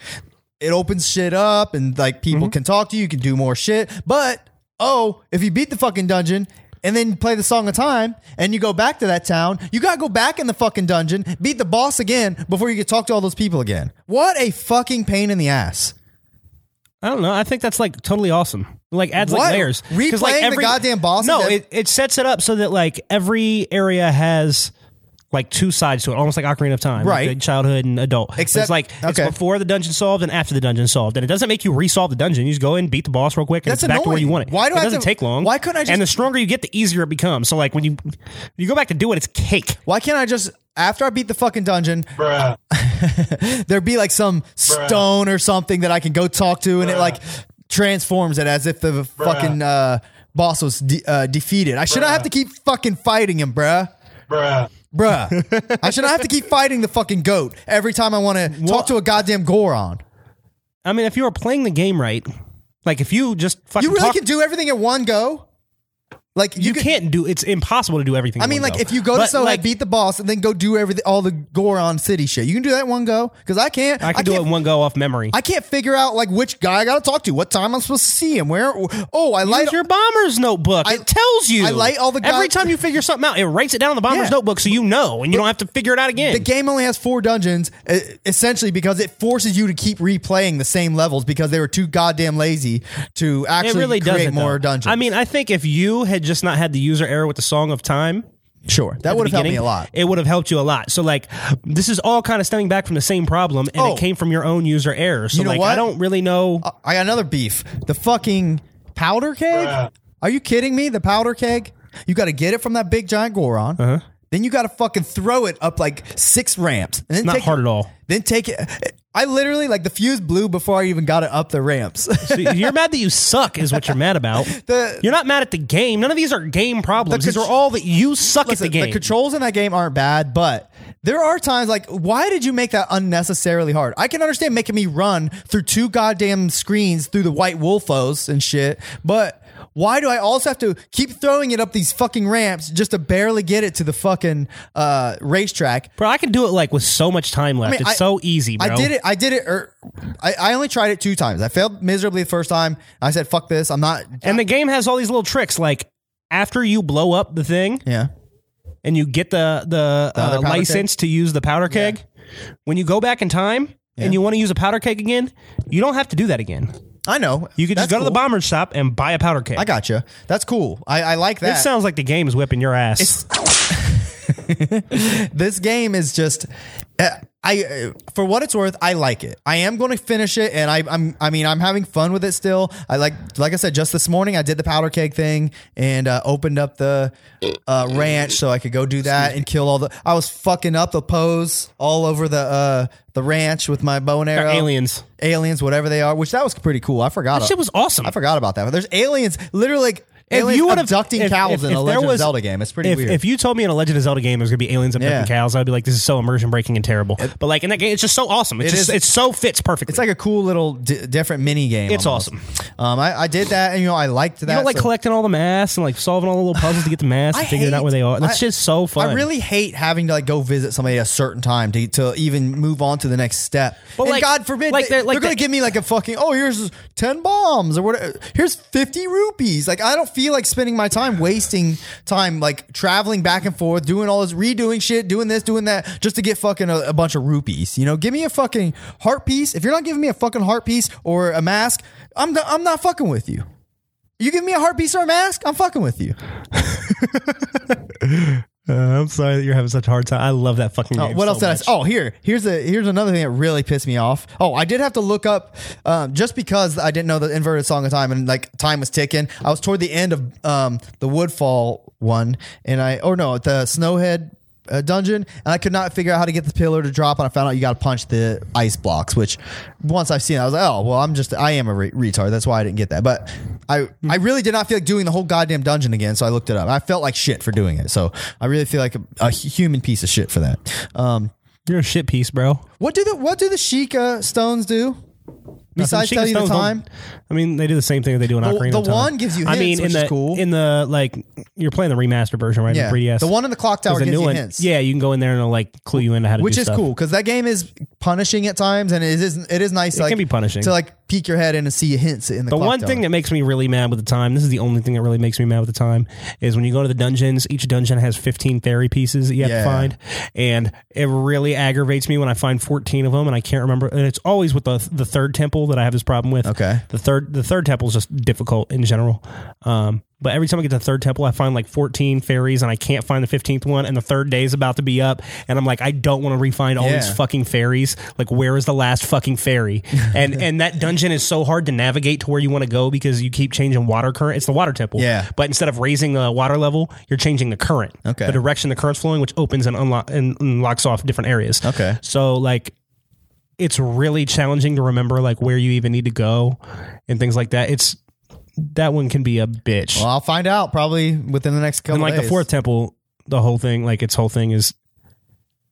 A: it opens shit up and like people can talk to you. You can do more shit. But oh, if you beat the fucking dungeon. And then play the song of time, and you go back to that town. You gotta go back in the fucking dungeon, beat the boss again before you can talk to all those people again. What a fucking pain in the ass!
B: I don't know. I think that's like totally awesome. Like adds
A: What?
B: like layers. 'Cause, like,
A: Replaying the goddamn bosses
B: No,
A: that-
B: it, it sets it up so that like every area has like two sides to it, almost like Ocarina of Time, like
A: Right.
B: childhood and adult.
A: Except-
B: it's like it's
A: okay.
B: before the dungeon solved and after the dungeon solved, and it doesn't make you resolve the dungeon. You just go in, beat the boss real quick, and
A: That's
B: it's back to where you
A: annoying.
B: want it.
A: Why do I
B: it
A: have
B: doesn't
A: to-
B: take long?
A: why couldn't I just-
B: And the stronger you get, the easier it becomes. So like when you you go back to do it, it's cake.
A: Why can't I just after I beat the fucking dungeon, there'd be like some stone or something that I can go talk to, and it like transforms it as if the fucking uh, boss was de- uh, defeated. I shouldn't have to keep fucking fighting him, bruh. Bruh. Bruh. I shouldn't have to keep fighting the fucking goat every time I want to talk to a goddamn Goron.
B: I mean, if you were playing the game right, like if you just fucking
A: You really
B: talk-
A: can do everything in one go? Like you,
B: you,
A: can,
B: can't do it's impossible to do everything.
A: I
B: in
A: mean,
B: one
A: like
B: go.
A: if you go
B: But,
A: to Soho,
B: like,
A: beat the boss, and then go do everything, all the Goron city shit. You can do that in one go because I can't.
B: I can do it
A: can't
B: in one go off memory.
A: I can't figure out like which guy I got to talk to, what time I'm supposed to see him, where. Oh, I light.
B: Use your bomber's notebook.
A: I-
B: it tells you.
A: I like all the guy-
B: Every time you figure something out, it writes it down in the bomber's
A: Yeah.
B: notebook so you know and you don't have to figure it out again.
A: the game only has four dungeons, e- essentially because it forces you to keep replaying the same levels because they were too goddamn lazy to
B: it
A: actually
B: really does
A: create
B: it,
A: more
B: though.
A: dungeons.
B: I mean, I think if you had just not had the user error with the Song of Time,
A: sure, that would have helped me a
B: beginning,
A: lot.
B: It would have helped you a lot. So like this is all kind of stemming back from the same problem and
A: Oh.
B: it came from your own user error. So
A: You know
B: like
A: what? Uh,
B: I don't really know
A: I got another beef. The fucking powder keg? Are you kidding me? The powder keg? You got to get it from that big giant Goron. Uh-huh. Then you got to fucking throw it up like six ramps. And then
B: not
A: take
B: hard at all.
A: Then take it. I literally, like, the fuse blew before I even got it up the ramps.
B: So you're mad that you suck is what you're mad about.
A: The-
B: you're not mad at the game. None of these are game problems.
A: The
B: these
A: con-
B: are all that you suck
A: Listen,
B: at the game.
A: controls in that game aren't bad, but there are times like, why did you make that unnecessarily hard? I can understand making me run through two goddamn screens through the white wolfos and shit, but why do I also have to keep throwing it up these fucking ramps just to barely get it to the fucking uh, racetrack?
B: Bro, I can do it like with so much time left.
A: I mean,
B: it's
A: I-
B: so easy, bro.
A: I did it. I did it. Er, I, I only tried it two times. I failed miserably the first time. I said, "Fuck this! I'm not."
B: And the game has all these little tricks like after you blow up the thing
A: yeah,
B: and you get the the,
A: other
B: uh,
A: powder
B: license to use the powder keg, when you go back in time and you want to use a powder keg again, you don't have to do that again.
A: I know.
B: You could just
A: That's
B: go to the
A: cool.
B: bomber shop and buy a powder keg.
A: I gotcha. That's cool. I, I like that.
B: It sounds like the game is whipping your ass.
A: this game is just uh, I uh, for what it's worth, I like it. I am going to finish it, and I, I'm I mean I'm having fun with it still. I like like I said, just this morning I did the powder keg thing and uh, opened up the uh, ranch so I could go do that and kill all the. I was fucking up the pose all over the uh, the ranch with my bow and
B: They're
A: arrow.
B: aliens.
A: aliens, whatever they are. Which that was pretty cool. I forgot.
B: That shit was awesome.
A: I forgot about that. But there's aliens, literally. Like, aliens
B: would've-
A: abducting
B: if-
A: cows
B: if-
A: in
B: if
A: a
B: there
A: Legend of
B: was-
A: Zelda game, it's pretty
B: if,
A: weird.
B: If you told me in a Legend of Zelda game there's gonna be aliens abducting
A: Yeah.
B: cows, I'd be like, this is so immersion breaking and terrible. But like in that game, it's just so awesome. It's
A: It
B: just
A: is-
B: it's so fits perfectly.
A: It's like a cool little di- different mini game.
B: It's
A: almost.
B: awesome.
A: Um, I, I did that, and you know, I liked that.
B: You know, like
A: so-
B: collecting all the masks and like solving all the little puzzles to get the masks
A: I
B: and figuring out
A: hate-
B: where they are. That's
A: I-
B: just so fun.
A: I really hate having to like go visit somebody at a certain time to, to even move on to the next step.
B: But,
A: and
B: like-
A: God forbid,
B: like
A: they, are
B: they're- like
A: going
B: they-
A: to give me like a fucking oh here's ten bombs or whatever. Here's fifty rupees. Like I don't feel like spending my time wasting time like traveling back and forth, doing all this, redoing shit, doing this, doing that, just to get fucking a, a bunch of rupees. You know, give me a fucking heart piece. If you're not giving me a fucking heart piece or a mask, I'm not- I'm not fucking with you. You give me a heart piece or a mask, I'm fucking with you.
B: Uh, I'm sorry that you're having such a hard time. I love that fucking
A: Oh,
B: game.
A: what
B: so
A: else did I?
B: much.
A: Say? Oh, here, here's a here's another thing that really pissed me off. Oh, I did have to look up um, just because I didn't know the inverted song of time and like time was ticking. I was toward the end of um, the Woodfall one, and I or no, the Snowhead uh, dungeon, and I could not figure out how to get the pillar to drop, and I found out you got to punch the ice blocks. Which once I've seen, it, I was like, oh well, I'm just I am a re- retard. That's why I didn't get that. But I I really did not feel like doing the whole goddamn dungeon again, so I looked it up. I felt like shit for doing it, so I really feel like a, a human piece of shit for that. Um,
B: You're a shit piece, bro.
A: what do the what do the Sheikah stones do? Besides
B: Sheikah
A: tell you the
B: Stones
A: time,
B: don't- I mean, they do the same thing that they do in
A: The-
B: Ocarina.
A: the
B: of Time.
A: wand gives you
B: I
A: hints,
B: mean, in
A: which
B: the
A: is cool.
B: in the like, you're playing the remastered version, right?
A: yeah,
B: the 3DS.
A: the one in the clock tower
B: There's a
A: gives
B: new
A: you
B: one.
A: hints,
B: Yeah, you can go in there and it'll like clue you into how to
A: which
B: do
A: is
B: stuff.
A: cool because that game is punishing at times, and it is it is nice. It like,
B: can be punishing.
A: to like peek your head in and see hints in the.
B: The
A: clock
B: one
A: tower.
B: thing that makes me really mad with the time, this is the only thing that really makes me mad with the time, is when you go to the dungeons, each dungeon has 15 fairy pieces that you have
A: Yeah.
B: to find. And it really aggravates me when I find 14 of them and I can't remember. And it's always with the, the third temple that I have this problem with.
A: Okay.
B: The third, the third temple is just difficult in general. Um, But every time I get to the third temple, I find like 14 fairies and I can't find the 15th one. And the third day is about to be up. And I'm like, I don't want to refind all these
A: Yeah.
B: fucking fairies. Like, where is the last fucking fairy? And and that dungeon is so hard to navigate to where you want to go because you keep changing water current. It's the water temple.
A: Yeah.
B: But instead of raising the water level, you're changing the current.
A: Okay.
B: The direction the current's flowing, which opens and unlock and unlocks off different areas.
A: Okay.
B: So like it's really challenging to remember like where you even need to go and things like that. It's that one can be a bitch.
A: Well, I'll find out probably within the next couple.
B: and like the
A: days.
B: fourth temple, the whole thing, like its whole thing is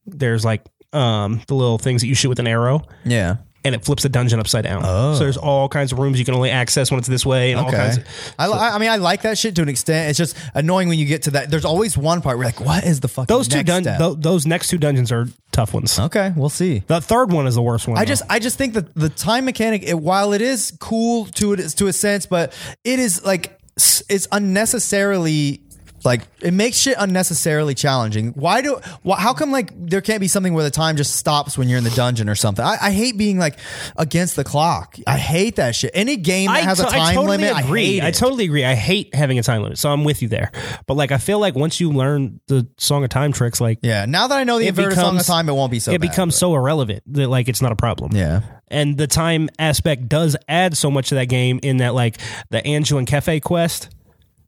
B: there's like um the little things that you shoot with an arrow
A: Yeah.
B: and it flips the dungeon upside down. Oh. So there's all kinds of rooms you can only access when it's this way and all
A: Okay.
B: kinds of
A: I, li- I I mean, I like that shit to an extent. It's just annoying when you get to that. There's always one part where you're like, what is the fuck?
B: those two
A: next
B: dun-
A: step?
B: tho- those next two dungeons are tough ones.
A: okay, we'll see.
B: The third one is the worst one.
A: I
B: though.
A: just, I just think that the time mechanic, it, while it is cool to it to a sense, but it is like s- it's unnecessarily like it makes shit unnecessarily challenging. Why do? Why, how come like there can't be something where the time just stops when you're in the dungeon or something? I, I hate being like against the clock. I hate that shit. Any game that has a
B: to-
A: time
B: totally
A: limit,
B: Agree.
A: I hate it.
B: totally agree. I hate having a time limit, so I'm with you there. But like, I feel like once you learn the song of time tricks, like
A: yeah. Now that I know the
B: It
A: inverted song of
B: becomes-
A: time, it won't be so.
B: it
A: bad,
B: becomes so irrelevant that like it's not a problem.
A: but- yeah.
B: And the time aspect does add so much to that game in that like the Anju and Kefe quest.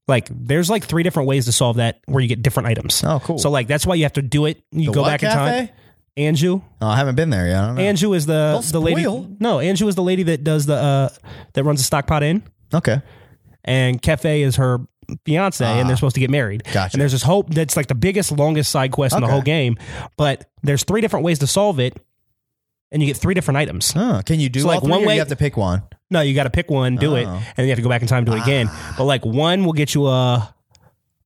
B: Like there's like three different ways to solve that where you get different items.
A: Oh, cool.
B: So like that's why you have to do it. You
A: The
B: go
A: what
B: back in time.
A: cafe?
B: Anju.
A: Oh, I haven't been there yet. I don't know.
B: Anju is the
A: Don't
B: the lady.
A: spoil.
B: No, Anju is the lady that does the uh that runs the stockpot in.
A: okay.
B: and Cafe is her fiance, and they're supposed to get married.
A: Ah, Gotcha.
B: And there's this whole that's like the biggest, longest side quest in the
A: Okay.
B: whole game. But there's three different ways to solve it, and you get three different items.
A: Oh, can you do
B: So,
A: all
B: like,
A: three
B: one
A: or
B: way-
A: you have to pick one?
B: No, you got to pick one, do
A: Oh.
B: it, and you have to go back in time, do it again.
A: Ah.
B: But like one will get you a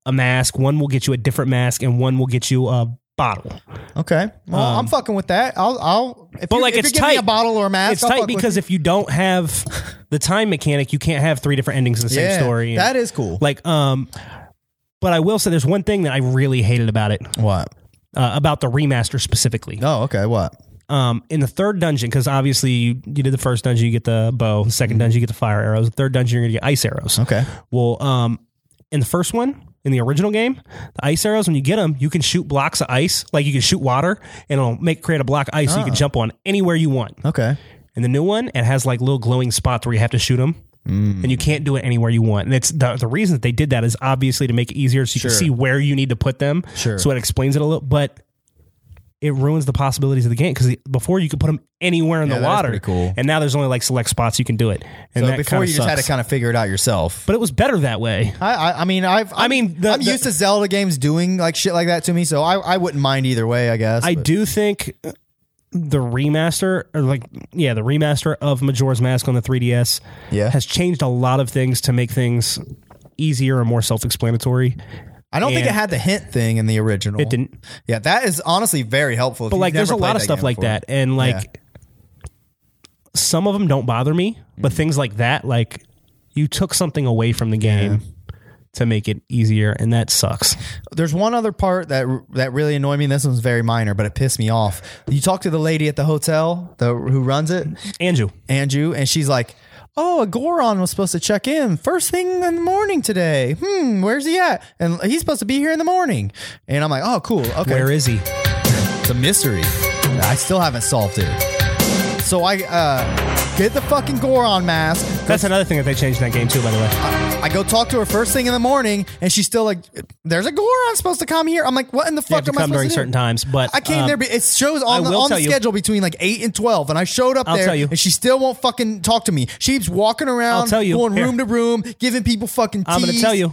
B: a mask, one will get you a different mask, and one will get you a bottle.
A: Okay. Well, I'm fucking with that. I'll. I'll. If
B: Um, But
A: you-
B: like
A: if
B: it's
A: you give me
B: tight.
A: a bottle or a mask.
B: it's
A: I'll
B: tight
A: fuck with
B: because
A: you.
B: if you don't have the time mechanic, you can't have three different endings in the
A: yeah,
B: same story. And,
A: that is cool.
B: like um. But I will say there's one thing that I really hated about it.
A: what?
B: uh, about the remaster specifically.
A: Oh, okay. What?
B: Um, in the third dungeon, because obviously you, you did the first dungeon, you get the bow. The second dungeon, you get the fire arrows. The third dungeon, you're gonna get ice arrows.
A: Mm-hmm. Okay.
B: Well, um, in the first one, in the original game, the ice arrows when you get them, you can shoot blocks of ice. Like you can shoot water, and it'll make create a block of ice so you can
A: Ah.
B: jump on anywhere you want.
A: Okay.
B: And the new one, it has like little glowing spots where you have to shoot them.
A: Mm.
B: And you can't do it anywhere you want. And it's the, the reason that they did that is obviously to make it easier so you can see where you need to put them.
A: Sure.
B: So it explains it a little, but it ruins the possibilities of the game because before you could put them anywhere in
A: Yeah,
B: the
A: that is
B: water.
A: pretty cool.
B: And now there's only like select spots you can do it. And
A: So
B: that
A: before
B: kinda
A: you just had to
B: sucks.
A: kind of figure it out yourself.
B: But it was better that way.
A: I, I, I mean, I've. I'm,
B: mean, the-
A: I'm
B: the-
A: used to Zelda games doing like shit like that to me, so I, I wouldn't mind either way. I guess.
B: I
A: but-
B: do think the remaster, or like, yeah, the remaster of Majora's Mask on the 3DS
A: Yeah.
B: has changed a lot of things to make things easier and more self explanatory.
A: I don't think it
B: and-
A: had the hint thing in the original.
B: It didn't.
A: Yeah, that is honestly very helpful.
B: But like, there's a lot of stuff like that. And like, some of them don't bother me, but
A: Mm.
B: things like that, like, you took something away from the game. To make it easier, and that sucks.
A: There's one other part that that really annoyed me. and This one's very minor, but it pissed me off. You talk to the lady at the hotel, the who runs it,
B: Andrew,
A: Andrew, and she's like, "Oh, a Goron was supposed to check in first thing in the morning today. Hmm, where's he at? And he's supposed to be here in the morning." And I'm like, "Oh, cool. Okay,
B: where is he?
A: it's a mystery. I still haven't solved it. So I uh, get the fucking Goron mask,
B: That's another thing that they changed in that game too. By the way,
A: I go talk to her first thing in the morning, and she's still like, "There's a Goron supposed to come here." I'm like, "What in the
B: you
A: fuck
B: have to
A: am I
B: come
A: supposed
B: during
A: to do?"
B: certain times, but
A: I came
B: um,
A: there. be- It shows
B: I
A: on the,
B: will
A: on the
B: tell you-
A: schedule between like eight and twelve, and I showed up
B: I'll
A: there,
B: tell you.
A: and she still won't fucking talk to me. She keeps walking around,
B: I'll tell you.
A: going
B: Here.
A: room to room, giving people fucking.
B: I'm going to
A: teas.
B: tell you.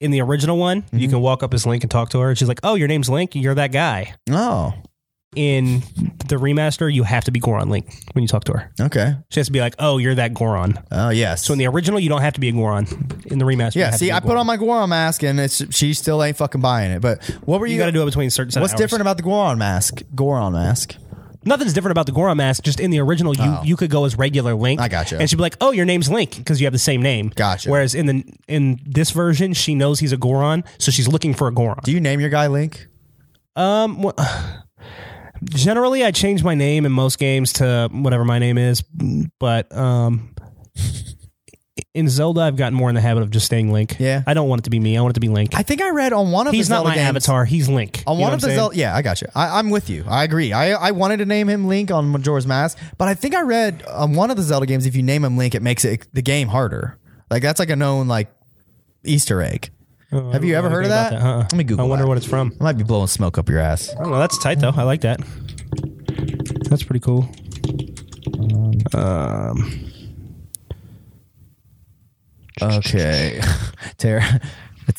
B: In the original one, you
A: Mm-hmm.
B: can walk up as Link and talk to her, and she's like, "Oh, your name's Link. You're that guy."
A: Oh,
B: In the remaster, you have to be Goron Link when you talk to her.
A: okay.
B: She has to be like, "Oh, you're that Goron."
A: Oh, yes.
B: So in the original, you don't have to be a Goron. In the remaster, you
A: yeah,
B: have to be
A: see,
B: a
A: I put
B: Goron.
A: on my Goron mask, and it's she still ain't fucking buying it. But what were you?
B: You got to do it between certain. set
A: What's
B: hours.
A: different about the Goron mask? Goron mask.
B: Nothing's different about the Goron mask. Just in the original, you you could go as regular Link.
A: Oh. I gotcha.
B: And she'd be like, "Oh, your name's Link because you have the same name."
A: Gotcha.
B: Whereas in the in this version, she knows he's a Goron, so she's looking for a Goron.
A: Do you name your guy Link?
B: Um, wha- generally, I change my name in most games to whatever my name is, but um, in Zelda, I've gotten more in the habit of just staying Link.
A: Yeah.
B: I don't want it to be me. I want it to be Link.
A: I think I read on one of
B: He's
A: the
B: not
A: Zelda
B: my
A: games-
B: avatar. He's Link.
A: On
B: You
A: one
B: know what
A: of
B: I'm
A: the
B: saying?
A: Zelda, yeah, I got you. I, I'm with you. I agree. I, I wanted to name him Link on Majora's Mask, but I think I read on one of the Zelda games, if you name him Link, it makes it the game harder. Like that's like a known like Easter egg.
B: Oh,
A: Have you ever heard of that?
B: About Uh-uh.
A: Let me Google.
B: I wonder
A: that.
B: what it's from.
A: I might be blowing smoke up your ass.
B: I don't know. That's tight though. I like that. That's pretty cool. Um,
A: Okay, Tara.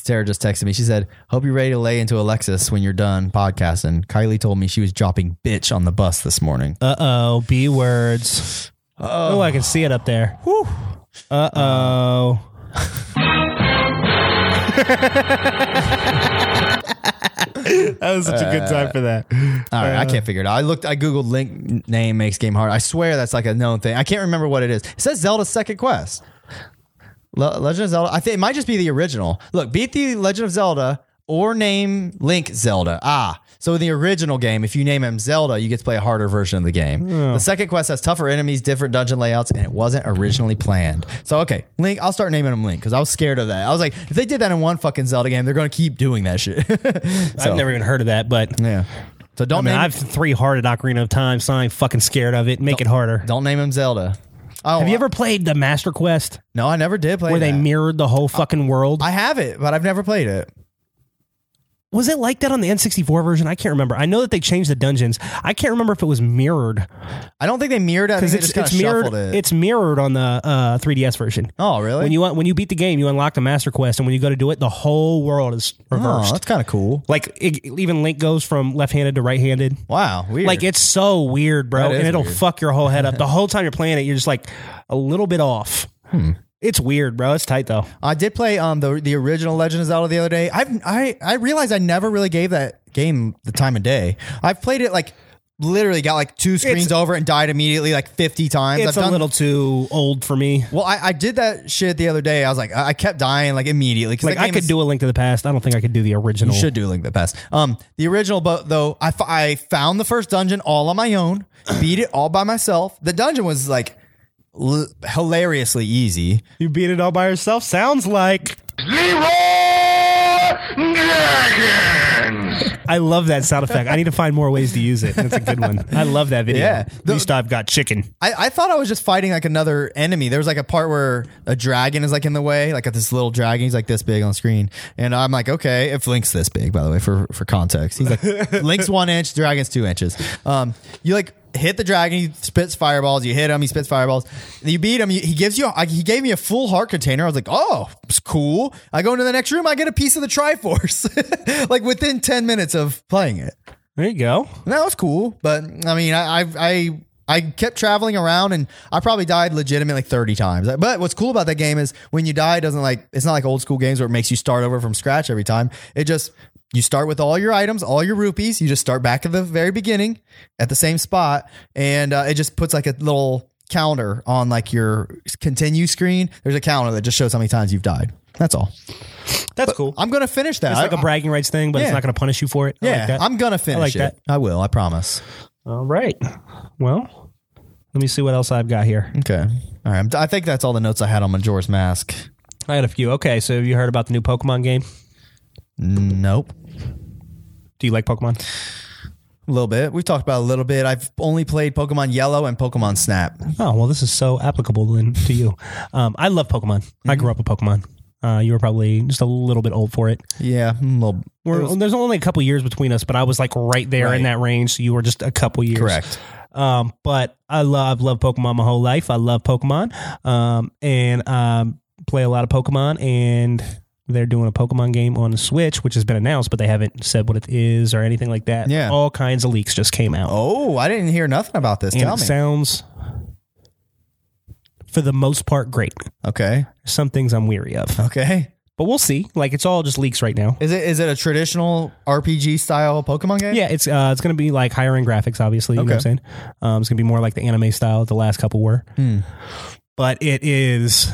A: Tara just texted me. She said, "Hope you're ready to lay into Alexis when you're done podcasting." Kylie told me she was dropping bitch on the bus this morning.
B: uh oh, B words. Oh, I can see it up there. Uh oh. that was such a good time for that.
A: All
B: Uh,
A: right, I can't figure it out. I looked, I googled link n- name makes game hard. I swear that's like a known thing. I can't remember what it is. It says Zelda Second Quest, Le- Legend of Zelda. I think it might just be the original. Look, beat the Legend of Zelda or name Link Zelda. Ah, so in the original game, if you name him Zelda, you get to play a harder version of the game. The Second Quest has tougher enemies, different dungeon layouts, and it wasn't originally planned. So okay, Link, I'll start naming him Link because I was scared of that. I was like, if they did that in one fucking Zelda game, they're gonna keep doing that shit. so,
B: I've never even heard of that, but
A: yeah. So don't
B: I mean,
A: name
B: I've three hearted Ocarina of Time, so I'm fucking scared of it. Make it harder.
A: Don't name him Zelda. Oh,
B: Have you ever played the Master Quest
A: No, I never did play.
B: where they
A: that.
B: mirrored the whole fucking world?
A: I have it, but I've never played it.
B: was it like that on the N64 version? I can't remember. I know that they changed the dungeons. I can't remember if it was mirrored
A: I don't think they mirrored it. I think
B: because
A: they just
B: it's
A: kinda
B: it's mirrored.
A: shuffled it.
B: It's mirrored on the uh, 3DS version.
A: oh, really?
B: When you when you beat the game, you unlock the Master Quest, and when you go to do it, the whole world is
A: oh,
B: reversed.
A: that's kind of cool.
B: like it, even Link goes from left-handed to right-handed.
A: Wow, weird.
B: Like it's so weird, bro,
A: That is
B: and it'll
A: weird.
B: fuck your whole head up. The whole time you're playing it, you're just like a little bit off.
A: Hmm.
B: It's weird, bro. It's tight though.
A: I did play um the the original Legend of Zelda the other day. I've I I realized I never really gave that game the time of day. I've played it like literally got like two screens
B: It's-
A: over and died immediately like fifty times.
B: It's
A: I've
B: a
A: done
B: little too old for me.
A: well. I, I did that shit the other day. I was like I I kept dying like immediately because
B: Like I could do a Link to the Past. I don't think I could do the original.
A: You should do Link to the Past. Um, the original, but though I, f- I found the first dungeon all on my own, beat it all by myself. The dungeon was like l- hilariously easy.
B: You beat it all by yourself. Sounds like
C: Leroy Jenkins!
B: I love that sound effect. I need to find more ways to use it. That's a good one. I love that video.
A: Yeah.
B: At least I've got chicken.
A: I, I thought I was just fighting like another enemy. There was like a part where a dragon is like in the way, like this little dragon. He's like this big on screen, and I'm like, okay, if Link's this big, by the way, for for context, he's like Link's one inch, dragon's two inches. Um, you like hit the dragon, he spits fireballs. You hit him, he spits fireballs. You beat him. you- He gives you. I- He gave me a full heart container. I was like, oh, it's cool. I go into the next room. I get a piece of the Triforce, like within ten minutes of playing it.
B: There you go.
A: And that was cool, but I mean, I, I I I kept traveling around, and I probably died legitimately thirty times. But what's cool about that game is when you die, it doesn't like it's not like old school games where it makes you start over from scratch every time. It just you start with all your items, all your rupees. You just start back at the very beginning at the same spot, and uh, it just puts like a little counter on like your continue screen. There's a counter that just shows how many times you've died. That's all.
B: That's cool.
A: I'm gonna finish that.
B: It's like a bragging rights thing, but
A: Yeah.
B: it's not going to punish you for it. I
A: yeah,
B: like that.
A: I'm gonna finish
B: like
A: it.
B: that.
A: I will. I promise.
B: All right. Well, let me see what else I've got here.
A: Okay. All right. I'm, I think that's all the notes I had on Majora's Mask.
B: I had a few. Okay, so have you heard about the new Pokemon game?
A: Nope.
B: Do you like Pokemon?
A: A little bit. We've talked about it a little bit. I've only played Pokemon Yellow and Pokemon Snap.
B: Oh well, this is so applicable then to you. Um, I love Pokemon. I
A: Mm-hmm.
B: grew up with Pokemon. Uh, you were probably just a little bit old for it.
A: Yeah. I'm a little-
B: We're, there's only a couple years between us, but I was like right there in
A: Right.
B: that range. So you were just a couple years.
A: correct.
B: Um, but I love love Pokemon my whole life. I love Pokemon. Um, and um, play a lot of Pokemon. And they're doing a Pokemon game on the Switch, which has been announced, but they haven't said what it is or anything like that.
A: Yeah.
B: all kinds of leaks just came out.
A: Oh, I didn't hear nothing about this.
B: and
A: Tell
B: it
A: me.
B: sounds, for the most part, great.
A: okay.
B: Some things I'm weary of,
A: Okay.
B: but we'll see. Like it's all just leaks right now.
A: Is it is it a traditional RPG style Pokemon game?
B: Yeah, it's uh, it's gonna be like higher end graphics, obviously. You know what I'm
A: Okay. Hmm.
B: saying? Um, it's gonna be more like the anime style the last couple were. But it is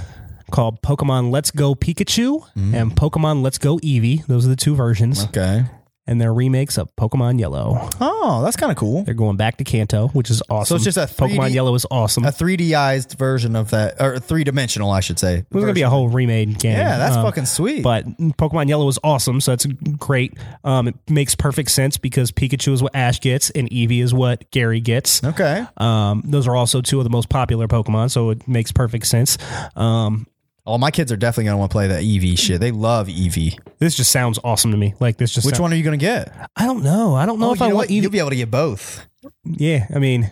B: called
A: Hmm.
B: Pokemon Let's Go Pikachu and Pokemon Let's Go Eevee. Those are the two versions.
A: Okay.
B: and their remakes of Pokemon Yellow.
A: Oh, that's kind of cool.
B: They're going back to Kanto, which is awesome.
A: just a 3D
B: Pokemon Yellow is awesome.
A: A 3Dized version of that, or three dimensional, I should say.
B: It was gonna be a whole remade game. Um,
A: Yeah, that's fucking sweet.
B: But Pokemon Yellow is awesome, so that's great. Um, it makes perfect sense because Pikachu is what Ash gets, and Eevee is what Gary gets.
A: Okay.
B: Um, those are also two of the most popular Pokemon, so it makes perfect sense. Um,
A: Oh, my kids are definitely going to want to play that EV shit. They love EV.
B: this just sounds awesome to me. Like this just
A: Which
B: sound-
A: one are you going to get?
B: I don't know. I don't know if
A: Oh, you
B: I
A: know
B: want
A: what? You'll
B: Eevee.
A: be able to get both.
B: yeah, I mean,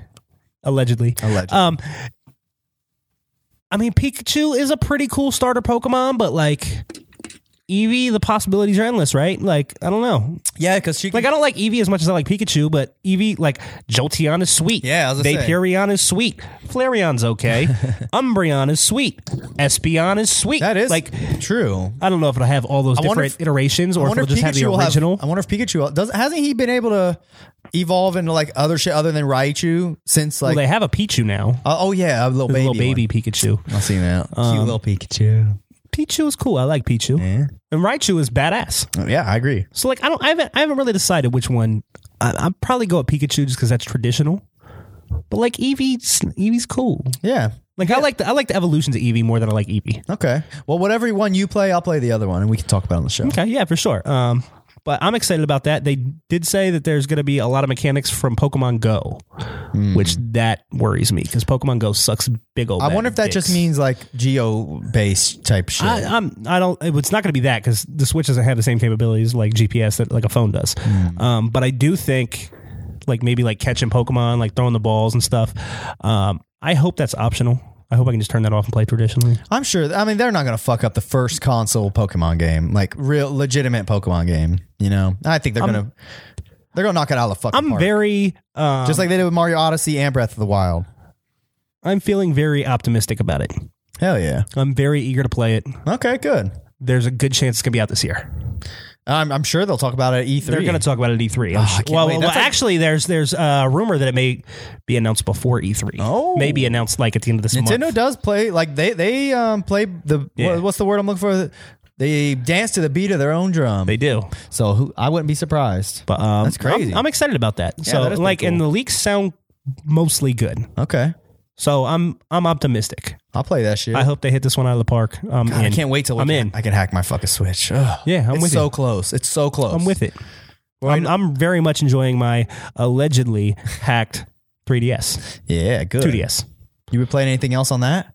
B: allegedly.
A: Allegedly.
B: Um, I mean, Pikachu is a pretty cool starter Pokemon, but like Eevee, the possibilities are endless, right? Like, I don't know.
A: yeah, because she
B: Like, I don't like Eevee as much as I like Pikachu, but Eevee, like, Jolteon is sweet.
A: Yeah, I was gonna say.
B: Vaporeon is sweet. Flareon's okay. Umbreon is sweet. Espeon is sweet.
A: that is
B: Like,
A: true.
B: I don't know if it'll have all those
A: I wonder if-
B: different iterations or if it'll just have the
A: will
B: original.
A: I wonder if Pikachu will- does. Hasn't he been able to evolve into like other shit other than Raichu since like?
B: well, they have a Pichu now.
A: oh, oh yeah, a little
B: There's
A: baby.
B: a little baby Um, Pikachu.
A: I've seen that. Cute little Pikachu.
B: Pichu is cool. I like Pichu.
A: Yeah.
B: And Raichu is badass.
A: Oh, yeah, I agree.
B: So like I don't I haven't I haven't really decided which one. I, I'll probably go with Pikachu just because that's traditional. But like Eevee's Eevee's cool.
A: Yeah.
B: Like I like the I like the evolutions of Eevee more than I like Eevee.
A: Okay. Well, whatever one you play, I'll play the other one, and we can talk about it on the show.
B: Okay, yeah, for sure. Um, but I'm excited about that. They did say that there's going to be a lot of mechanics from Pokemon Go, which that worries me because Pokemon Go sucks big old.
A: Hmm. I
B: bag
A: wonder
B: of
A: if that just
B: dicks.
A: means like geo based type shit.
B: I, I'm. I don't. It's not going to be that because the Switch doesn't have the same capabilities like GPS that like a phone does.
A: Hmm.
B: Um, but I do think, like maybe like catching Pokemon, like throwing the balls and stuff. Um, I hope that's optional. I hope I can just turn that off and play traditionally.
A: I'm sure. I mean, they're not going to fuck up the first console Pokemon game, like real legitimate Pokemon game. You know, I think they're going to they're going to knock it out of the fucking
B: I'm
A: park.
B: very. Um,
A: just like they did with Mario Odyssey and Breath of the Wild.
B: I'm feeling very optimistic about it.
A: Hell yeah.
B: I'm very eager to play it.
A: Okay, good.
B: There's a good chance it's going to be out this year.
A: I'm, I'm sure they'll talk about it at E E3.
B: They're going to talk about it at E3. I'm sure-
A: Ah, can't
B: well,
A: wait.
B: well,
A: That's like-
B: actually, there's there's a rumor that it may be announced before E3.
A: Oh.
B: maybe announced like at the end of this month.
A: Nintendo does play like they they um play the
B: Yeah.
A: what, what's the word I'm looking for? They dance to the beat of their own drum.
B: They do.
A: so who, I wouldn't be surprised.
B: But um,
A: That's crazy.
B: I'm, I'm excited about that. so
A: that is pretty
B: like, and
A: cool.
B: the leaks sound mostly good.
A: okay,
B: So I'm I'm optimistic.
A: I'll play that shit.
B: I hope they hit this one out of the park. Um,
A: God, I can't wait till we
B: I'm
A: can-
B: in.
A: I can hack my fucking Switch. Ugh.
B: Yeah, I'm
A: it's
B: with
A: so
B: you.
A: close. It's so close.
B: I'm with it. I'm, I'm very much enjoying my allegedly hacked 3ds,
A: Yeah, good.
B: 2ds.
A: You been playing anything else on that?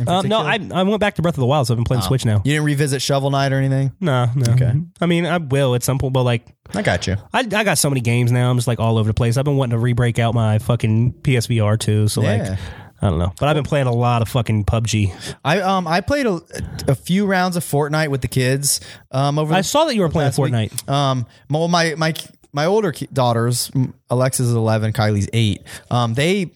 A: in
B: Um, no,
A: particular?
B: I I went back to Breath of the Wild, so I've been playing Switch now.
A: You didn't revisit Shovel Knight or anything?
B: No, no.
A: Oh. Okay.
B: I mean, I will at some point, but like,
A: I got you.
B: I, I got so many games now. I'm just like all over the place. I've been wanting to re-break out my fucking PSVR too. So
A: Yeah.
B: like, I don't know, but I've been playing a lot of fucking PUBG.
A: I um I played a, a few rounds of Fortnite with the kids um over
B: I
A: the
B: saw that you were playing
A: last week.
B: Fortnite.
A: Um, my- well, my my my older ki- daughters, m- Alexa's is eleven, Kylie's eight. Um, they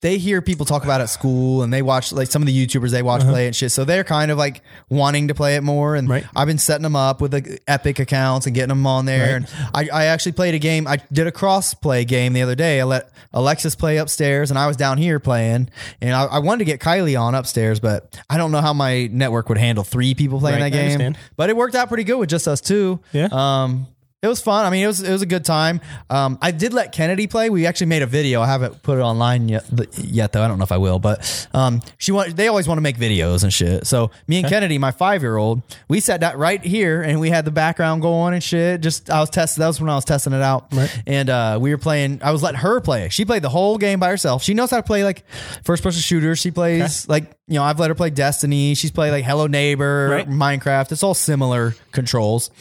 A: they hear people talk about it at school, and they watch like some of the YouTubers they watch play it and shit. So they're kind of like wanting to play it more. And
B: Uh-huh. Right.
A: I've been setting them up with like Epic accounts and getting them on there. And I, I actually played a game. I did a cross play game the other day. I let Alexis play upstairs, and I was down here playing. And I, I wanted to get Kylie on upstairs, but I don't know how my network would handle three people playing
B: Right,
A: that
B: I
A: game.
B: understand.
A: But it worked out pretty good with just us two.
B: Yeah.
A: Um, it was fun. I mean, it was it was a good time. Um, I did let Kennedy play. We actually made a video. I haven't put it online yet, yet though. I don't know if I will, but um, she want, They always want to make videos and shit. So me and Kennedy, my five year old, we sat down right here and we had the background going and shit. Just I was testing. That was when I was testing it out. Right. And uh, we were playing. I was letting her play. She played the whole game by herself. She knows how to play like first person shooters. She plays like you know. I've let her play Destiny. She's played like Hello Neighbor,
B: Right.
A: Minecraft. It's all similar controls.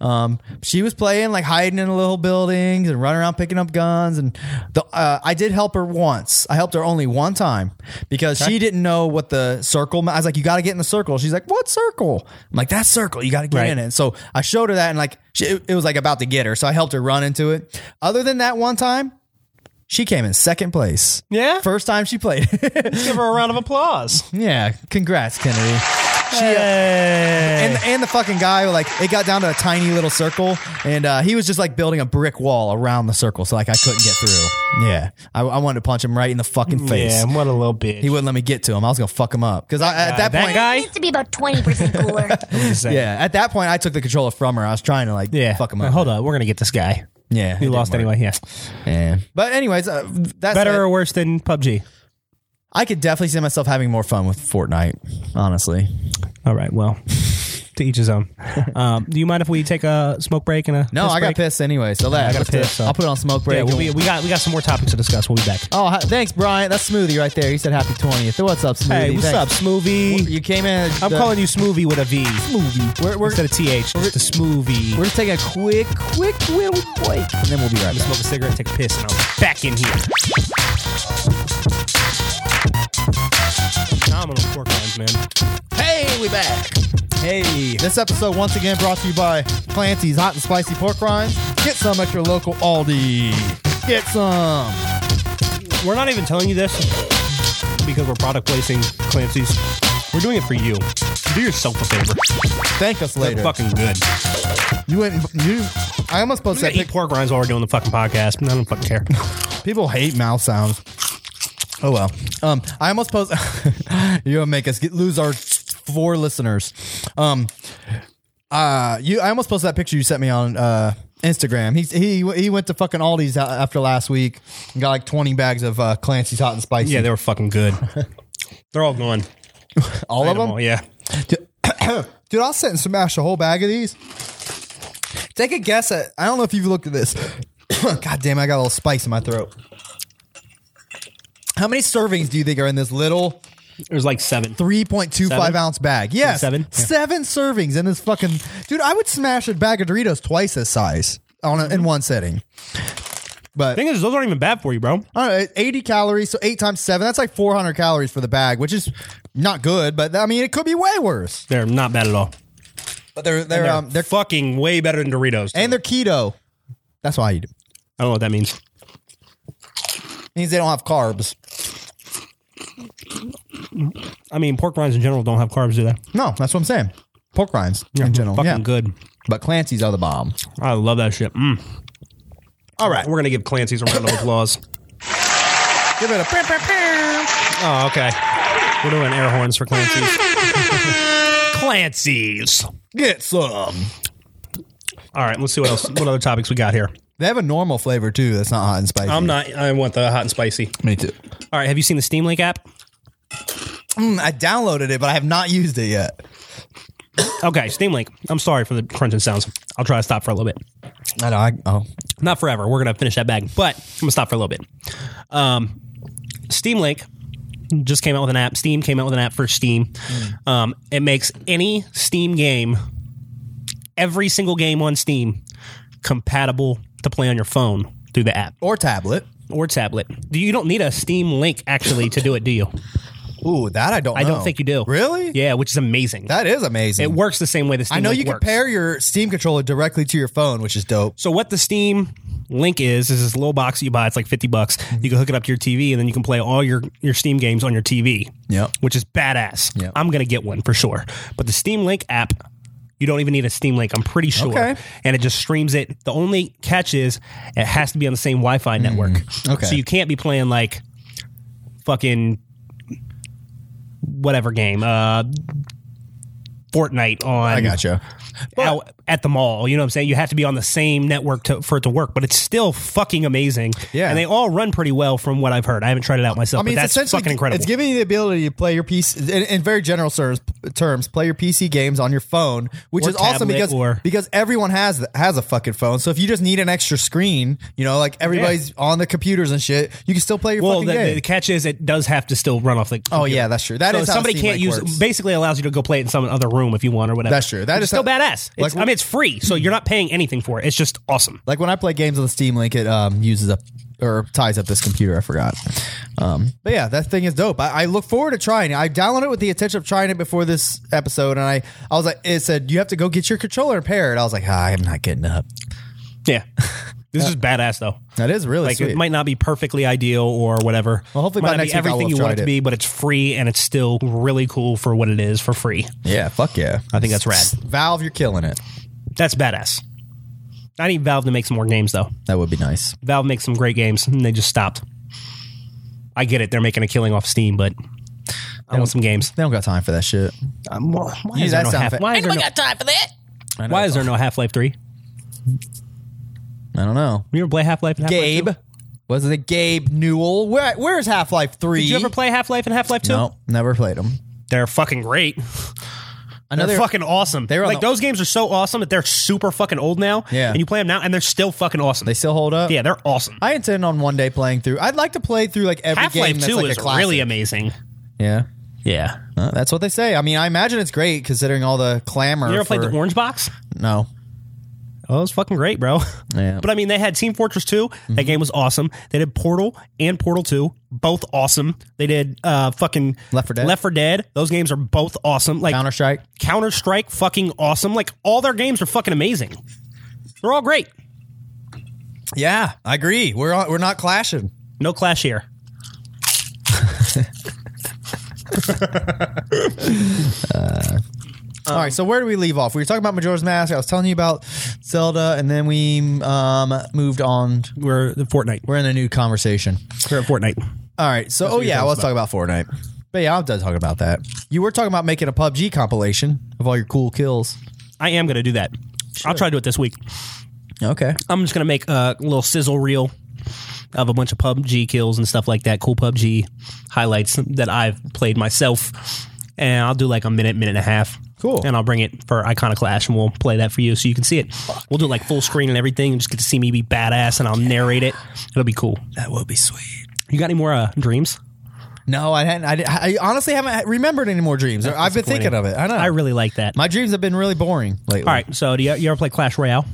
A: Um, she was playing like hiding in little buildings and running around picking up guns. And the, uh, I did help her once. I helped her only one time because she didn't know what the circle. ma- I was like, "You got to get in the circle." She's like, "What circle?" I'm like, "That circle. You got to get
B: Right.
A: in it." And so I showed her that, and like she, it, it was like about to get her. So I helped her run into it. Other than that one time. She came in second place.
B: Yeah?
A: First time she played.
B: Give her a round of applause.
A: yeah. Congrats, Kennedy. She, uh, and and the fucking guy like it got down to a tiny little circle, and uh, he was just like building a brick wall around the circle, so like I couldn't get through. Yeah, I, I wanted to punch him right in the fucking face.
B: Yeah, what a little bitch.
A: He wouldn't let me get to him. I was gonna fuck him up because I at that,
B: that
A: point.
B: guy.
E: needs to be about 20% cooler.
A: yeah, at that point I took the controller from her. I was trying to like
B: Yeah.
A: fuck him
B: Now,
A: up.
B: Hold on, we're gonna get this guy.
A: Yeah,
B: We lost anyway. Yeah.
A: Yeah, but anyways, uh, that's
B: Better
A: it.
B: or worse than PUBG.
A: I could definitely see myself having more fun with Fortnite. Honestly,
B: All right. Well, to each his own. Um, do you mind if we take a smoke break and a
A: no,
B: piss
A: I got
B: break?
A: pissed anyway. So that I
B: got pissed, so-
A: I'll put it on smoke break.
B: Yeah,
A: and
B: we'll be- we got we got some more topics to discuss. We'll be back.
A: Oh, hi- thanks, Brian. That's Smoothie right there. He said happy 20th. What's up, Smoothie?
B: Hey, what's up,
A: Thanks.
B: Smoothie?
A: You came in.
B: I'm
A: the-
B: calling you Smoothie with a V. Smoothie.
A: We're, we're,
B: Instead of TH, just a smoothie.
A: we're just taking a quick, quick little break, and then we'll be right back.
B: smoke a cigarette, take a piss, and I'm back in here. Phenomenal pork rinds, man.
A: Hey, we back. Hey. This episode, once again, brought to you by Clancy's Hot and Spicy Pork Rinds. Get some at your local Aldi. Get some.
B: We're not even telling you this because we're product placing Clancy's. We're doing it for you. Do yourself a favor.
A: Thank us
B: They're
A: later.
B: fucking good.
A: You went. You. I almost posted
B: I'm gonna
A: that
B: eat
A: pic-
B: pork rinds while we're doing the fucking podcast. I don't fucking care.
A: People hate mouth sounds. Oh well. Um, I almost post. You're gonna make us get, lose our four listeners. Um, uh, you. I almost posted that picture you sent me on uh Instagram. He he he went to fucking Aldi's a- after last week and got like 20 bags of uh, Clancy's hot and spicy.
B: yeah, they were fucking good. They're all gone.
A: all of
B: Ate 'em
A: them.
B: all, yeah.
A: Dude, I'll sit and smash a whole bag of these. Take a guess at. I don't know if you've looked at this. God damn, I got a little spice in my throat. How many servings do you think are in this little
B: There's like seven.
A: 3.25
B: Seven?
A: ounce bag? Yes.
B: Seven? Yeah.
A: Seven servings in this fucking. Dude, I would smash a bag of Doritos twice this size on
B: Mm-hmm.
A: a, in one sitting. But
B: Thing is, those aren't even bad for you, bro.
A: I don't know, 80 calories, so 8 times 7, that's like 400 calories for the bag, which is not good, but I mean, it could be way worse.
B: They're not bad at all.
A: But they're, they're,
B: They're,
A: um, they're,
B: fucking way better than Doritos.
A: and they're keto. That's why I eat them.
B: I don't know what that means.
A: means they don't have carbs.
B: I mean, pork rinds in general don't have carbs, do they?
A: No, that's what I'm saying. Pork rinds in general,
B: fucking
A: yeah.
B: good.
A: But Clancy's are the bomb.
B: I love that shit. Mm. All right, we're gonna give Clancy's a round of applause.
A: Give it a.
B: Oh, okay. We're doing air horns for Clancy's. Clancy's.
A: Get some.
B: All right, let's see what else. What other topics we got here?
A: They have a normal flavor too. That's not hot and spicy.
B: I'm not. I want the hot and spicy.
A: Me too.
B: All right, have you seen the Steam Link app?
A: Mm, I downloaded it, but I have not used it yet.
B: Okay, Steam Link. I'm sorry for the crunching sounds. I'll try to stop for a little bit.
A: I know. I, oh,
B: not forever. We're gonna finish that bag, but I'm gonna stop for a little bit. Um, Steam Link just came out with an app. Steam came out with an app for Steam.
A: Mm.
B: Um, it makes any Steam game, every single game on Steam, compatible to play on your phone through the app
A: or tablet.
B: or tablet. Do You don't need a Steam Link actually to do it, do you?
A: Ooh, that I don't.
B: I don't
A: know.
B: think you do.
A: Really?
B: Yeah, which is amazing.
A: That is amazing.
B: it works the same way the Steam
A: I know
B: Link
A: you can
B: works.
A: pair your Steam controller directly to your phone, which is dope.
B: So what the Steam Link is is this little box that you buy. It's like fifty bucks.
A: Mm-hmm.
B: You can hook it up to your TV, and then you can play all your your Steam games on your TV.
A: Yep.
B: which is badass.
A: Yep.
B: I'm gonna get one for sure. But the Steam Link app, you don't even need a Steam Link. I'm pretty sure.
A: Okay.
B: and it just streams it. The only catch is it has to be on the same Wi-Fi network.
A: Mm-hmm. okay.
B: so you can't be playing like fucking whatever game. Uh, Fortnite on
A: I gotcha.
B: out at the mall. You know what I'm saying? You have to be on the same network to, for it to work, but it's still fucking amazing.
A: Yeah.
B: and they all run pretty well from what I've heard. I haven't tried it out myself, but
A: it's
B: that's
A: essentially-
B: fucking incredible.
A: It's giving you the ability to play your PC in, in very general terms, terms, play your PC games on your phone, which
B: Or
A: is awesome
B: tablet
A: because
B: or-
A: because everyone has has a fucking phone. So if you just need an extra screen, you know, like everybody's on their computers and shit, you can still play your
B: well,
A: fucking
B: the,
A: game.
B: the catch is it does have to still run off the.
A: oh yeah, that's true. That
B: So
A: is how
B: somebody
A: Steam
B: can't
A: Link
B: use.
A: works.
B: Basically, allows you to go play it in some other room if you want or whatever.
A: That's true. That
B: Which
A: is
B: still
A: how-
B: badass. It's,
A: Like-
B: I mean, it's free, so you're not paying anything for it. It's just awesome.
A: Like when I play games on the Steam Link, it um, uses up or ties up this computer. I forgot. Um, but yeah, that thing is dope. I, I look forward to trying it. I downloaded it with the intention of trying it before this episode, and I, I was like, it said you have to go get your controller and pair it. I was like, ah, I'm not getting up.
B: Yeah. This is badass though.
A: That is really
B: Like
A: sweet.
B: it might not be perfectly ideal or whatever.
A: Well, hopefully by
B: might not
A: next week
B: be
A: I will
B: everything
A: have
B: you want
A: tried
B: it to
A: it.
B: be, but it's free and it's still really cool for what it is for free.
A: yeah, fuck yeah.
B: I think that's rad.
A: Valve, you're killing it.
B: That's badass. I need Valve to make some more games though.
A: That would be nice.
B: Valve makes some great games and they just stopped. I get it. They're making a killing off Steam, but I want some games.
A: They don't got time for that shit.
B: Um, why,
A: You
B: is
A: that
B: there no
A: sound
B: half,
A: fa-
B: why, is there no,
A: I know.
B: why is there no Half-Life 3?
A: I don't know.
B: You ever play Half-Life? and Half-Life 2?
A: Gabe. Was it Gabe Newell? Where, where's Half Life 3?
B: Did you ever play Half-Life and Half-Life 2?
A: No, never played them.
B: They're fucking great.
A: Another
B: they're fucking awesome.
A: they were on
B: like
A: the-
B: those games are so awesome that they're super fucking old now.
A: Yeah.
B: and you play them now, and they're still fucking awesome.
A: They still hold up?
B: yeah, they're awesome.
A: I intend on one day playing through. I'd like to play through like every
B: Half
A: game
B: Life
A: that's
B: Two
A: like
B: is
A: a classic.
B: really amazing.
A: yeah.
B: Yeah,
A: Uh, that's what they say. I mean, I imagine it's great considering all the clamor.
B: you ever played
A: for-
B: the Orange Box?
A: No.
B: Oh, it was fucking great, bro.
A: Yeah.
B: But I mean, they had Team Fortress 2. That
A: Mm-hmm.
B: game was awesome. They did Portal and Portal 2, both awesome. They did uh fucking
A: Left 4 Dead.
B: Left 4 Dead. Those games are both awesome. Like
A: Counter Strike.
B: Counter Strike, fucking awesome. Like all their games are fucking amazing. They're all great.
A: Yeah, I agree. We're on, we're not clashing.
B: No clash here. Um,
A: All right, so where do we leave off? We were talking about Majora's Mask. I was telling you about Zelda, and then we um, moved on.
B: We're the Fortnite.
A: We're in a new conversation.
B: We're at Fortnite.
A: All right, so oh yeah, well, let's talk about Fortnite. But yeah, I'm done talking about that. You were talking about making a PUBG compilation of all your cool kills.
B: I am gonna do that. I'll try to do it this week.
A: Okay.
B: I'm just gonna make a little sizzle reel of a bunch of PUBG kills and stuff like that. Cool PUBG highlights that I've played myself, and I'll do like a minute, minute and a half.
A: Cool.
B: And I'll bring it for Iconoclash, and we'll play that for you so you can see it. We'll do like full screen and everything, and just get to see me be badass, and I'll narrate it. It'll be cool.
A: That would be sweet.
B: You got any more uh, dreams?
A: No, I hadn't. I, di- I honestly haven't remembered any more dreams. I've been thinking of it. I know.
B: I really like that.
A: Oh. My dreams have been really boring lately.
B: All right. So do you, you ever play Clash Royale?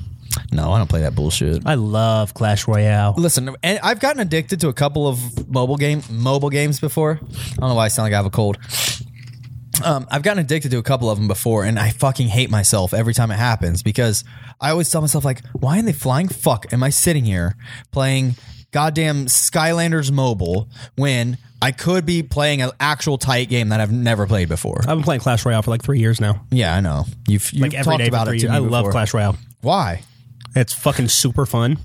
A: No, I don't play that bullshit.
B: I love Clash Royale.
A: Listen, and I've gotten addicted to a couple of mobile game mobile games before. I don't know why I sound like I have a cold. Um, I've gotten addicted to a couple of them before, and I fucking hate myself every time it happens because I always tell myself like, "Why in the flying fuck am I sitting here playing goddamn Skylanders mobile when I could be playing an actual tight game that I've never played before?"
B: I've been playing Clash Royale for like three years now.
A: yeah, I know you've you've
B: Like every
A: talked
B: day for
A: about
B: three
A: it. To
B: years.
A: me
B: I love
A: before.
B: Clash Royale.
A: Why?
B: It's fucking super fun.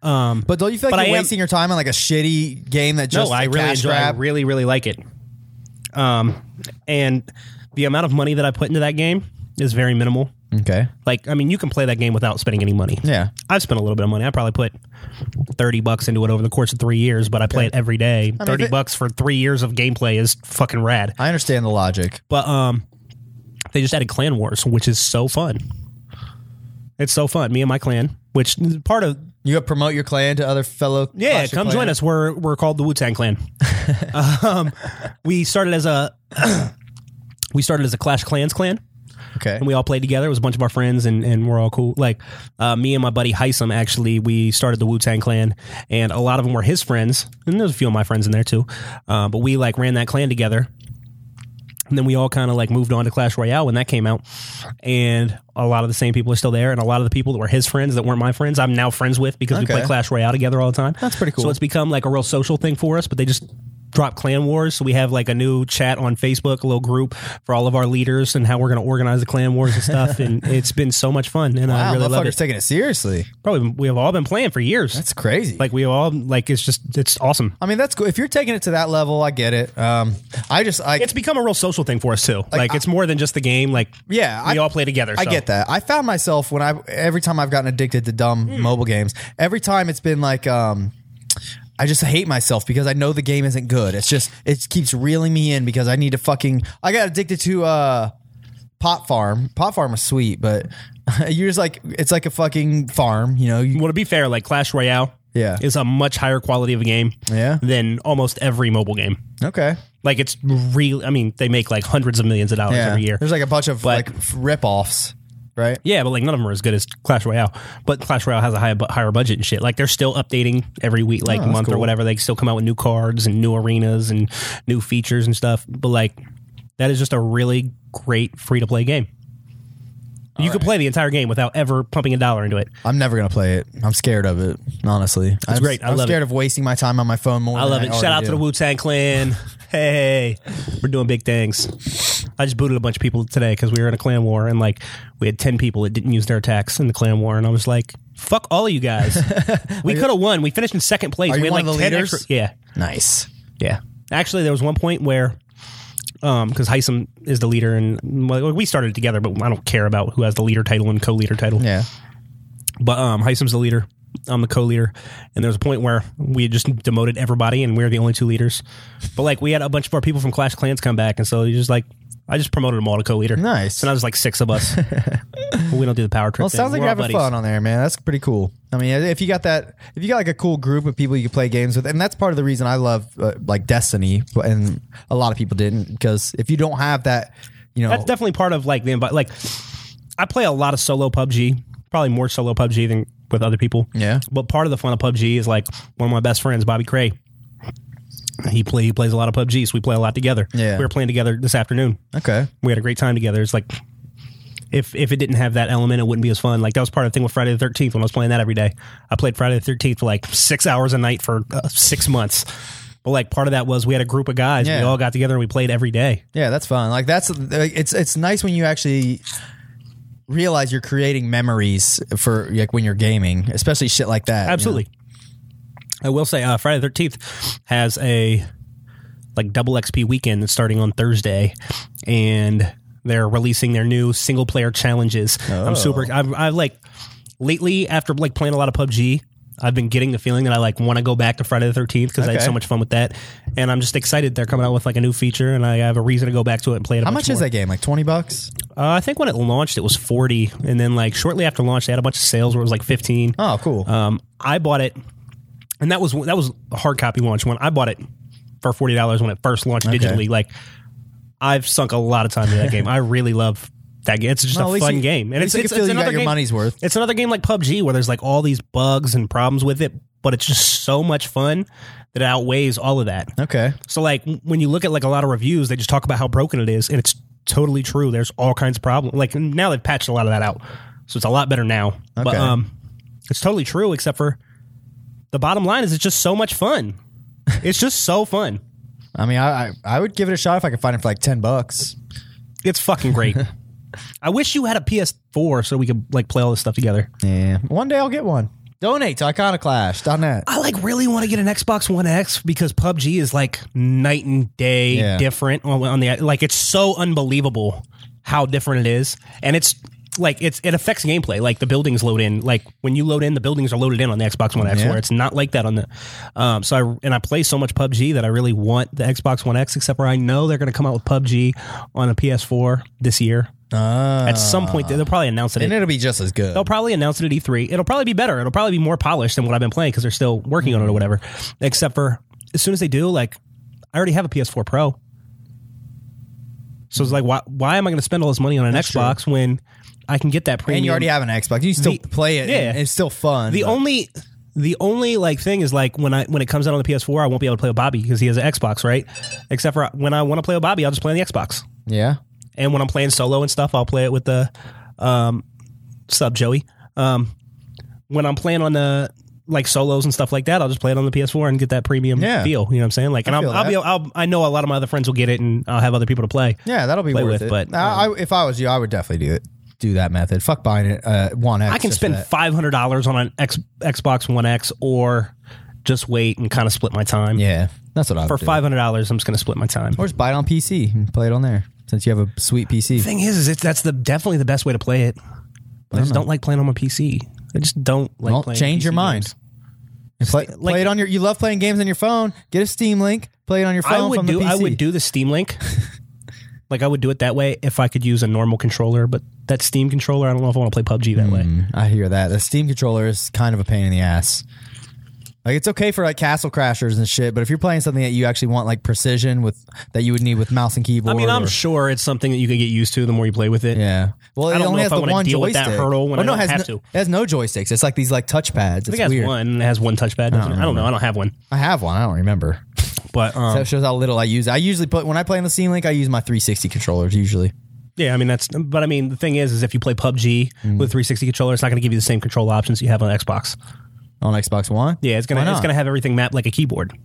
A: But don't you feel
B: But
A: like
B: I
A: you're
B: am-
A: wasting your time on like a shitty game that just
B: no, I
A: a
B: really
A: cash
B: enjoy.
A: grab?
B: I really, really like it. Um, and the amount of money that I put into that game is very minimal.
A: okay.
B: Like, I mean, you can play that game without spending any money.
A: Yeah.
B: I've spent a little bit of money. I probably put thirty bucks into it over the course of three years, but I play it every day. thirty
A: if it-
B: bucks for three years of gameplay is fucking rad.
A: I understand the logic.
B: But um, they just added Clan Wars, which is so fun. It's so fun. Me and my clan, which is part of
A: You gotta promote your clan to other fellow.
B: Yeah,
A: Clash of
B: come join
A: Clans.
B: us. We're we're called the Wu Tang Clan. um, we started as a we started as a Clash Clans clan,
A: Okay.
B: and we all played together. It was a bunch of our friends, and, and we're all cool. Like uh, me and my buddy Heisem, actually, we started the Wu Tang Clan, and a lot of them were his friends, and there's a few of my friends in there too. Uh, but we like ran that clan together, and then we all kind of like moved on to Clash Royale when that came out, and a lot of the same people are still there, and a lot of the people that were his friends that weren't my friends, I'm now friends with because we play
A: Okay.
B: Clash Royale together all the time.
A: That's pretty cool.
B: So it's become like a real social thing for us, but they just drop clan wars so we have like a new chat on facebook a little group for all of our leaders and how we're going to organize the clan wars and stuff and it's been so much fun and
A: Wow,
B: i really
A: motherfuckers
B: love it
A: taking it seriously.
B: probably we have all been playing for years
A: That's crazy.
B: like we all like it's just it's awesome
A: I mean, that's cool. If you're taking it to that level, I get it. Um, I just, I,
B: it's become a real social thing for us too like, it's more than just the game like
A: Yeah,
B: we
A: I-
B: all play together
A: I
B: so.
A: get that. I found myself when I every time I've gotten addicted to dumb
B: Hmm.
A: mobile games, every time it's been like um I just hate myself because I know the game isn't good. It's just it keeps reeling me in because I need to fucking I got addicted to uh Pot Farm. Pot Farm was sweet, but you're just like it's like a fucking farm, you know. You,
B: well to be fair like clash royale
A: Yeah.
B: is a much higher quality of a game
A: Yeah.
B: than almost every mobile game
A: okay.
B: like it's real i mean they make like hundreds of millions of dollars
A: Yeah.
B: every year
A: There's like a bunch of like
B: But-
A: rip offs, right?
B: Yeah, but like none of them are as good as Clash Royale. But Clash Royale has a high, bu- higher budget and shit. Like they're still updating every week, like month or whatever. They still come out with new cards and new arenas and new features and stuff. But like that is just a really great free to play game. you could play the entire game without ever pumping a dollar into it.
A: I'm never gonna play it. I'm scared of it. Honestly, it's I'm,
B: great. I
A: am
B: love
A: scared
B: it.
A: of wasting my time on my phone more.
B: I love it. Shout out to the Wu Tang Clan. Hey, we're doing big things. I just booted a bunch of people today because we were in a clan war and like we had ten people that didn't use their attacks in the clan war, and I was like, "Fuck all of you guys. we could have won. We finished in second place.
A: Are
B: we
A: you
B: had
A: one
B: like
A: of the
B: 10
A: leaders?
B: extra- yeah,
A: Nice.
B: yeah. Actually, there was one point where, um, because Heisem is the leader, and well, we started together, but I don't care about who has the leader title and co-leader title.
A: Yeah.
B: But um, Heisem's the leader. I'm the co-leader, and there was a point where we had just demoted everybody, and we were the only two leaders. But like, we had a bunch of our people from Clash of Clans come back, and so you just like, I just promoted them all to co-leader.
A: Nice.
B: So now there's like six of us. But we don't do the power trip.
A: Well, it
B: thing.
A: sounds like
B: We're
A: you're
B: all
A: having
B: buddies.
A: fun on there, man. That's pretty cool. I mean, if you got that, if you got like a cool group of people you can play games with, and that's part of the reason I love uh, like Destiny, but- and a lot of people didn't because if you don't have that, you know,
B: That's definitely part of like the invite. Like, I play a lot of solo PUBG, probably more solo PUBG than with other people.
A: Yeah.
B: But part of the fun of PUBG is like one of my best friends, Bobby Cray. He play he plays a lot of PUBG, so we play a lot together.
A: Yeah.
B: We were playing together this afternoon.
A: okay,
B: we had a great time together. It's like if if it didn't have that element, it wouldn't be as fun. Like that was part of the thing with Friday the Thirteenth when I was playing that every day. I played Friday the Thirteenth for like six hours a night for uh, six months. But like part of that was we had a group of guys.
A: Yeah.
B: We all got together and we played every day.
A: yeah, that's fun. Like that's it's it's nice when you actually realize you're creating memories for like when you're gaming, especially shit like that. you know?
B: Absolutely. I will say uh, Friday the Thirteenth has a like double XP weekend that's starting on Thursday, and they're releasing their new single player challenges.
A: Oh.
B: I'm super. I'm, I like lately after like playing a lot of PUBG. I've been getting the feeling that I like want to go back to Friday the Thirteenth because I had
A: Okay.
B: so much fun with that, and I'm just excited they're coming out with like a new feature, and I have a reason to go back to it and play it. A
A: How much is that game? Like twenty bucks?
B: Uh, I think when it launched, it was forty, and then like shortly after launch, they had a bunch of sales where it was like fifteen.
A: Oh, cool.
B: Um, I bought it, and that was that was a hard copy launch when I bought it for forty dollars when it first launched digitally. Like, I've sunk a lot of time into that game. I really love that game. It's just
A: Well, at
B: a
A: least
B: fun
A: you-
B: game,
A: at
B: and it's,
A: least you
B: it's,
A: can feel
B: it's
A: you got
B: another
A: your
B: game-
A: money's worth.
B: It's another game like PUBG where there's like all these bugs and problems with it, but it's just so much fun that it outweighs all of that.
A: okay.
B: So like when you look at like a lot of reviews, they just talk about how broken it is, and it's totally true. There's all kinds of problems. Like now they've patched a lot of that out, so it's a lot better now. But
A: Okay.
B: um, it's totally true, except for the bottom line is it's just so much fun. it's just so fun.
A: I mean, I, I I would give it a shot if I could find it for like ten bucks.
B: It's fucking great. I wish you had a PS4 so we could like play all this stuff together.
A: Yeah. One day I'll get one. Donate to iconoclash.net.
B: I like really want to get an Xbox One X because PUBG is like night and day
A: Yeah.
B: different on, on the like it's so unbelievable how different it is and it's like it's it affects gameplay like the buildings load in like when you load in the buildings are loaded in on the Xbox One X
A: Yeah.
B: where it's not like that on the um so I and I play so much PUBG that I really want the Xbox One X except for I know they're going to come out with PUBG on a PS4 this year at some point they'll probably announce it
A: Ah. And it'll be just as good.
B: They'll probably announce it at E3. It'll probably be better. It'll probably be more polished than what I've been playing because they're still working on it or whatever. Except for as soon as they do, like I already have a PS4 Pro, so it's like why why am I going to spend all this money on an Xbox when I can get that premium?
A: And you already have an Xbox. You still
B: The-
A: play it.
B: yeah.
A: and it's still fun.
B: the
A: but-
B: only the only like thing is like when I when it comes out on the PS4, I won't be able to play with Bobby because he has an Xbox, right? Except for when I want to play with Bobby, I'll just play on the Xbox.
A: yeah.
B: and when I'm playing solo and stuff, I'll play it with the um, sub Joey. Um, when I'm playing on the like solos and stuff like that, I'll just play it on the PS4 and get that premium
A: Yeah.
B: feel. You know what I'm saying? Like, and I'll,
A: feel
B: I'll be,
A: that.
B: I'll, I know a lot of my other friends will get it, and I'll have other people to play.
A: Yeah, that'll be
B: Play
A: worth
B: with,
A: it.
B: but, um,
A: I, I, if I was you, I would definitely do it. Do that method. Fuck buying it. Uh, one X.
B: I can
A: just for
B: spend
A: that.
B: five hundred dollars on an X, Xbox One X, or just wait and kind of split my time.
A: Yeah, that's what I would
B: For
A: do.
B: five hundred dollars, I'm just going to split my time.
A: Or just buy it on PC and play it on there since you have a sweet PC.
B: thing is, is it's that's the definitely the best way to play it. I just don't like playing on my PC. I just don't like.
A: Well,
B: playing
A: change
B: PC
A: your mind.
B: games.
A: Play,
B: like-
A: play it on your. You love playing games on your phone. Get a Steam Link. Play it on your phone
B: I would
A: from
B: do
A: the PC.
B: I would do the Steam Link. like I would do it that way if I could use a normal controller, but that Steam controller, I don't know if I want to play PUBG that way.
A: I hear that. The Steam controller is kind of a pain in the ass. Like it's okay for like castle crashers and shit, but if you're playing something that you actually want like precision with that you would need with mouse and keyboard,
B: I mean, I'm
A: or-
B: sure it's something that you can get used to the more you play with it.
A: yeah. Well, it
B: don't know
A: only
B: if
A: has
B: I
A: the
B: wanna
A: one
B: deal with
A: joystick.
B: that hurdle when
A: Oh,
B: I
A: no,
B: don't
A: it has
B: have
A: no,
B: to.
A: It has no joysticks. It's like these like touchpads. It's
B: I think it has
A: weird.
B: one and it has one touchpad. doesn't it? I don't know. I don't have one,
A: I have one. I don't remember.
B: but um,
A: that shows how little I use. it. I usually put when I play on the Steam Link, I use my 360 controllers usually.
B: Yeah, I mean that's. But I mean the thing is, is if you play PUBG
A: Hmm.
B: with 360 controller, it's not going to give you the same control options you have on Xbox.
A: on Xbox One.
B: Yeah, it's gonna
A: Why
B: it's
A: not?
B: gonna have everything mapped like a keyboard.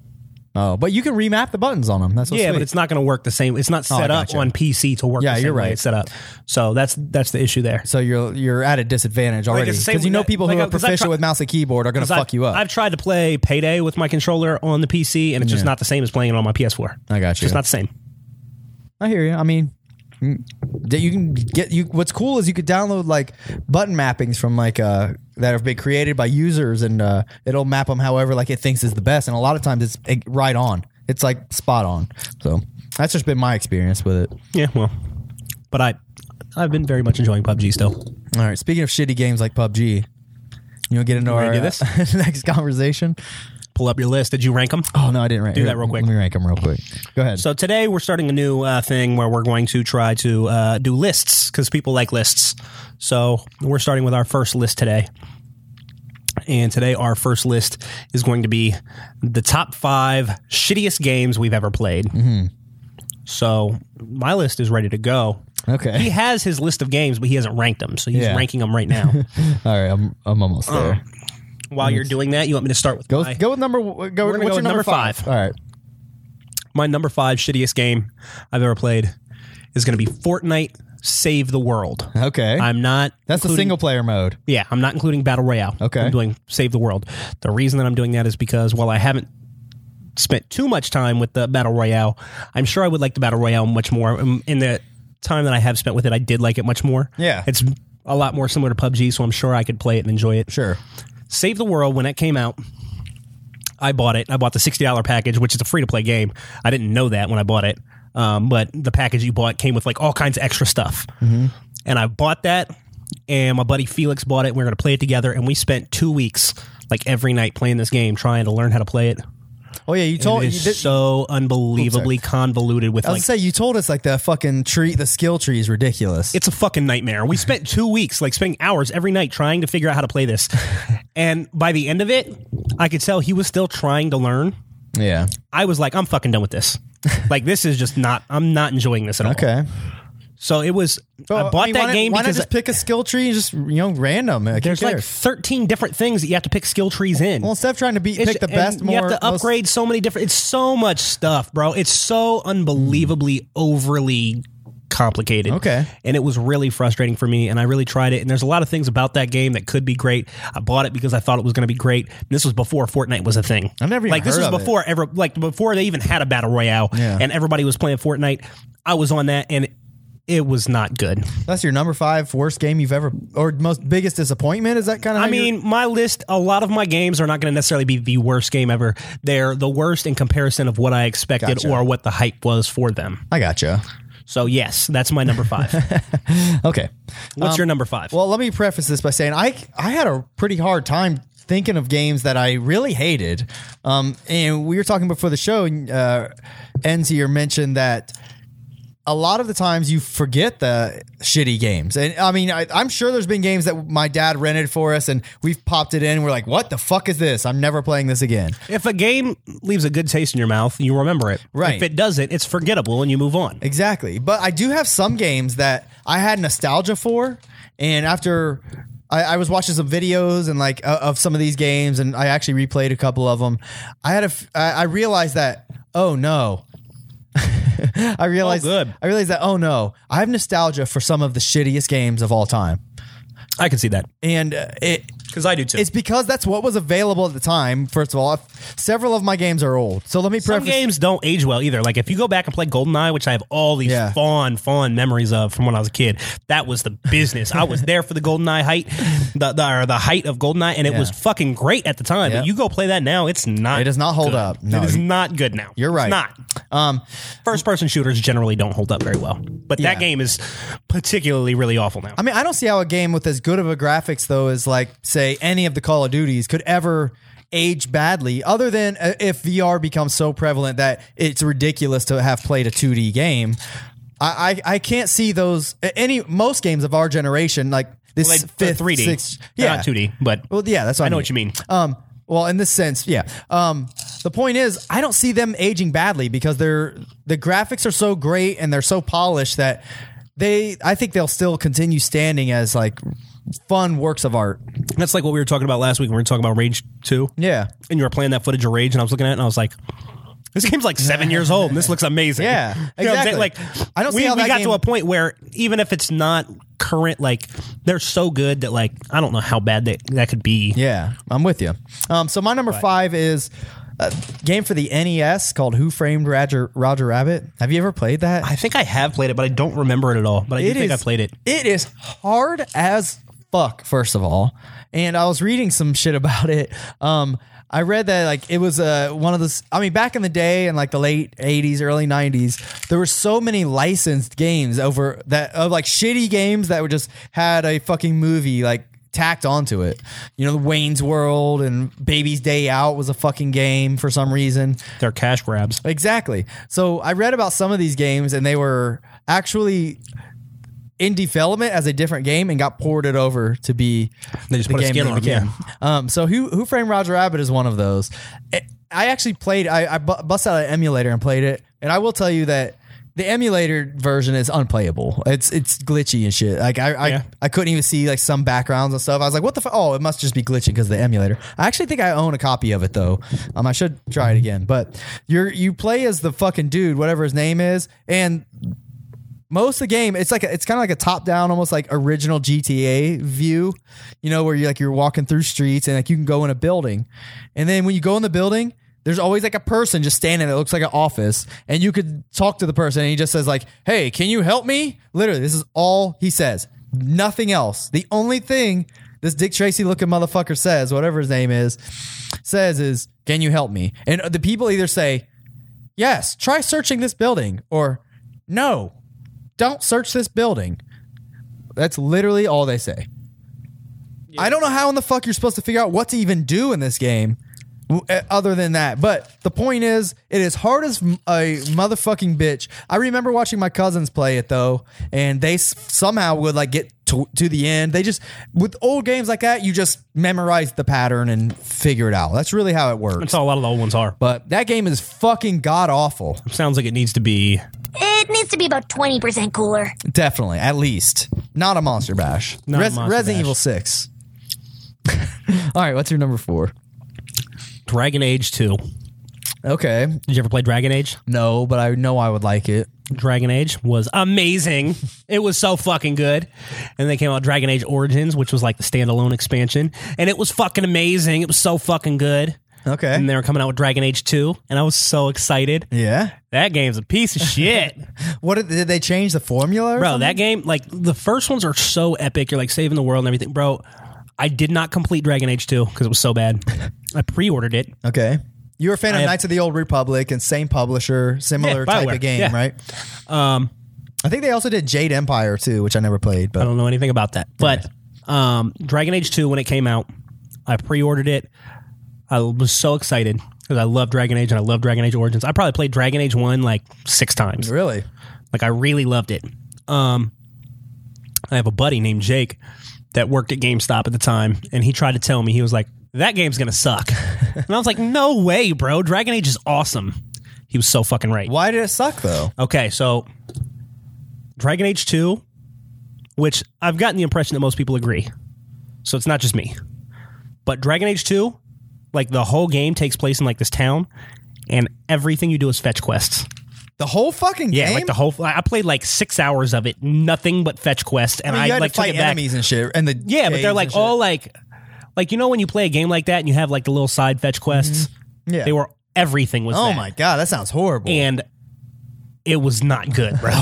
A: Oh, but you can remap the buttons on them. That's what's
B: yeah,
A: sweet. Oh,
B: but it's not going to work the same. It's not
A: I
B: set up
A: gotcha.
B: on PC to work.
A: Yeah,
B: the same
A: you're
B: way
A: right.
B: It's set up. So that's that's the issue there.
A: so you're you're at a disadvantage already
B: it's the
A: because
B: same
A: you
B: with
A: know
B: that-
A: people
B: like,
A: who
B: uh,
A: are
B: 'cause I
A: proficient
B: try-
A: with mouse and keyboard are going to
B: 'Cause I've-
A: fuck you up.
B: I've tried to play Payday with my controller on the PC, and it's just not the same as playing it on my PS4.
A: I got
B: It's
A: you.
B: just not the same.
A: I hear you. I mean, mm, that you can get you. What's cool is you could download like button mappings from like uh that have been created by users, and uh, it'll map them however like it thinks is the best. And a lot of times it's eh, right on. It's like spot on. So that's just been my experience with it.
B: Yeah, well, but I I've been very much enjoying PUBG still.
A: All right. Speaking of shitty games like PUBG, you know, get into
B: wanna
A: our
B: do
A: uh,
B: this?
A: next conversation.
B: Pull up your list. Did you rank them?
A: Oh no, I didn't rank.
B: Do that real quick.
A: Let me rank them real quick. Go ahead.
B: So today we're starting a new uh, thing where we're going to try to uh, do lists because people like lists. So we're starting with our first list today. And today our first list is going to be the top five shittiest games we've ever played.
A: Mm-hmm.
B: So my list is ready to go.
A: Okay.
B: He has his list of games, but he hasn't ranked them. So he's
A: Yeah.
B: ranking them right now.
A: All right, I'm I'm almost
B: Uh,
A: there.
B: While you're doing that, you want me to start with
A: Go
B: my,
A: go with number. Go. What's your
B: gonna go
A: number,
B: with number
A: five?
B: five.
A: All right.
B: my number five shittiest game I've ever played is going to be Fortnite Save the World.
A: Okay.
B: I'm not.
A: That's the
B: including-
A: single player mode.
B: Yeah, I'm not including Battle Royale.
A: Okay.
B: I'm doing Save the World. The reason that I'm doing that is because while I haven't spent too much time with the Battle Royale, I'm sure I would like the Battle Royale much more. Um, In the time that I have spent with it, I did like it much more.
A: Yeah.
B: It's a lot more similar to PUBG, so I'm sure I could play it and enjoy it.
A: Sure.
B: Save the World, when it came out, I bought it. I bought the $60 package, which is a free to play game. I didn't know that when I bought it. Um, but the package you bought came with like all kinds of extra stuff.
A: Mm-hmm.
B: And I bought that, and my buddy Felix bought it. We are going to play it together. And we spent two weeks, like every night, playing this game, trying to learn how to play it.
A: Oh yeah, you
B: It
A: told. You
B: is
A: did,
B: so unbelievably convoluted with
A: I was
B: like
A: gonna say you told us like the fucking tree, the skill tree is ridiculous.
B: it's a fucking nightmare. We spent two weeks, like spending hours every night trying to figure out how to play this. And by the end of it, I could tell he was still trying to learn.
A: yeah.
B: I was like, I'm fucking done with this. Like this is just not. I'm not enjoying this at all.
A: Okay.
B: So it was. I
A: mean,
B: bought
A: why
B: that
A: not-
B: game
A: Why
B: because
A: not just pick a skill tree and just you know random? Like, who
B: there's like
A: cares?
B: 13 different things that you have to pick skill trees in.
A: well, instead of trying to be
B: It's-
A: pick the
B: and
A: best, more
B: you have to
A: most-
B: upgrade so many different. It's so much stuff, bro. It's so unbelievably overly complicated.
A: Okay.
B: and it was really frustrating for me. And I really tried it. And there's a lot of things about that game that could be great. I bought it because I thought it was going to be great. And this was before Fortnite was a thing.
A: I never even
B: like this
A: heard
B: was
A: of it.
B: before ever like before they even had a battle royale.
A: Yeah.
B: and everybody was playing Fortnite. I was on that and. It was not good.
A: That's your number five worst game you've ever, or most biggest disappointment. Is that kind of?
B: I mean, my list, a lot of my games are not going to necessarily be the worst game ever. They're the worst in comparison of what I expected
A: Gotcha.
B: or what the hype was for them.
A: I gotcha.
B: So, yes, that's my number five.
A: Okay.
B: What's your number five?
A: Um, Well, let me preface this by saying I I had a pretty hard time thinking of games that I really hated. Um, and we were talking before the show, uh, Enzier mentioned that a lot of the times you forget the shitty games. And I mean, I, I'm sure there's been games that my dad rented for us and we've popped it in. And we're like, what the fuck is this? I'm never playing this again.
B: if a game leaves a good taste in your mouth, you remember it.
A: Right.
B: If it doesn't, it's forgettable and you move on.
A: Exactly. But I do have some games that I had nostalgia for. And after I, I was watching some videos and like uh, of some of these games, and I actually replayed a couple of them, I had a f- I, I realized that oh no. I realized
B: good.
A: I realized that oh no, I have nostalgia for some of the shittiest games of all time.
B: I can see that
A: And uh, it
B: because I do too.
A: it's because that's what was available at the time. First of all, several of my games are old. So let me
B: Some
A: preface
B: games don't age well either. Like if you go back and play GoldenEye, which I have all these
A: Yeah.
B: fond, fond memories of from when I was a kid. That was the business. I was there for the GoldenEye height, the the, or the height of GoldenEye, and it was
A: Yeah.
B: fucking great at the time.
A: Yeah.
B: But you go play that now, it's not.
A: It does not hold
B: good.
A: up. No,
B: it is
A: you-
B: not good now.
A: You're right.
B: It's not.
A: um
B: First person shooters generally don't hold up very well, but
A: Yeah.
B: that game is particularly really awful now.
A: I mean, I don't see how a game with as good of a graphics though as like say any of the Call of Duties could ever age badly other than uh, if VR becomes so prevalent that it's ridiculous to have played a 2D game. I I, I can't see those a- any most games of our generation like this
B: Like, they're
A: fifth,
B: 3D,
A: sixth,
B: They're
A: yeah,
B: not 2D, but
A: Well, yeah, that's what I,
B: I know what you mean.
A: Um, well, in this sense, yeah. Um, the point is, I don't see them aging badly because they're the graphics are so great and they're so polished that they I think they'll still continue standing as like fun works of art.
B: That's like what we were talking about last week. when We were talking about Rage Two.
A: Yeah.
B: and you were playing that footage of Rage, and I was looking at it, and I was like, "This game's like seven years old, and this looks amazing."
A: Yeah,
B: You know what I'm saying?
A: exactly.
B: Like,
A: I don't see
B: we,
A: how
B: we
A: that
B: got
A: game-
B: to a point where even if it's not current, like they're so good that like I don't know how bad that that could be.
A: Yeah, I'm with you. Um, so my number five is a game for the NES called Who Framed Roger Roger Rabbit. Have you ever played that?
B: I think I have played it, but I don't remember it at all. But I do think I played it.
A: It is hard as fuck, first of all. And I was reading some shit about it. Um, I read that like it was uh, one of those. I mean, back in the day, in like the late '80s, early '90s, there were so many licensed games over that of like shitty games that were just had a fucking movie like tacked onto it. You know, the Wayne's World and Baby's Day Out was a fucking game for some reason.
B: They're cash grabs.
A: Exactly. So I read about some of these games and they were actually in development as a different game and got ported over to be
B: They just put a skin
A: that
B: on it,
A: became. Um, so who who framed Roger Rabbit is one of those. I- I actually played. I, I bu- bust out an emulator and played it, and I will tell you that the emulator version is unplayable. It's it's glitchy and shit. Like I I,
B: Yeah.
A: I couldn't even see like some backgrounds and stuff. I was like, what the fu- oh, it must just be glitching because the emulator. I actually think I own a copy of it though. Um, I should try it again. But you're you play as the fucking dude, whatever his name is, and most of the game it's like a, it's kind of like a top down almost like original GTA view you know where you like you're walking through streets and like you can go in a building and then when you go in the building there's always like a person just standing that looks like an office and you could talk to the person and he just says like hey can you help me literally this is all he says nothing else the only thing this Dick Tracy looking motherfucker says whatever his name is says is can you help me and the people either say yes try searching this building or no don't search this building. That's literally all they say. I don't know how in the fuck you're supposed to figure out what to even do in this game w- uh, other than that. But the point is, it is hard as m- a motherfucking bitch. I remember watching my cousins play it though, and they s- somehow would like get to, to the end. They just, with old games like that, you just memorize the pattern and figure it out. That's really how it works.
B: That's how a lot of the old ones are. But
A: But that game is fucking god awful.
B: sounds like it needs to be.
E: It needs to be about 20% cooler.
A: Definitely, at least not a monster bash.
B: Not a
A: Res-
B: Monster
A: Resident
B: Bash.
A: Evil Six. All right, what's your number four?
B: Dragon Age 2.
A: Okay,
B: Did you ever play Dragon Age?
A: no, but I know I would like it.
B: Dragon Age was amazing. It was so fucking good. And they came out Dragon Age Origins, which was like the standalone expansion, and it was fucking amazing. It was so fucking good.
A: Okay,
B: And they were coming out with Dragon Age 2, and I was so excited.
A: yeah.
B: That game's a piece of shit.
A: What did, did they change the formula? or
B: Bro,
A: something?
B: that game, like the first ones are so epic. You're like saving the world and everything. Bro, I did not complete Dragon Age 2 because it was so bad. I pre ordered it.
A: Okay, you were a fan of
B: have-
A: Knights of the Old Republic and same publisher, similar
B: Yeah,
A: type
B: Bioware,
A: of game,
B: yeah.
A: right? Um, I think they also did Jade Empire too, which I never played,
B: I
A: but
B: don't know anything about that. But um, Dragon Age 2, when it came out, I pre ordered it. I was so excited because I love Dragon Age and I love Dragon Age Origins. I probably played Dragon Age 1 like six times.
A: really,
B: Like, I really loved it. Um, I have a buddy named Jake that worked at GameStop at the time, and he tried to tell me, he was like, that game's going to suck. and I was like, no way, bro. Dragon Age is awesome. He was so fucking right.
A: why did it suck though?
B: Okay, so Dragon Age 2, which I've gotten the impression that most people agree. So it's not just me. But Dragon Age 2, like the whole game takes place in like this town and everything you do is fetch quests.
A: The whole fucking
B: Yeah,
A: game.
B: like the whole I played like 6 hours of it, nothing but fetch quests and
A: I mean,
B: I,
A: you had
B: like
A: to fight
B: took it back.
A: enemies and shit, and the
B: Yeah, but
A: caves
B: they're
A: and
B: like oh,
A: shit.
B: all like like you know when you play a game like that and you have like the little side fetch quests?
A: Mm-hmm. Yeah.
B: They were everything was
A: Oh
B: that
A: my god, that sounds horrible.
B: and it was not good, bro.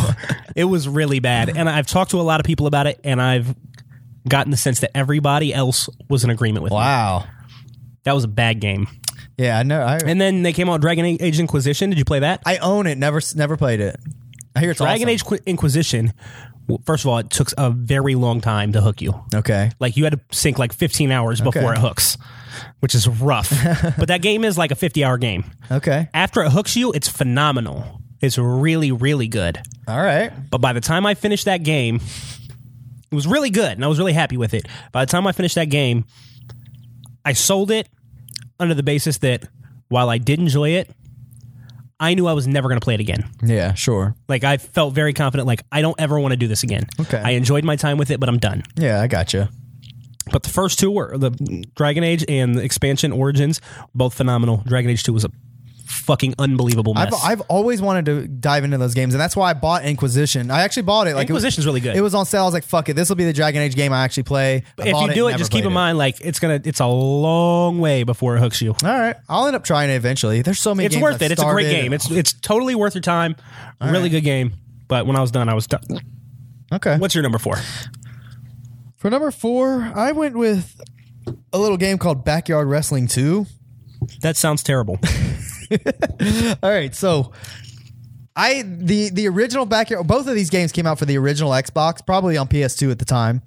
B: it was really bad. And I've talked to a lot of people about it, and I've gotten the sense that everybody else was in agreement with me.
A: wow.
B: That was a bad game.
A: Yeah, I know. I,
B: And then they came out with Dragon Age Inquisition. Did you play that?
A: I own it. Never, never played it. I hear it's awesome.
B: Dragon Age Qu- Inquisition. w- First of all, it took a very long time to hook you.
A: Okay.
B: Like you had to sink like 15 hours before
A: Okay.
B: it hooks, which is rough. but that game is like a 50 hour game.
A: Okay.
B: After it hooks you, it's phenomenal. It's really, really good.
A: All right.
B: But by the time I finished that game, it was really good and I was really happy with it. By the time I finished that game, I sold it under the basis that while I did enjoy it, I knew I was never going to play it again.
A: Yeah, sure.
B: Like I felt very confident. Like I don't ever want to do this again.
A: Okay.
B: I enjoyed my time with it, but I'm done.
A: Yeah, I gotcha.
B: But the first two were the Dragon Age and the expansion Origins, both phenomenal. Dragon Age Two was a fucking unbelievable mess.
A: I've, I've always wanted to dive into those games, and that's why I bought Inquisition. I actually bought it. Like it was-
B: Inquisition's really good.
A: It was on sale. I was like, "Fuck it, this will be the Dragon Age game I actually play." I
B: if
A: bought
B: you do it,
A: never
B: just keep
A: played
B: in
A: it.
B: mind, like it's gonna, it's a long way before it hooks you.
A: All right, I'll end up trying it eventually. There's so many.
B: It's
A: games
B: worth
A: I've
B: it. It's a great
A: started.
B: game. It's it's totally worth your time. really good game. But when I was done, I was done.
A: okay.
B: What's your number four?
A: For number four, I went with a little game called Backyard Wrestling Two.
B: That sounds terrible.
A: All right, so I the the original backyard. Both of these games came out for the original Xbox, probably on PS2 at the time,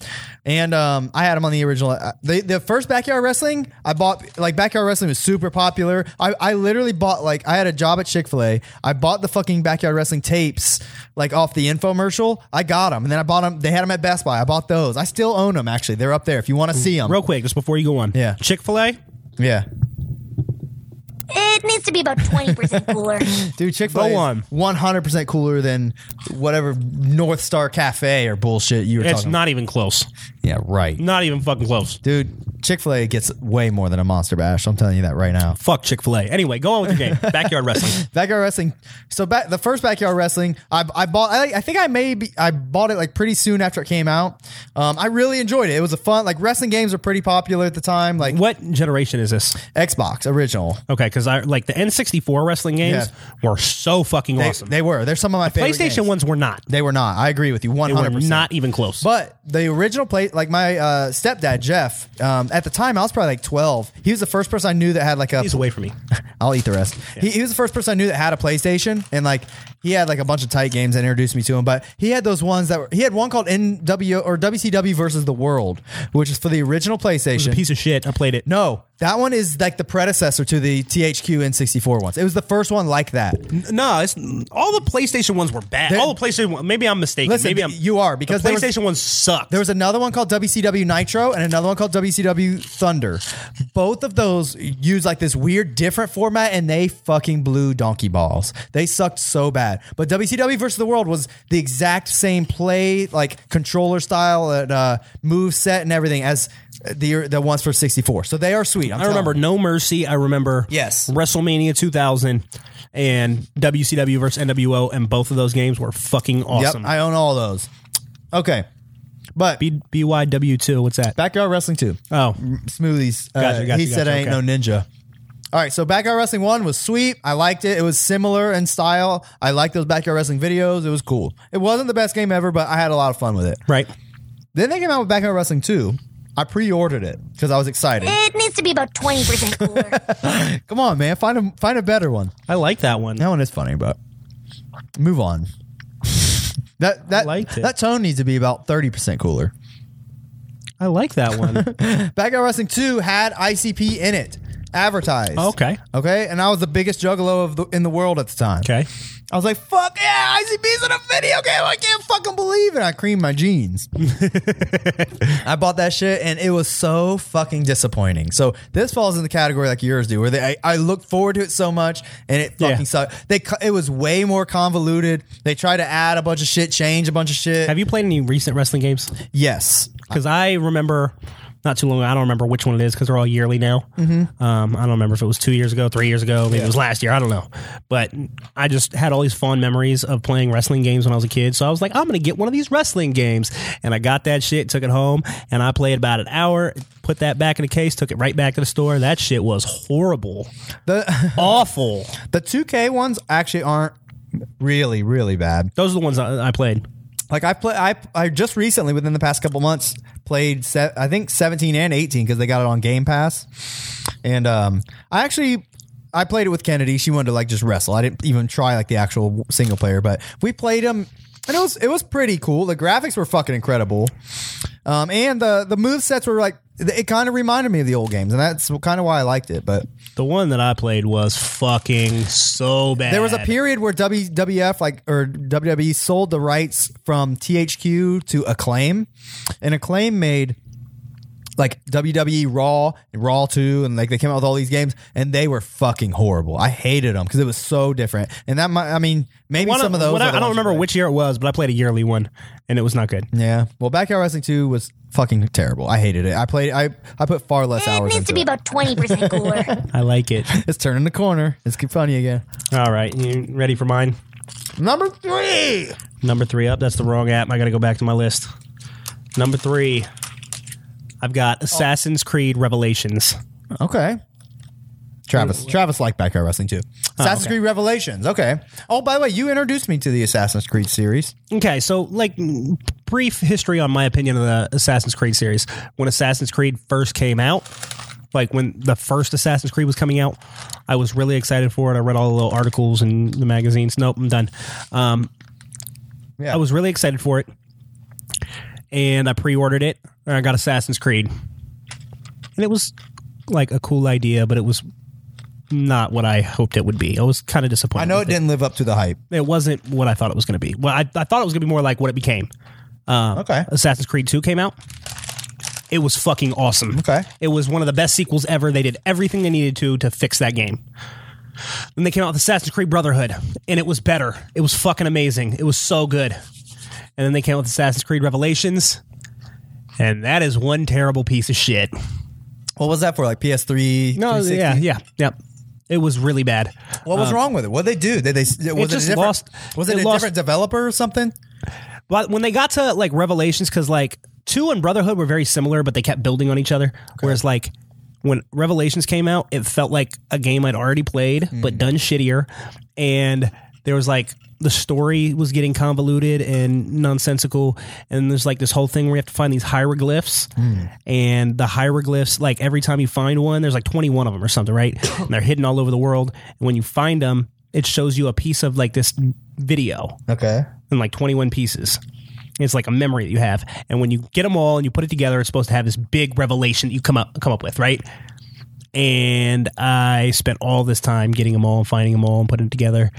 A: and um, I had them on the original. uh, The the first backyard wrestling I bought, like backyard wrestling was super popular. I I literally bought like I had a job at Chick Fil A. I bought the fucking backyard wrestling tapes like off the infomercial. I got them, and then I bought them. They had them at Best Buy. I bought those. I still own them. Actually, they're up there if you want to see them.
B: Real quick, just before you go on.
A: Yeah.
B: Chick Fil A.
A: Yeah.
E: It needs to be about 20% cooler.
A: Dude, Chick Fil A
B: on.
A: is one hundred percent cooler than whatever North Star Cafe or bullshit you were
B: It's
A: talking.
B: not even close.
A: about. Yeah, right.
B: Not even fucking close.
A: Dude, Chick Fil A gets way more than a Monster Bash. I'm telling you that right now.
B: Fuck Chick Fil A. Anyway, go on with your game. Backyard wrestling.
A: Backyard wrestling. So back, the first backyard wrestling, I, I bought. I, I think I maybe I bought it like pretty soon after it came out. Um, I really enjoyed it. It was a fun. Like wrestling games were pretty popular at the time. Like
B: What generation is this?
A: Xbox original.
B: Okay, because I like the N64 wrestling games were so fucking
A: They,
B: awesome.
A: they were. They're some of my favorite.
B: PlayStation
A: games.
B: ones were not.
A: They were not. I agree with you. One
B: They were
A: hundred percent.
B: not even close.
A: But the original play, like my uh, stepdad Jeff, um, at the time I was probably like twelve. He was the first person I knew that had like a.
B: He's away from me.
A: I'll eat the rest. He, he was the first person I knew that had a PlayStation, and like he had like a bunch of tight games that introduced me to him. But he had those ones that were, he had one called NW or WCW versus the World, which is for the original
B: He's a
A: PlayStation.
B: piece of shit. I played it.
A: no, that one is like the predecessor to the THQ N64 ones. It was the first one like that.
B: No, it's all the PlayStation ones were bad.
A: They're-
B: all the PlayStation one, maybe I'm mistaken.
A: Listen,
B: maybe I'm
A: you are,
B: the
A: because there was-
B: PlayStation ones sucked.
A: There was another one called WCW Nitro and another one called WCW Thunder. Both of those use like this weird different format and they fucking blew donkey balls. They sucked so bad. But WCW versus the World was the exact same play, like controller style and uh, move set and everything as the the ones for 64. So they are sweet. I'm
B: I remember
A: telling you.
B: No Mercy. I remember
A: Yes.
B: WrestleMania 2000 and WCW versus NWO, and both of those games were fucking
A: Yep,
B: awesome.
A: I own all those. Okay. But
B: B- BYW2, what's that?
A: Backyard Wrestling too.
B: Oh,
A: smoothies. Uh,
B: Gotcha, gotcha,
A: he said
B: gotcha,
A: I ain't
B: okay.
A: no ninja. All right, so Backyard Wrestling 1 was sweet. I liked it. It was similar in style. I liked those Backyard Wrestling videos. It was cool. It wasn't the best game ever, but I had a lot of fun with it.
B: right.
A: Then they came out with Backyard Wrestling 2. I pre ordered it because I was excited.
E: It needs to be about 20% cooler.
A: Come on, man. Find a, find a better one.
B: I like that one.
A: That one is funny, but move on. That that
B: liked it.
A: that tone needs to be about 30% cooler.
B: I like that one.
A: Backyard Wrestling 2 had ICP in it, advertised.
B: Okay.
A: Okay. And I was the biggest juggalo of the, in the world at the time.
B: okay.
A: I was like, fuck yeah, ICP's in a video game. I can't fucking believe it. I creamed my jeans. I bought that shit and it was so fucking disappointing. So this falls in the category like yours do, where they, I, I looked forward to it so much and it fucking
B: Yeah.
A: sucked. They, cu- it was way more convoluted. They tried to add a bunch of shit, change a bunch of shit.
B: Have you played any recent wrestling games?
A: yes.
B: Because I remember not too long ago, I don't remember which one it is because they're all yearly now.
A: Mm-hmm.
B: Um, I don't remember if it was two years ago, three years ago, maybe it was last year. I don't know. But I just had all these fond memories of playing wrestling games when I was a kid. So I was like, I'm going to get one of these wrestling games. And I got that shit, took it home, and I played about an hour, put that back in the case, took it right back to the store. That shit was horrible,
A: The,
B: awful.
A: the 2K ones actually aren't really, really bad.
B: Those are the ones I, I played.
A: Like I play, I I just recently within the past couple months played se- I think seventeen and eighteen because they got it on Game Pass, and um I actually I played it with Kennedy. She wanted to like just wrestle. I didn't even try like the actual w- single player, but we played them and it was it was pretty cool. The graphics were fucking incredible, um and the the move sets were like it kind of reminded me of the old games, and that's kind of why I liked it. But
B: The one that I played was fucking so bad.
A: there was a period where WWF like or WWE sold the rights from THQ to Acclaim, and Acclaim made like WWE Raw, Raw 2, and like they came out with all these games, and they were fucking horrible. I hated them because it was so different. And that might, I mean, maybe
B: One of-
A: some of those.
B: what
A: are
B: I,
A: the
B: I don't
A: ones you
B: remember
A: played.
B: which year it was, but I played a yearly one, and it was not good.
A: Yeah. Well, Backyard Wrestling 2 was fucking terrible. I hated it. I played, I, I put far less
E: It
A: hours
E: needs
A: into
E: to be
A: it.
E: about 20% cooler.
B: I like it.
A: it's turning the corner. It's funny again.
B: All right, you ready for mine?
A: Number three.
B: Number three up. That's the wrong app. I got to go back to my list. Number three, I've
A: Oh.
B: got Assassin's Creed Revelations.
A: Okay. Travis. Travis liked Backyard Wrestling too. Assassin's Creed Revelations. Okay. Oh, by the way, you introduced me to the Assassin's Creed series.
B: Okay, so like mm, brief history on my opinion of the Assassin's Creed series. When Assassin's Creed first came out, like when the first Assassin's Creed was coming out, I was really excited for it. I read all the little articles and the magazines. Nope, I'm done. Um,
A: Yeah.
B: I was really excited for it, and I pre-ordered it. And I got Assassin's Creed, and it was like a cool idea, but it was not what I hoped it would be. I was kind of disappointed.
A: I know
B: with
A: it didn't live up to the hype.
B: it wasn't what I thought it was going to be. Well, I, I thought it was going to be more like what it became. Um,
A: Okay.
B: Assassin's Creed 2 came out. It was fucking awesome.
A: Okay.
B: It was one of the best sequels ever. They did everything they needed to to fix that game. Then they came out with Assassin's Creed Brotherhood, and it was better. It was fucking amazing. It was so good. And then they came out with Assassin's Creed Revelations, and that is one terrible piece of shit.
A: What was that for? Like PS3?
B: No,
A: 360?
B: yeah, yeah, yeah. It was really bad.
A: What was wrong with it? What did they do? Did they? Was it, a
B: Uh, just
A: different,
B: lost-
A: Was it,
B: it
A: a
B: lost-
A: different developer or something?
B: But when they got to like Revelations, because like two and Brotherhood were very similar, but they kept building on each other. Whereas like when Revelations came out, it felt like a game I'd already played, but done shittier. And there was like the story was getting convoluted and nonsensical. And there's like this whole thing where you have to find these hieroglyphs. And the hieroglyphs, like every time you find one, there's like 21 of them or something, right? and they're hidden all over the world. And when you find them, it shows you a piece of like this video
A: Okay.
B: in like 21 pieces. It's like a memory that you have, and when you get them all and you put it together, it's supposed to have this big revelation that you come up come up with, right? And I spent all this time getting them all and finding them all and putting it together,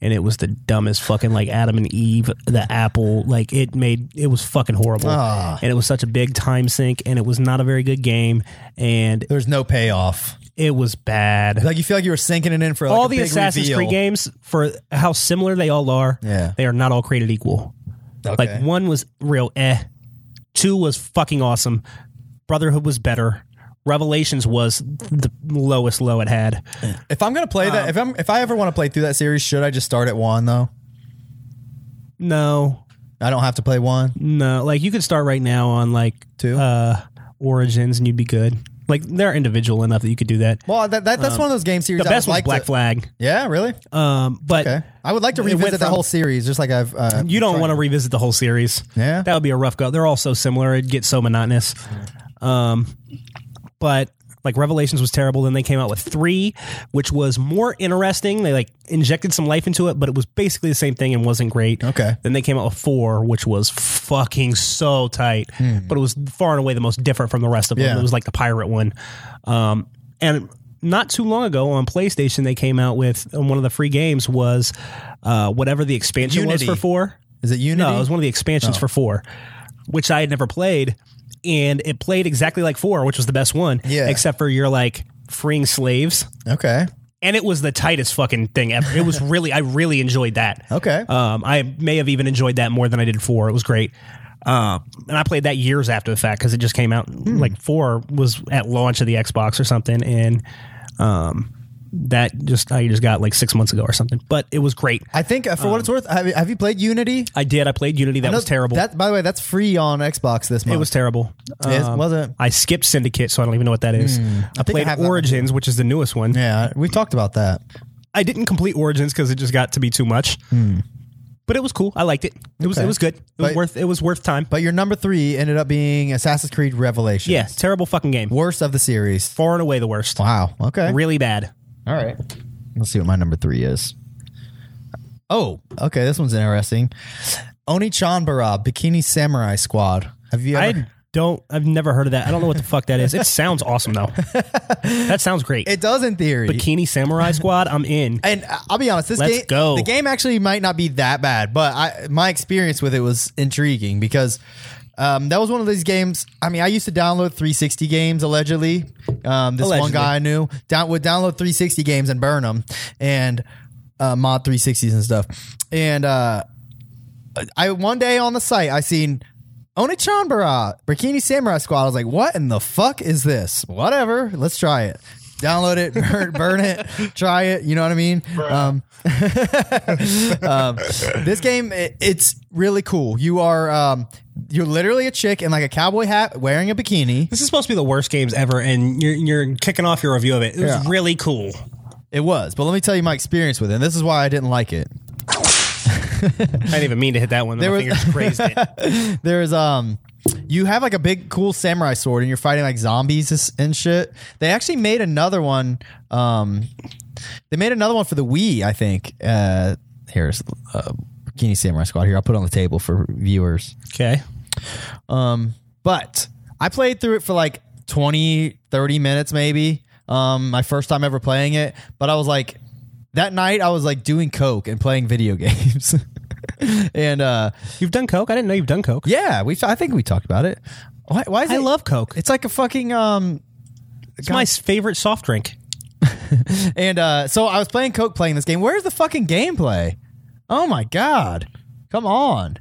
B: and it was the dumbest fucking like Adam and Eve, the apple, like it made it was fucking horrible, and it was such a big time sink, and it was not a very good game, and
A: There's no payoff.
B: it was bad
A: Like you feel like you were sinking it in for like
B: all
A: a
B: the
A: big
B: Assassin's
A: reveal.
B: Creed games for how similar they all are.
A: Yeah.
B: they are not all created equal. Like one was real eh, two was fucking awesome. Brotherhood was better. Revelations was the lowest low it had.
A: If I'm gonna play
B: Um,
A: that, if I'm if I ever want to play through that series, should I just start at one though?
B: No,
A: I don't have to play one.
B: no. Like you could start right now on like
A: Two?
B: uh, Origins and you'd be good. Like they're individual enough that you could do that.
A: Well, that, that that's one of those game series.
B: Um, the
A: I
B: best
A: would
B: was
A: like
B: Black
A: to,
B: Flag.
A: Yeah, really.
B: Um, but
A: Okay. I would like to
B: It went
A: revisit the
B: from-
A: whole series, just like I've. Uh,
B: you don't want to revisit the whole series.
A: Yeah.
B: that would be a rough go. They're all so similar; it'd get so monotonous. Um, but like Revelations was terrible. Then they came out with three, which was more interesting. They like injected some life into it, but it was basically the same thing and wasn't great.
A: Okay.
B: Then they came out with four, which was fucking so tight, but it was far and away the most different from the rest of them.
A: Hmm. Yeah.
B: It was like the pirate one, um, and. Not too long ago on PlayStation, they came out with and one of the free games was uh, whatever the expansion
A: Unity. Oh.
B: was for four.
A: Is it Unity?
B: No, it was one of the expansions for four, which I had never played, and it played exactly like four, which was the best one.
A: Yeah.
B: Except for you're like freeing slaves,
A: okay.
B: and it was the tightest fucking thing ever. It was really, I really enjoyed that.
A: Okay.
B: Um, I may have even enjoyed that more than I did four. It was great. Um, and I played that years after the fact because it just came out
A: Hmm.
B: like four was at launch of the Xbox or something, and um, that just I just got like six months ago or something. But it was great.
A: I think uh, for what it's worth, have, you- have you played Unity?
B: I did. I played Unity. Um, That
A: No,
B: was terrible.
A: That by the way, that's free on Xbox this month.
B: It was terrible. Um,
A: Yes, was it?
B: I skipped Syndicate, so I don't even know what that is. Hmm. I,
A: think I
B: played
A: have that one
B: Origins, which is the newest one.
A: Yeah, we've talked about that.
B: I didn't complete Origins because it just got to be too much. But it was cool. I liked it. It was
A: Okay.
B: it was good. It was
A: But-
B: worth it was worth time.
A: But your number three ended up being Assassin's Creed Revelations.
B: yeah, terrible fucking game.
A: worst of the series.
B: Far and away the worst.
A: Wow. Okay.
B: Really bad.
A: All right. Let's see what my number three is. Oh, okay. This one's interesting. Oni Chanbara, Bikini Samurai Squad. Have you ever?
B: I don't. I've never heard of that. I don't know what the fuck that is. It sounds awesome though. That sounds great.
A: it does in theory.
B: Bikini Samurai Squad. I'm in.
A: and uh, I'll be honest, this
B: Let's
A: game,
B: go.
A: the game actually might not be that bad, but I, my experience with it was intriguing because Um, that was one of these games. I mean, I used to download 360 games allegedly. Um, this one
B: Allegedly.
A: guy I knew down would download 360 games and burn them, and uh, mod 360s and stuff. And uh, I one day on the site I seen Onichanbara Bikini Samurai Squad. I was like, what in the fuck is this? Whatever, let's try it. Download it, burn, burn it, try it. You know what I mean? Um, um, this game, it, it's really cool. You are um, you're literally a chick in like a cowboy hat, wearing a bikini.
B: This is supposed to be the worst games ever, and you're you're kicking off your review of it. It was
A: Yeah.
B: really cool.
A: It was, but let me tell you my experience with it. And this is why I didn't like it.
B: I didn't even mean to hit that one. There
A: There
B: my
A: was-
B: fingers grazed it.
A: There's um you have like a big cool samurai sword and you're fighting like zombies as- and shit. They actually made another one um they made another one for the Wii, I think. Uh here's uh Bikini Samurai Squad here. I'll put it on the table for viewers.
B: Okay.
A: But I played through it for like 20, 30 minutes maybe. Um, my first time ever playing it. But I was like, that night I was like doing coke and playing video games. and uh,
B: You've done coke. I didn't know you've done coke.
A: yeah, we I think we talked about it. Why, why is
B: I
A: it-
B: love coke.
A: It's like a fucking um
B: It's my favorite soft drink.
A: and uh so I was playing Coke playing this game. Where's the fucking gameplay? Oh my god. Come on.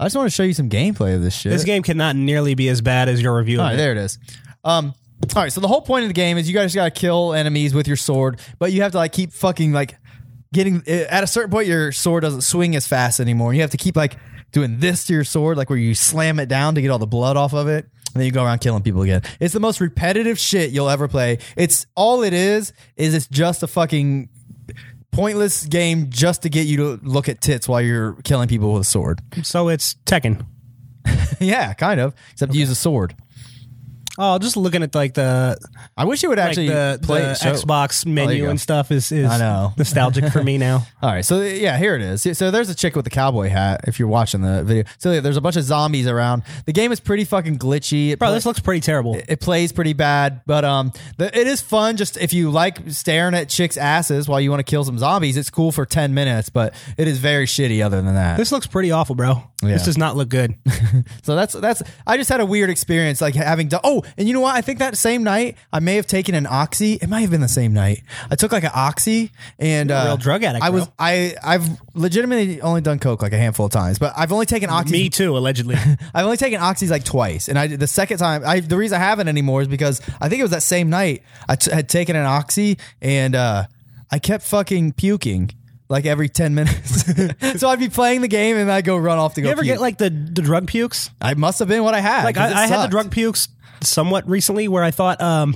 A: I just want to show you some gameplay of this shit.
B: This game cannot nearly be as bad as your review.
A: All
B: Of
A: right,
B: it.
A: there it is. Um all right, so the whole point of the game is you guys got to kill enemies with your sword, but you have to like keep fucking like getting at a certain point your sword doesn't swing as fast anymore. You have to keep like doing this to your sword like where you slam it down to get all the blood off of it. And then you go around killing people again. It's the most repetitive shit you'll ever play. It's all it is is it's just a fucking pointless game just to get you to look at tits while you're killing people with a sword.
B: So it's Tekken.
A: yeah, kind of. Except you use a sword.
B: Oh, just looking at like the
A: I wish it would
B: like
A: actually
B: the,
A: play
B: the
A: show-
B: Xbox
A: you
B: menu
A: go.
B: and stuff is is
A: I know.
B: nostalgic for me now.
A: All right, so yeah, here it is. So there's a chick with the cowboy hat. If you're watching the video, so yeah, there's a bunch of zombies around. The game is pretty fucking glitchy. It
B: Bro,
A: pla-
B: this looks pretty terrible.
A: it plays pretty bad, but um, the, it is fun. Just if you like staring at chicks' asses while you want to kill some zombies, it's cool for ten minutes. But it is very shitty. Other than that,
B: This looks pretty awful, bro. This does not look good.
A: so that's that's. I just had a weird experience, like having done. Oh, and you know what? I think that same night I may have taken an oxy. It might have been the same night. I took like an oxy, and
B: a
A: uh,
B: real drug addict,
A: I was.
B: bro.
A: I I've legitimately only done coke like a handful of times, but I've only taken oxy.
B: me too, allegedly.
A: I've only taken oxys like twice, and I the second time. I the reason I haven't anymore is because I think it was that same night I t- had taken an oxy and uh, I kept fucking puking like every ten minutes. so I'd be playing the game and I'd go run off to go.
B: you ever
A: puke.
B: get like the, the drug pukes?
A: I must have been what I had.
B: Like
A: 'cause it
B: I, I had the
A: sucked.
B: drug pukes somewhat recently where I thought um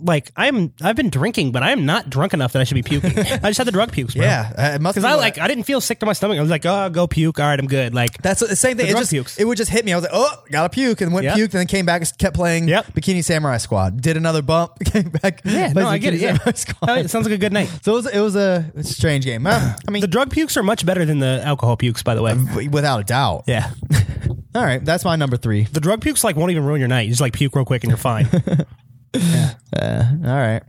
B: like I'm I've been drinking, but I am not drunk enough that I should be puking. I just had the drug pukes, bro.
A: Yeah, uh, it must
B: Because
A: be
B: I
A: what-
B: like I didn't feel sick to my stomach. I was like, oh go puke. All right, I'm good. Like
A: That's the same thing.
B: The
A: it
B: drug
A: just
B: pukes.
A: it would just hit me. I was like, oh, gotta puke, and went
B: Yeah.
A: puke, and then came back and kept playing
B: Yep.
A: Bikini Samurai Squad. Did another bump, came back.
B: Yeah,
A: played
B: no, I
A: Bikini
B: get it. Yeah.
A: Samurai Squad.
B: Oh, it sounds like a good night.
A: So it was it was a strange game. Uh, I mean, Um,
B: The drug pukes are much better than the alcohol pukes, by the way.
A: without a doubt.
B: Yeah.
A: All right, that's my number three.
B: The drug pukes like won't even ruin your night. You just like puke real quick and you're fine.
A: All right.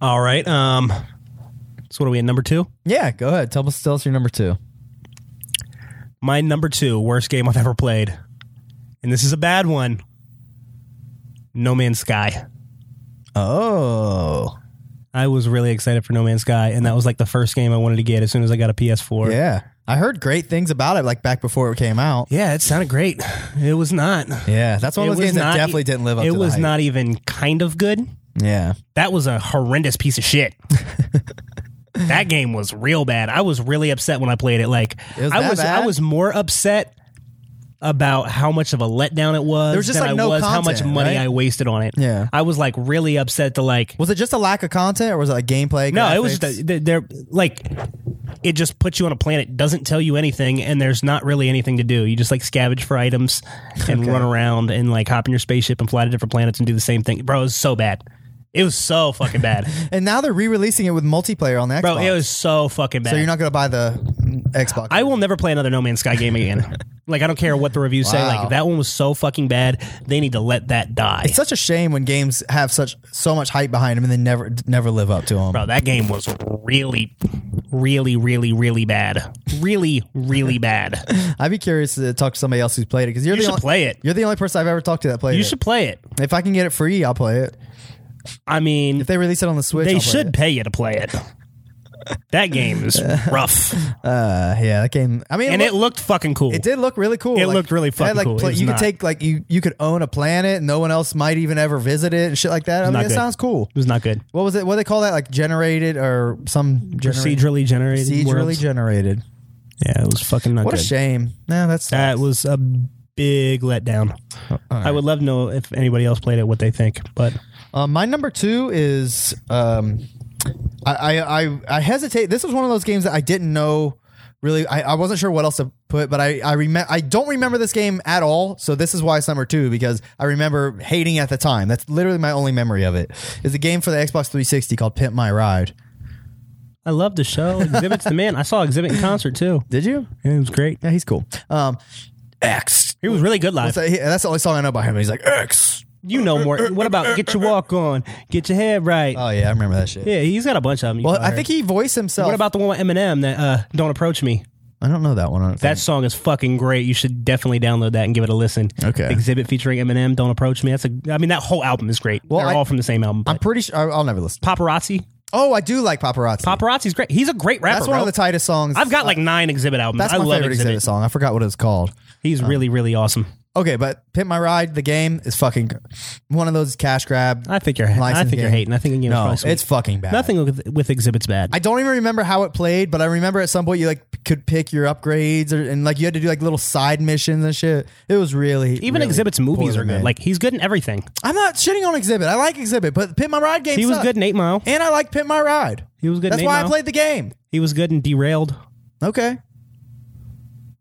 B: All right. Um so what are we at number two?
A: Yeah, go ahead. Tell us tell us your number two.
B: My number two worst game I've ever played. And this is a bad one. No Man's Sky.
A: Oh,
B: I was really excited for No Man's Sky, and that was like the first game I wanted to get as soon as I got a PS4.
A: yeah. I heard great things about it, like back before it came out.
B: Yeah, it sounded great. It was not.
A: Yeah, that's one
B: it
A: of those
B: was
A: games that
B: not- e
A: definitely didn't live up.
B: It
A: to the
B: was
A: hype.
B: not even kind of good.
A: Yeah,
B: That was a horrendous piece of shit. that game was real bad. I was really upset when I played it. Like
A: It was
B: I
A: that
B: was
A: bad?
B: I was more upset about how much of a letdown it was
A: There was just,
B: than
A: like,
B: I
A: no
B: was how much
A: content,
B: money
A: right?
B: I wasted on it.
A: Yeah.
B: I was like really upset to like
A: was it just a lack of content, or was it like gameplay?
B: no, it was
A: graphics?
B: just a, th- they're like it just puts you on a planet, doesn't tell you anything, and there's not really anything to do. You just like scavenge for items and run around and like hop in your spaceship and fly to different planets and do the same thing. Bro, it was so bad. It was so fucking bad.
A: And now they're re-releasing it with multiplayer on the Xbox.
B: Bro, it was so fucking bad.
A: so you're not going to buy the Xbox.
B: I will never play another No Man's Sky game again. like I don't care what the reviews say.
A: Wow.
B: Like that one was so fucking bad. They need to let that die.
A: it's such a shame when games have such so much hype behind them and they never never live up to them.
B: Bro, that game was really, really, really, really bad. Really, really bad.
A: I'd be curious to talk to somebody else who's played it because you're
B: You
A: the
B: should
A: only,
B: play it.
A: You're the only person I've ever talked to that played
B: You
A: it.
B: should play it.
A: if I can get it free, I'll play it.
B: I mean,
A: If they release it on the Switch,
B: they
A: I'll play
B: should
A: it.
B: pay you to play it. That game is rough,
A: Uh, yeah, that game. I mean,
B: and
A: look-
B: it looked fucking cool.
A: It did look really cool.
B: It looked really
A: it had,
B: fucking
A: like,
B: cool. It
A: pla-
B: was
A: you
B: not-
A: could take like you you could own a planet. and No one else might even ever visit it and shit like that. I mean,
B: not
A: it
B: good.
A: sounds cool.
B: It was not good.
A: What was it? What do they call that? Like generated or some generated,
B: Procedurally generated.
A: procedurally
B: worlds.
A: generated.
B: yeah, it was fucking not
A: What
B: good.
A: a shame. No, that's
B: That was a big letdown.
A: Oh,
B: I would love to know if anybody else played it, what they think. But
A: Uh, my number two is um, I, I I I hesitate. This was one of those games that I didn't know really. I, I wasn't sure what else to put, but I I remember I don't remember this game at all. So this is why it's number two because I remember hating at the time. That's literally my only memory of it. Is a game for the Xbox 360 called Pimp My Ride.
B: I love the show. Exhibit's the man. I saw Exhibit in concert too.
A: Did you?
B: Yeah, it was great.
A: Yeah, he's cool. Um, X.
B: He was really good live.
A: So he- that's the only song I know by him. He's like X.
B: You know more. What about get your walk on, get your head right?
A: Oh yeah, I remember that shit.
B: yeah, he's got a bunch of them. you
A: Well,
B: probably
A: I think he voiced himself.
B: heard. What about the one with Eminem that uh, don't approach me?
A: I don't know that one. I don't
B: That
A: think.
B: song is fucking great. You should definitely download that and give it a listen.
A: Okay.
B: Exhibit featuring Eminem, don't approach me. That's a. I mean, that whole album is great. They're
A: I-
B: all from the same album.
A: I'm pretty sure I'll never listen.
B: Paparazzi.
A: Oh, I do like paparazzi.
B: Paparazzi's great. He's a great rapper.
A: That's one
B: bro.
A: of the tightest songs. Uh,
B: I've got like nine exhibit albums.
A: that's
B: I
A: my
B: love
A: favorite Oh. exhibit. song. I forgot what it was called.
B: He's really, really awesome.
A: Okay, but Pimp My Ride, the game is fucking one of those cash grab.
B: I think you're. I
A: license
B: think you're
A: game.
B: hating. I think the game is
A: No,
B: probably sweet.
A: it's fucking bad.
B: nothing with, with exhibits bad.
A: I don't even remember how it played, but I remember at some point you like could pick your upgrades or, and like you had to do like little side missions and shit. It was really
B: Even
A: really
B: exhibits movies
A: poorly
B: are good.
A: made.
B: Like he's good in everything.
A: I'm not shitting on Exhibit. I like Exhibit, but Pimp My Ride game.
B: He was
A: sucked.
B: good in Eight Mile.
A: and I like Pimp My Ride.
B: He was good in
A: That's
B: Eight
A: why I
B: Mile.
A: played the game.
B: He was good in Derailed.
A: Okay,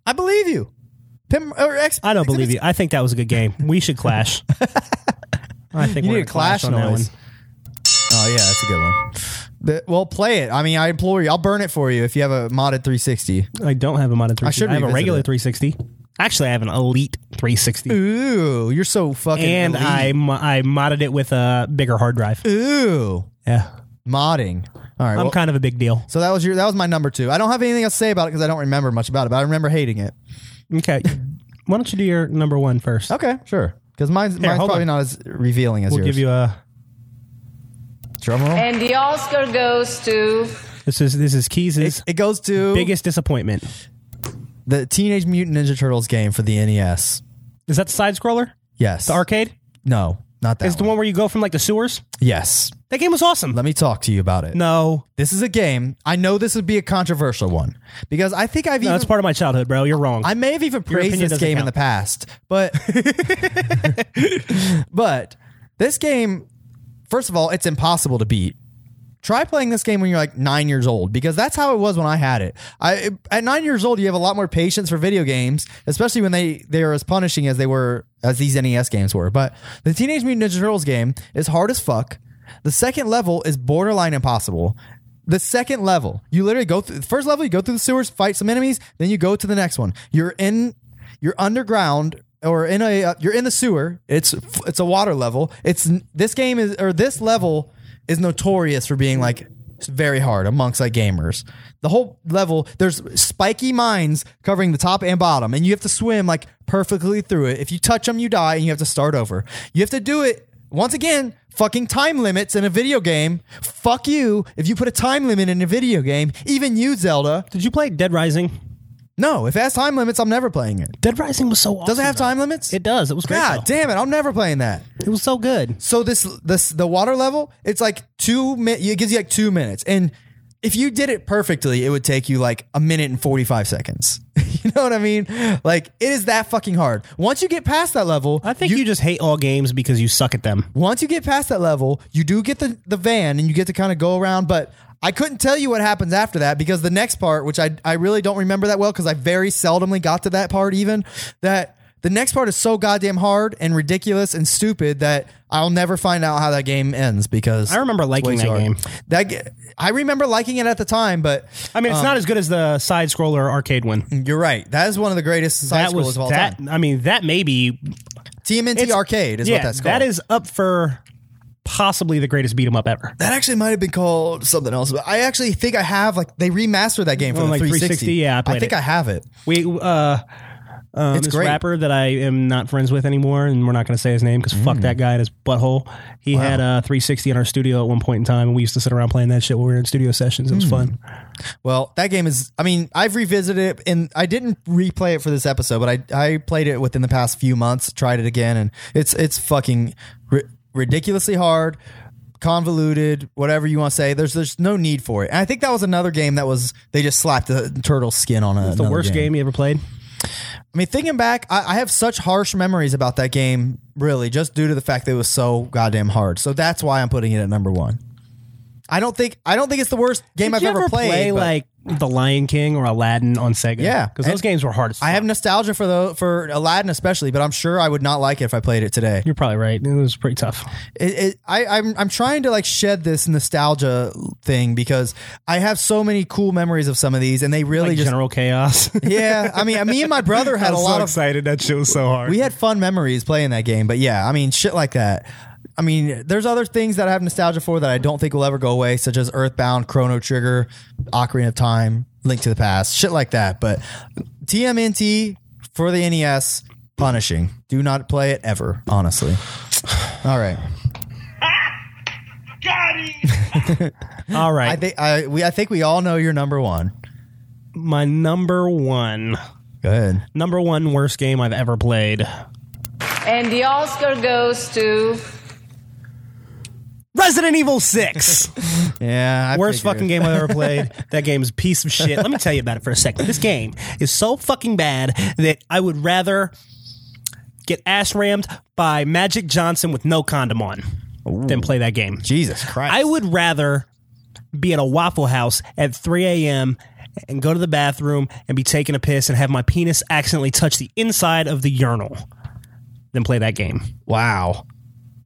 A: I believe you. Pimp or X.
B: I don't believe you. I think that was a good game. We should clash. I think
A: You
B: we're
A: need a
B: gonna
A: clash,
B: on
A: noise.
B: that one.
A: Oh yeah, that's a good one. The- well, play it. I mean, I implore you. I'll burn it for you if you have a modded 360.
B: I don't have a modded 360. I,
A: should
B: have a
A: revisit
B: regular
A: it.
B: 360. Actually, I have an Elite 360,
A: Ooh, you're so fucking.
B: and
A: elite.
B: I mo- I modded it with a bigger hard drive.
A: Ooh,
B: Yeah,
A: modding. All right.
B: I'm
A: well,
B: kind of a big deal.
A: so that was your that was my number two. I don't have anything else to say about it because I don't remember much about it, but I remember hating it.
B: Okay, why don't you do your number one first?
A: Okay, sure. Because mine's, mine's
B: hold
A: probably
B: on.
A: not as revealing as
B: We'll
A: yours.
B: give you a.
A: drum roll.
D: And the Oscar goes to.
B: This is this is Keys's
A: It goes to
B: biggest disappointment.
A: the Teenage Mutant Ninja Turtles game for the NES.
B: Is that the side scroller?
A: Yes.
B: The arcade?
A: No, not that.
B: Is the
A: one.
B: one where you go from like the sewers?
A: Yes.
B: That game was awesome.
A: Let me talk to you about it.
B: No,
A: This is a game. I know this would be a controversial one because I think I've
B: no,
A: even
B: that's part of my childhood, bro. You're wrong.
A: I may have even praised
B: opinion
A: this
B: doesn't
A: game in
B: count.
A: the past, but but this game, first of all, it's impossible to beat. Try playing this game when you're like nine years old because that's how it was when I had it. I at nine years old, you have a lot more patience for video games, especially when they they are as punishing as they were as these NES games were. But the Teenage Mutant Ninja Turtles game is hard as fuck. The second level is borderline impossible. The second level, you literally go through the first level, you go through the sewers, fight some enemies, then you go to the next one. You're in you're underground or in a uh, you're in the sewer. It's f- it's a water level. It's n- this game is or this level is notorious for being like s- very hard amongst like gamers. The whole level there's spiky mines covering the top and bottom and you have to swim like perfectly through it. If you touch them you die and you have to start over. You have to do it once again, fucking time limits in a video game. Fuck you if you put a time limit in a video game, even you Zelda.
B: Did you play Dead Rising?
A: No, if it has time limits, I'm never playing it.
B: Dead Rising was so awesome.
A: Does it have time limits?
B: It does. It was great.
A: God
B: though.
A: damn it! I'm never playing that.
B: It was so good.
A: So this this the water level. It's like two minutes. It gives you like two minutes, and if you did it perfectly, it would take you like a minute and forty five seconds. you know what I mean? Like it is that fucking hard. Once you get past that level,
B: I think you, just hate all games because you suck at them.
A: once you get past that level, you do get the, the van and you get to kind of go around, but I couldn't tell you what happens after that because the next part, which I, I really don't remember that well because I very seldomly got to that part even, that the next part is so goddamn hard and ridiculous and stupid that I'll never find out how that game ends because
B: I remember
A: it's way
B: liking
A: too
B: that
A: hard.
B: game.
A: That ge- I remember liking it at the time, but
B: I mean, it's
A: Um,
B: not as good as the side scroller arcade one.
A: you're right. That is one of the greatest side
B: That
A: scrolls
B: was
A: of all
B: that.
A: time.
B: I mean, that maybe
A: TMNT Arcade is
B: yeah,
A: what that's called.
B: that is up for possibly the greatest beat 'em up ever.
A: That actually might have been called something else. But I actually think I have like they remastered that game for
B: Oh,
A: the
B: like
A: 360.
B: 360, yeah, I played
A: think
B: it.
A: I have it.
B: We uh, um,
A: It's
B: this
A: great.
B: rapper that I am not friends with anymore, and we're not going to say his name because
A: Mm.
B: fuck that guy and his butthole. He had a 360 in our studio at one point in time, and we used to sit around playing that shit when we were in studio sessions. It
A: Mm.
B: was fun.
A: Well, that game is. I mean, I've revisited it, and I didn't replay it for this episode, but I I played it within the past few months. Tried it again, and it's it's fucking ri- ridiculously hard, convoluted, whatever you want to say. There's there's no need for it. And I think that was another game that was they just slapped the turtle skin on a.
B: It's the worst game. you ever played.
A: I mean, thinking back, I, I have such harsh memories about that game. Really, just due to the fact that it was so goddamn hard. So that's why I'm putting it at number one. I don't think I don't think it's the worst game I've
B: Did you
A: ever,
B: ever
A: played.
B: play
A: but-
B: like The Lion King or Aladdin on Sega?
A: Yeah.
B: because those
A: And
B: games were hard. As fuck.
A: I have nostalgia for the for Aladdin especially, but I'm sure I would not like it if I played it today.
B: You're probably right. It was pretty tough.
A: It, it, I, I'm I'm trying to like shed this nostalgia thing because I have so many cool memories of some of these, and they really
B: Like
A: just
B: General Chaos.
A: yeah. I mean, me and my brother had a lot of
B: excited. That shit was so hard.
A: we had fun memories playing that game, but yeah, I mean, shit like that. I mean, there's other things that I have nostalgia for that I don't think will ever go away, such as Earthbound, Chrono Trigger, Ocarina of Time, Link to the Past, shit like that. But TMNT for the NES, punishing. Do not play it ever, honestly. All right,
B: All right.
A: I think I we I think we all know your number one.
B: my number one,
A: Go ahead.
B: number one worst game I've ever played.
D: And the Oscar goes to.
B: Resident Evil Six.
A: Yeah, I
B: Worst
A: figured.
B: fucking game I've ever played. That game is a piece of shit. Let me tell you about it for a second. This game is so fucking bad that I would rather get ass rammed by Magic Johnson with no condom on than play that game.
A: Jesus Christ.
B: I would rather be at a Waffle House at 3 a.m. and go to the bathroom and be taking a piss and have my penis accidentally touch the inside of the urinal than play that game.
A: wow,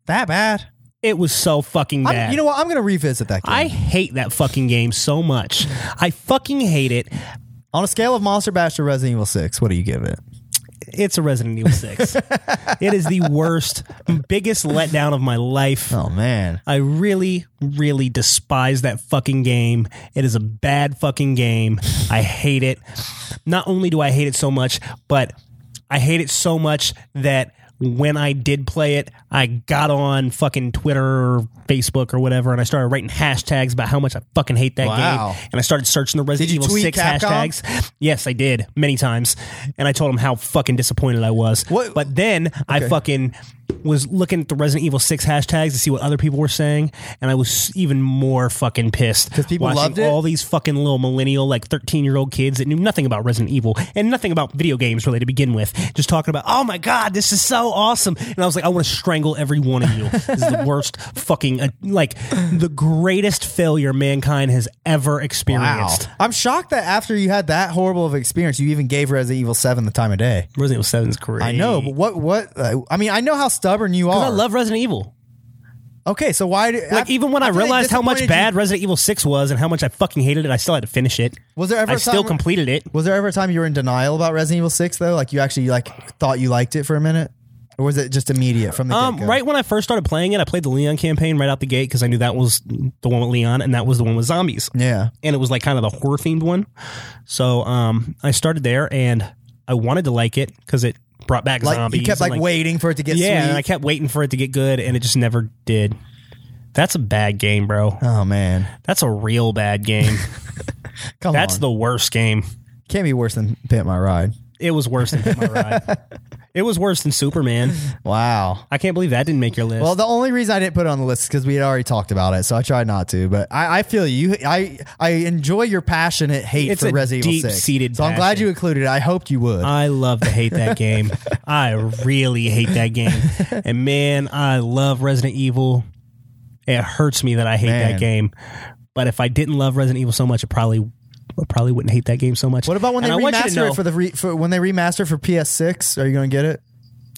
A: that bad.
B: It was so fucking bad.
A: I'm, you know what? I'm gonna revisit that game.
B: I hate that fucking game so much. I fucking hate it.
A: On a scale of Monster Bash to Resident Evil Six, what do you give it?
B: It's a Resident Evil 6. it is the worst, biggest letdown of my life.
A: Oh man.
B: I really, really despise that fucking game. It is a bad fucking game. I hate it. Not only do I hate it so much, but I hate it so much that when I did play it, I got on fucking Twitter or Facebook or whatever, and I started writing hashtags about how much I fucking hate that
A: Wow.
B: game. And I started searching the Resident
A: Did you
B: Evil
A: tweet
B: 6
A: Capcom?
B: hashtags. Yes, I did many times. And I told them how fucking disappointed I was.
A: What-
B: But then I fucking was looking at the Resident Evil 6 hashtags to see what other people were saying, and I was even more fucking pissed. Because
A: people
B: watching
A: loved it?
B: all these fucking little millennial, like 13 year old kids that knew nothing about Resident Evil and nothing about video games really to begin with, just talking about, oh my God, this is so awesome. And I was like, I want to strangle every one of you. this is the worst fucking, uh, like, the greatest failure mankind has ever experienced.
A: I'm shocked that after you had that horrible of experience, you even gave Resident Evil Seven the time of day.
B: Resident Evil 7 is great.
A: I know, but what? What? Uh, I mean, I know how stubborn you are.
B: I love Resident Evil.
A: Okay, so why? Do,
B: Like
A: after-
B: even when I
A: after they
B: realized how much
A: disappointed
B: bad
A: you-
B: Resident Evil Six was and how much I fucking hated it, I still had to finish it.
A: Was there ever
B: I
A: a
B: still
A: time-
B: completed it.
A: was there ever a time you were in denial about Resident Evil Six though? Like you actually like thought you liked it for a minute, or was it just immediate from the
B: Um,
A: get-go?
B: right when I first started playing it, I played the Leon campaign right out the gate because I knew that was the one with Leon and that was the one with zombies.
A: Yeah.
B: and it was like kind of the horror themed one. So um, I started there and I wanted to like it because it brought back
A: Like
B: zombies.
A: you kept
B: and,
A: like, waiting for it to get
B: Yeah,
A: sweet.
B: and I kept waiting for it to get good, and it just never did. That's a bad game, bro.
A: oh man,
B: That's a real bad game.
A: come
B: That's
A: on.
B: the worst game.
A: Can't be worse than Pimp My Ride.
B: It was worse than Hit My Ride. it was worse than Superman.
A: Wow.
B: I can't believe that didn't make your list.
A: Well, the only reason I didn't put it on the list is because we had already talked about it, so I tried not to. But I, I feel you. I I enjoy your passionate hate
B: It's
A: for
B: a
A: Resident Evil Six.
B: deep-seated
A: so I'm glad
B: passion.
A: you included. it. I hoped you would.
B: I love to hate that game. I really hate that game. And man, I love Resident Evil. It hurts me that I hate
A: Man.
B: that game. But if I didn't love Resident Evil so much, I probably I probably wouldn't hate that game so much.
A: what about when they
B: And I want you to
A: remaster
B: know-
A: it for the re, for when they remaster for PS6? Are you going to get it?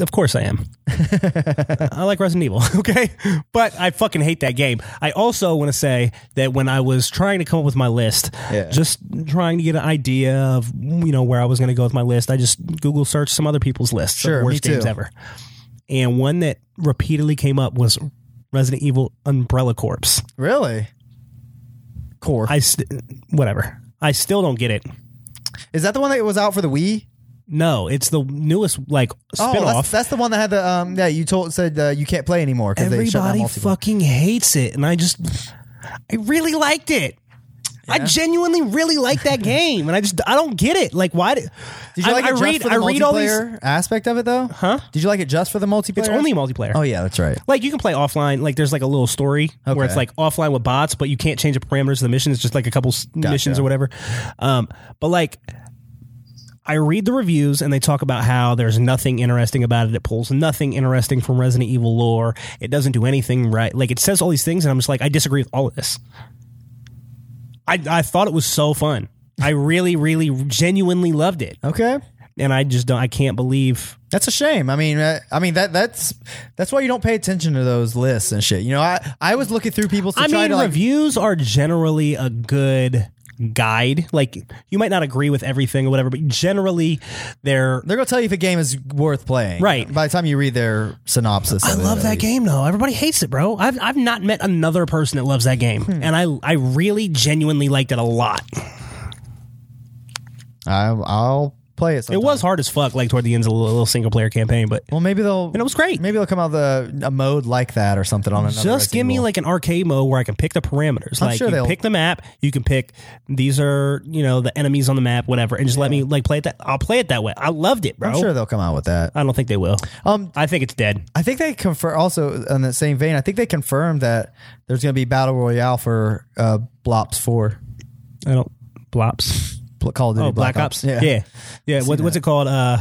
B: Of course I am. I like Resident Evil, okay? But I fucking hate that game. I also want to say that when I was trying to come up with my list,
A: Yeah.
B: just trying to get an idea of you know where I was going to go with my list, I just Google searched some other people's lists
A: Sure,
B: of
A: me
B: worst games
A: too.
B: ever. And one that repeatedly came up was Resident Evil Umbrella Corpse.
A: Really? Core.
B: I st- whatever. I still don't get it.
A: Is that the one that was out for the Wii?
B: No, it's the newest like
A: Oh, that's,
B: spinoff.
A: that's the one that had the um that you told said uh, you can't play anymore because they shut down
B: Everybody
A: multiplayer.
B: fucking hates it, and I just I really liked it. I genuinely really like that game, and I just I don't get it. Like why? Did,
A: Did you
B: I,
A: like it
B: I
A: just
B: read
A: for the
B: I read all these.
A: multiplayer aspect of it though? Huh? Did you like it just for the multiplayer?
B: It's only multiplayer.
A: Oh yeah, that's right.
B: Like you can play offline. Like there's like a little story
A: Okay.
B: where it's like offline with bots, but you can't change the parameters of the mission. It's just like a couple s missions or whatever. Um, but like, I read the reviews and they talk about how there's nothing interesting about it. It pulls nothing interesting from Resident Evil lore. It doesn't do anything right. Like it says all these things, and I'm just like, I disagree with all of this. I I thought it was so fun. I really, really, genuinely loved it,
A: Okay.
B: and I just don't. I can't believe
A: That's a shame. I mean, uh, I mean that that's that's why you don't pay attention to those lists and shit. You know, I I was looking through people's. To
B: I
A: try
B: mean,
A: to, like,
B: reviews are generally a good guide. Like, you might not agree with everything or whatever, but generally, they're.
A: They're gonna tell you if a game is worth playing,
B: Right.
A: By the time you read their synopsis,
B: I
A: of it,
B: love
A: at
B: that
A: least.
B: game though. Everybody hates it, bro. I've I've not met another person that loves that game,
A: Hmm.
B: and I I really genuinely liked it a lot.
A: I, I'll play it.
B: It
A: Sometime.
B: was hard as fuck, like toward the end of the little, little single player campaign, but
A: Well, maybe they'll.
B: And it was great.
A: Maybe they'll come out the a mode like that or something on another.
B: just give me
A: single.
B: like an arcade mode where I can pick the parameters.
A: I'm
B: like
A: sure
B: you
A: they'll-
B: pick the map, you can pick these are you know the enemies on the map, whatever, and just let me like play it. That I'll play it that way. I loved it, bro.
A: I'm sure they'll come out with that.
B: I don't think they will.
A: Um,
B: I think it's dead.
A: I think they confirm also in that same vein. I think they confirmed that there's going to be battle royale for uh, Blops Four,
B: I don't blops.
A: Bl- Call of Duty
B: Oh, Black, Ops. Yeah, yeah. What, what's it called? Uh,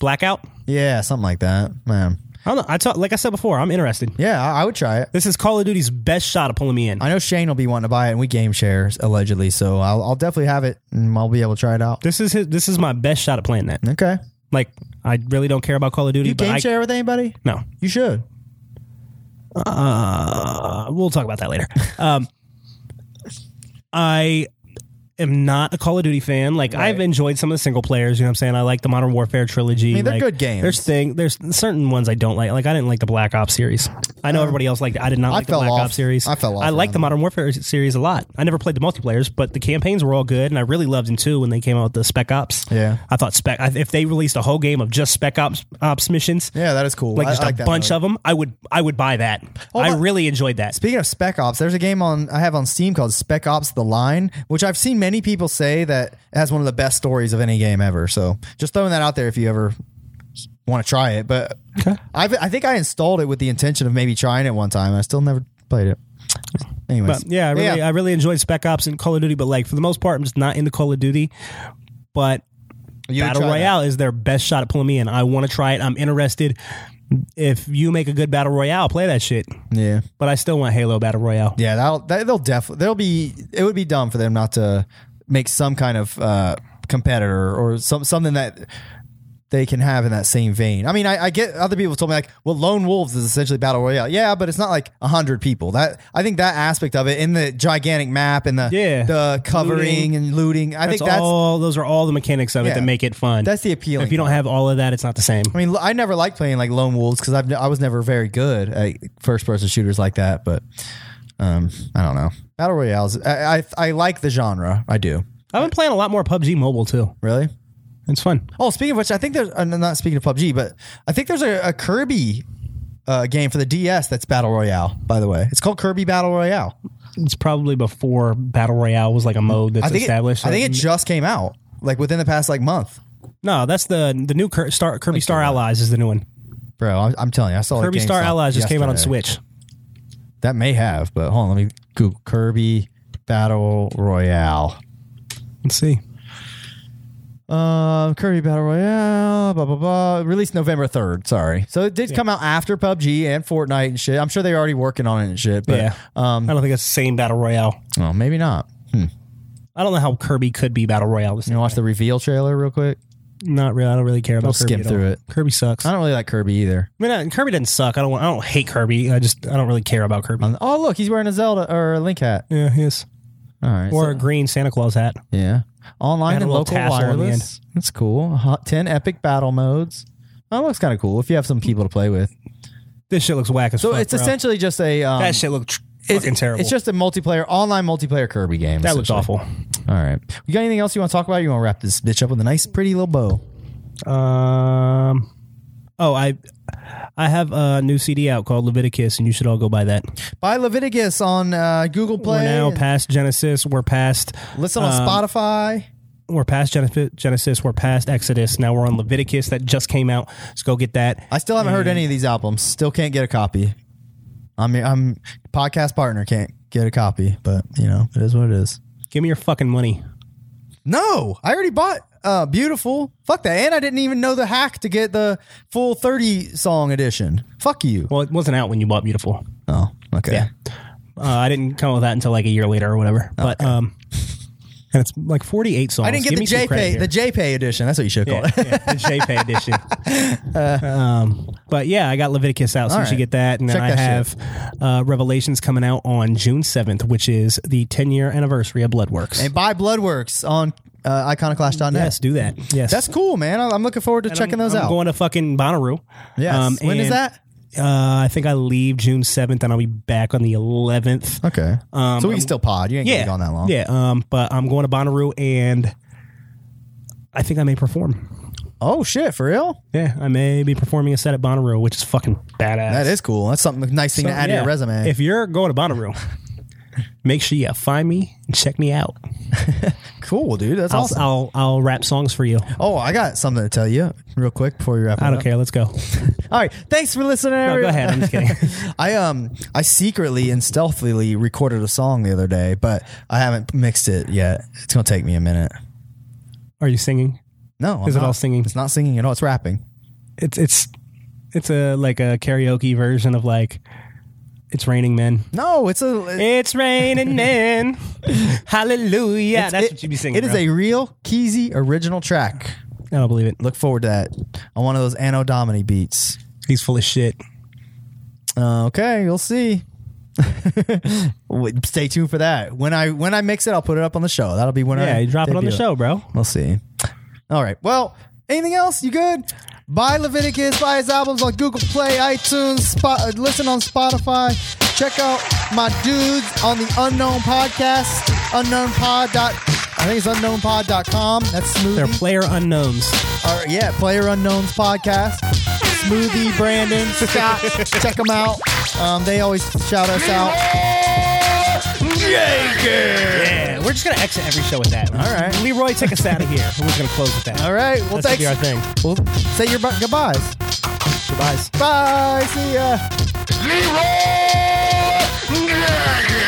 B: Blackout.
A: yeah, something like that, man.
B: I don't know. I talk, like I said before. I'm interested.
A: Yeah, I, I would try it.
B: This is Call of Duty's best shot of pulling me in.
A: I know Shane will be wanting to buy it, and we game shares allegedly, so I'll, I'll definitely have it, and I'll be able to try it out.
B: this is his, this is my best shot at playing that.
A: Okay,
B: Like I really don't care about Call of Duty,
A: you
B: but
A: game
B: I,
A: share with anybody?
B: no.
A: You should.
B: Uh, we'll talk about that later. Um, I am not a Call of Duty fan. Like I've enjoyed some of the single players. You know what I'm saying? I like the Modern Warfare trilogy.
A: mean, they're
B: Like,
A: good games.
B: There's thing. There's certain ones I don't like. Like I didn't like the Black Ops series. I know everybody else liked. it. I did not like
A: fell
B: the Black
A: off.
B: Ops series.
A: I fell off
B: I like
A: on
B: the Modern Warfare series a lot. I never played the multiplayers, but the campaigns were all good, and I really loved them too when they came out with the Spec Ops.
A: Yeah.
B: I thought Spec. I- If they released a whole game of just Spec Ops Ops missions,
A: Yeah, that is cool.
B: like
A: I-
B: just
A: I
B: a
A: like that
B: bunch
A: mode.
B: of them, I would I would buy that. I
A: my-
B: really enjoyed that.
A: Speaking of Spec Ops, there's a game on I have on Steam called Spec Ops: The Line, which I've seen many people say that it has one of the best stories of any game ever. So just throwing that out there if you ever want to try it. But I've, I think I installed it with the intention of maybe trying it one time, and I still never played it. Anyways,
B: But yeah, I really I really enjoyed Spec Ops and Call of Duty, but like for the most part, I'm just not into Call of Duty. But
A: You would
B: Battle
A: try that.
B: Royale is their best shot at pulling me in. I want to try it. I'm interested. If you make a good Battle Royale, play that shit.
A: Yeah,
B: But I still want Halo Battle Royale.
A: yeah, that'll that, they'll definitely there'll be it would be dumb for them not to make some kind of uh, competitor or some something that they can have in that same vein. I mean, I, I get other people told me like, well, Lone Wolves is essentially battle royale. Yeah, but it's not like hundred people. That I think that aspect of it in the gigantic map and the
B: Yeah.
A: the covering
B: Looting.
A: and looting. I
B: That's
A: think that's
B: all. Those are all the mechanics of
A: Yeah.
B: it that make it fun.
A: that's the appeal.
B: If you don't have all of that, it's not the same.
A: I mean, l- I never liked playing like Lone Wolves because I've n- I was never very good at first person shooters like that. But um, I don't know. Battle royales. I, I I like the genre. I do.
B: I've been playing a lot more PUBG Mobile too.
A: Really.
B: It's fun.
A: Oh, speaking of which, I think there's uh, not speaking of PUBG, but I think there's a, a Kirby uh, game for the DS that's battle royale. By the way, it's called Kirby Battle Royale.
B: It's probably before Battle Royale was like a mode that's
A: I think it, I
B: established.
A: think it just came out like within the past like month,
B: No, that's the the new Cur- Star, Kirby Star Allies is the new one.
A: bro. I'm, I'm telling you, I saw that
B: Kirby
A: game
B: Star
A: stop
B: Allies just came out on
A: yesterday.
B: Switch.
A: That may have, but hold on, let me Google Kirby Battle Royale.
B: Let's see.
A: Um, Kirby Battle Royale, blah blah blah. Released November third. Sorry, so it did come out after PUBG and Fortnite and shit. I'm sure they're already working on it and shit. But um,
B: yeah, I don't think it's the same battle royale.
A: well, maybe not.
B: I don't know how Kirby could be battle royale. It's
A: You want to watch the reveal trailer real quick?
B: not really. I don't really care about.
A: We'll
B: Kirby
A: skip
B: at
A: through
B: all.
A: it.
B: Kirby sucks.
A: I
B: I,
A: don't really like Kirby either.
B: mean, uh, Kirby doesn't suck. I don't. Want, I don't hate Kirby. I just. I don't really care about Kirby.
A: Oh, look, he's wearing a Zelda or a Link hat.
B: yeah, he is.
A: All right.
B: Or
A: so-
B: a green Santa Claus hat.
A: yeah. Online
B: Had a
A: and
B: little
A: local
B: tassel on the
A: wireless. That's cool. Hot 10 epic battle modes. That looks kind of cool if you have some people to play with.
B: This shit looks whack as
A: So
B: fuck.
A: it's
B: bro.
A: essentially just a um,
B: that shit looked tr-
A: it's,
B: fucking terrible.
A: It's just a multiplayer online multiplayer Kirby game.
F: That looks
A: essentially. All right, you got anything else you want to talk about? You want to wrap this bitch up with a nice, pretty little bow?
B: um. Oh, I I have a new CD out called Leviticus, and you should all go buy that.
A: By Leviticus on uh, Google Play.
B: We're now past Genesis. We're past.
A: Listen on
B: um,
A: Spotify.
B: We're past Gen- Genesis. We're past Exodus. Now we're on Leviticus that just came out. Let's go get that.
A: I still haven't heard any of these albums. Still can't get a copy. I mean, I'm podcast partner can't get a copy, but you know it is what it is.
B: Give me your fucking money.
A: No, I already bought uh, "Beautiful." Fuck that, and I didn't even know the hack to get the full thirty song edition. Fuck you.
B: Well, it wasn't out when you bought Beautiful.
A: Oh, okay.
B: Yeah. Uh, I didn't come up with that until like a year later or whatever. But um, and it's like forty eight songs.
A: I didn't get
B: Give me some
A: the JPay
B: credit here.
A: the JPay edition. That's what you should call
B: yeah,
A: it.
B: yeah, the JPay edition. um, but yeah, I got Leviticus out, so you
A: right.
B: should get that. And then
A: Check
B: I
A: that
B: have
A: shit.
B: uh, Revelations coming out on June seventh, which is the ten year anniversary of Bloodworks.
A: And buy Bloodworks on uh, iconoclash.net.
B: yes, do that. Yes,
A: That's cool, man. I- I'm looking forward to
B: And
A: checking
B: I'm-
A: those
B: I'm
A: out.
B: Going to fucking Bonnaroo. Um,
A: Yes. When is
B: and,
A: that?
B: Uh, I think I leave June seventh, and I'll be back on the eleventh.
A: okay.
B: Um,
A: so we can
B: I'm-
A: still pod. You ain't
B: Yeah,
A: gonna be gone that long.
B: Yeah, um, but I'm going to Bonnaroo, and I think I may perform.
A: Oh shit, for real?
B: Yeah, I may be performing a set at Bonnaroo, which is fucking badass.
A: That is cool. That's something nice thing to add to your resume.
B: If you're going to Bonnaroo, make sure you find me and check me out.
A: cool, dude. That's
B: I'll
A: awesome.
B: I'll, I'll rap songs for you.
A: oh, I got something to tell you real quick before you wrap. it
B: I don't
A: up.
B: care. Let's go.
A: All right, thanks for listening.
B: No,
A: everyone.
B: go ahead. I'm just kidding.
A: I um I secretly and stealthily recorded a song the other day, but I haven't mixed it yet. It's gonna take me a minute.
B: Are you singing?
A: No, I'm
B: Is it
A: not.
B: all singing?
A: It's not singing at all. It's rapping.
B: It's it's it's a like a karaoke version of like it's raining men.
A: No, it's a. it-
B: It's raining men. Hallelujah.
A: it's-
B: That's
A: it-
B: what you be singing.
A: It is a real Keezy original track.
B: I don't believe it.
A: Look forward to that on one of those Anno Domini beats.
B: He's full of shit.
A: Uh, okay, you'll see. Wait, Stay tuned for that. When I when I mix it, I'll put it up on the show. That'll be when I
B: Yeah, you drop it on the
A: debut
B: show, bro.
A: We'll see. All right. Well, anything else? You good? Buy Leviticus. Buy his albums on Google Play, iTunes. Spot, uh, listen on Spotify. Check out my dudes on the Unknown Podcast. UnknownPod. Dot, I think it's unknownpod.com. That's smooth.
B: They're player unknowns.
A: All right, yeah, Player Unknowns podcast. Smoothie, Brandon, Scott, check them out. Um, they always shout us out.
B: Yeah, we're just gonna exit every show with that. All
A: right.
B: Leroy, take us out of here. We're just gonna close with that.
A: All right, well,
B: That's gonna be our
A: thanks.
B: thing.
A: Well, say your bu- goodbyes.
B: Goodbyes.
A: Bye. See ya.
G: Leroy Jenkins!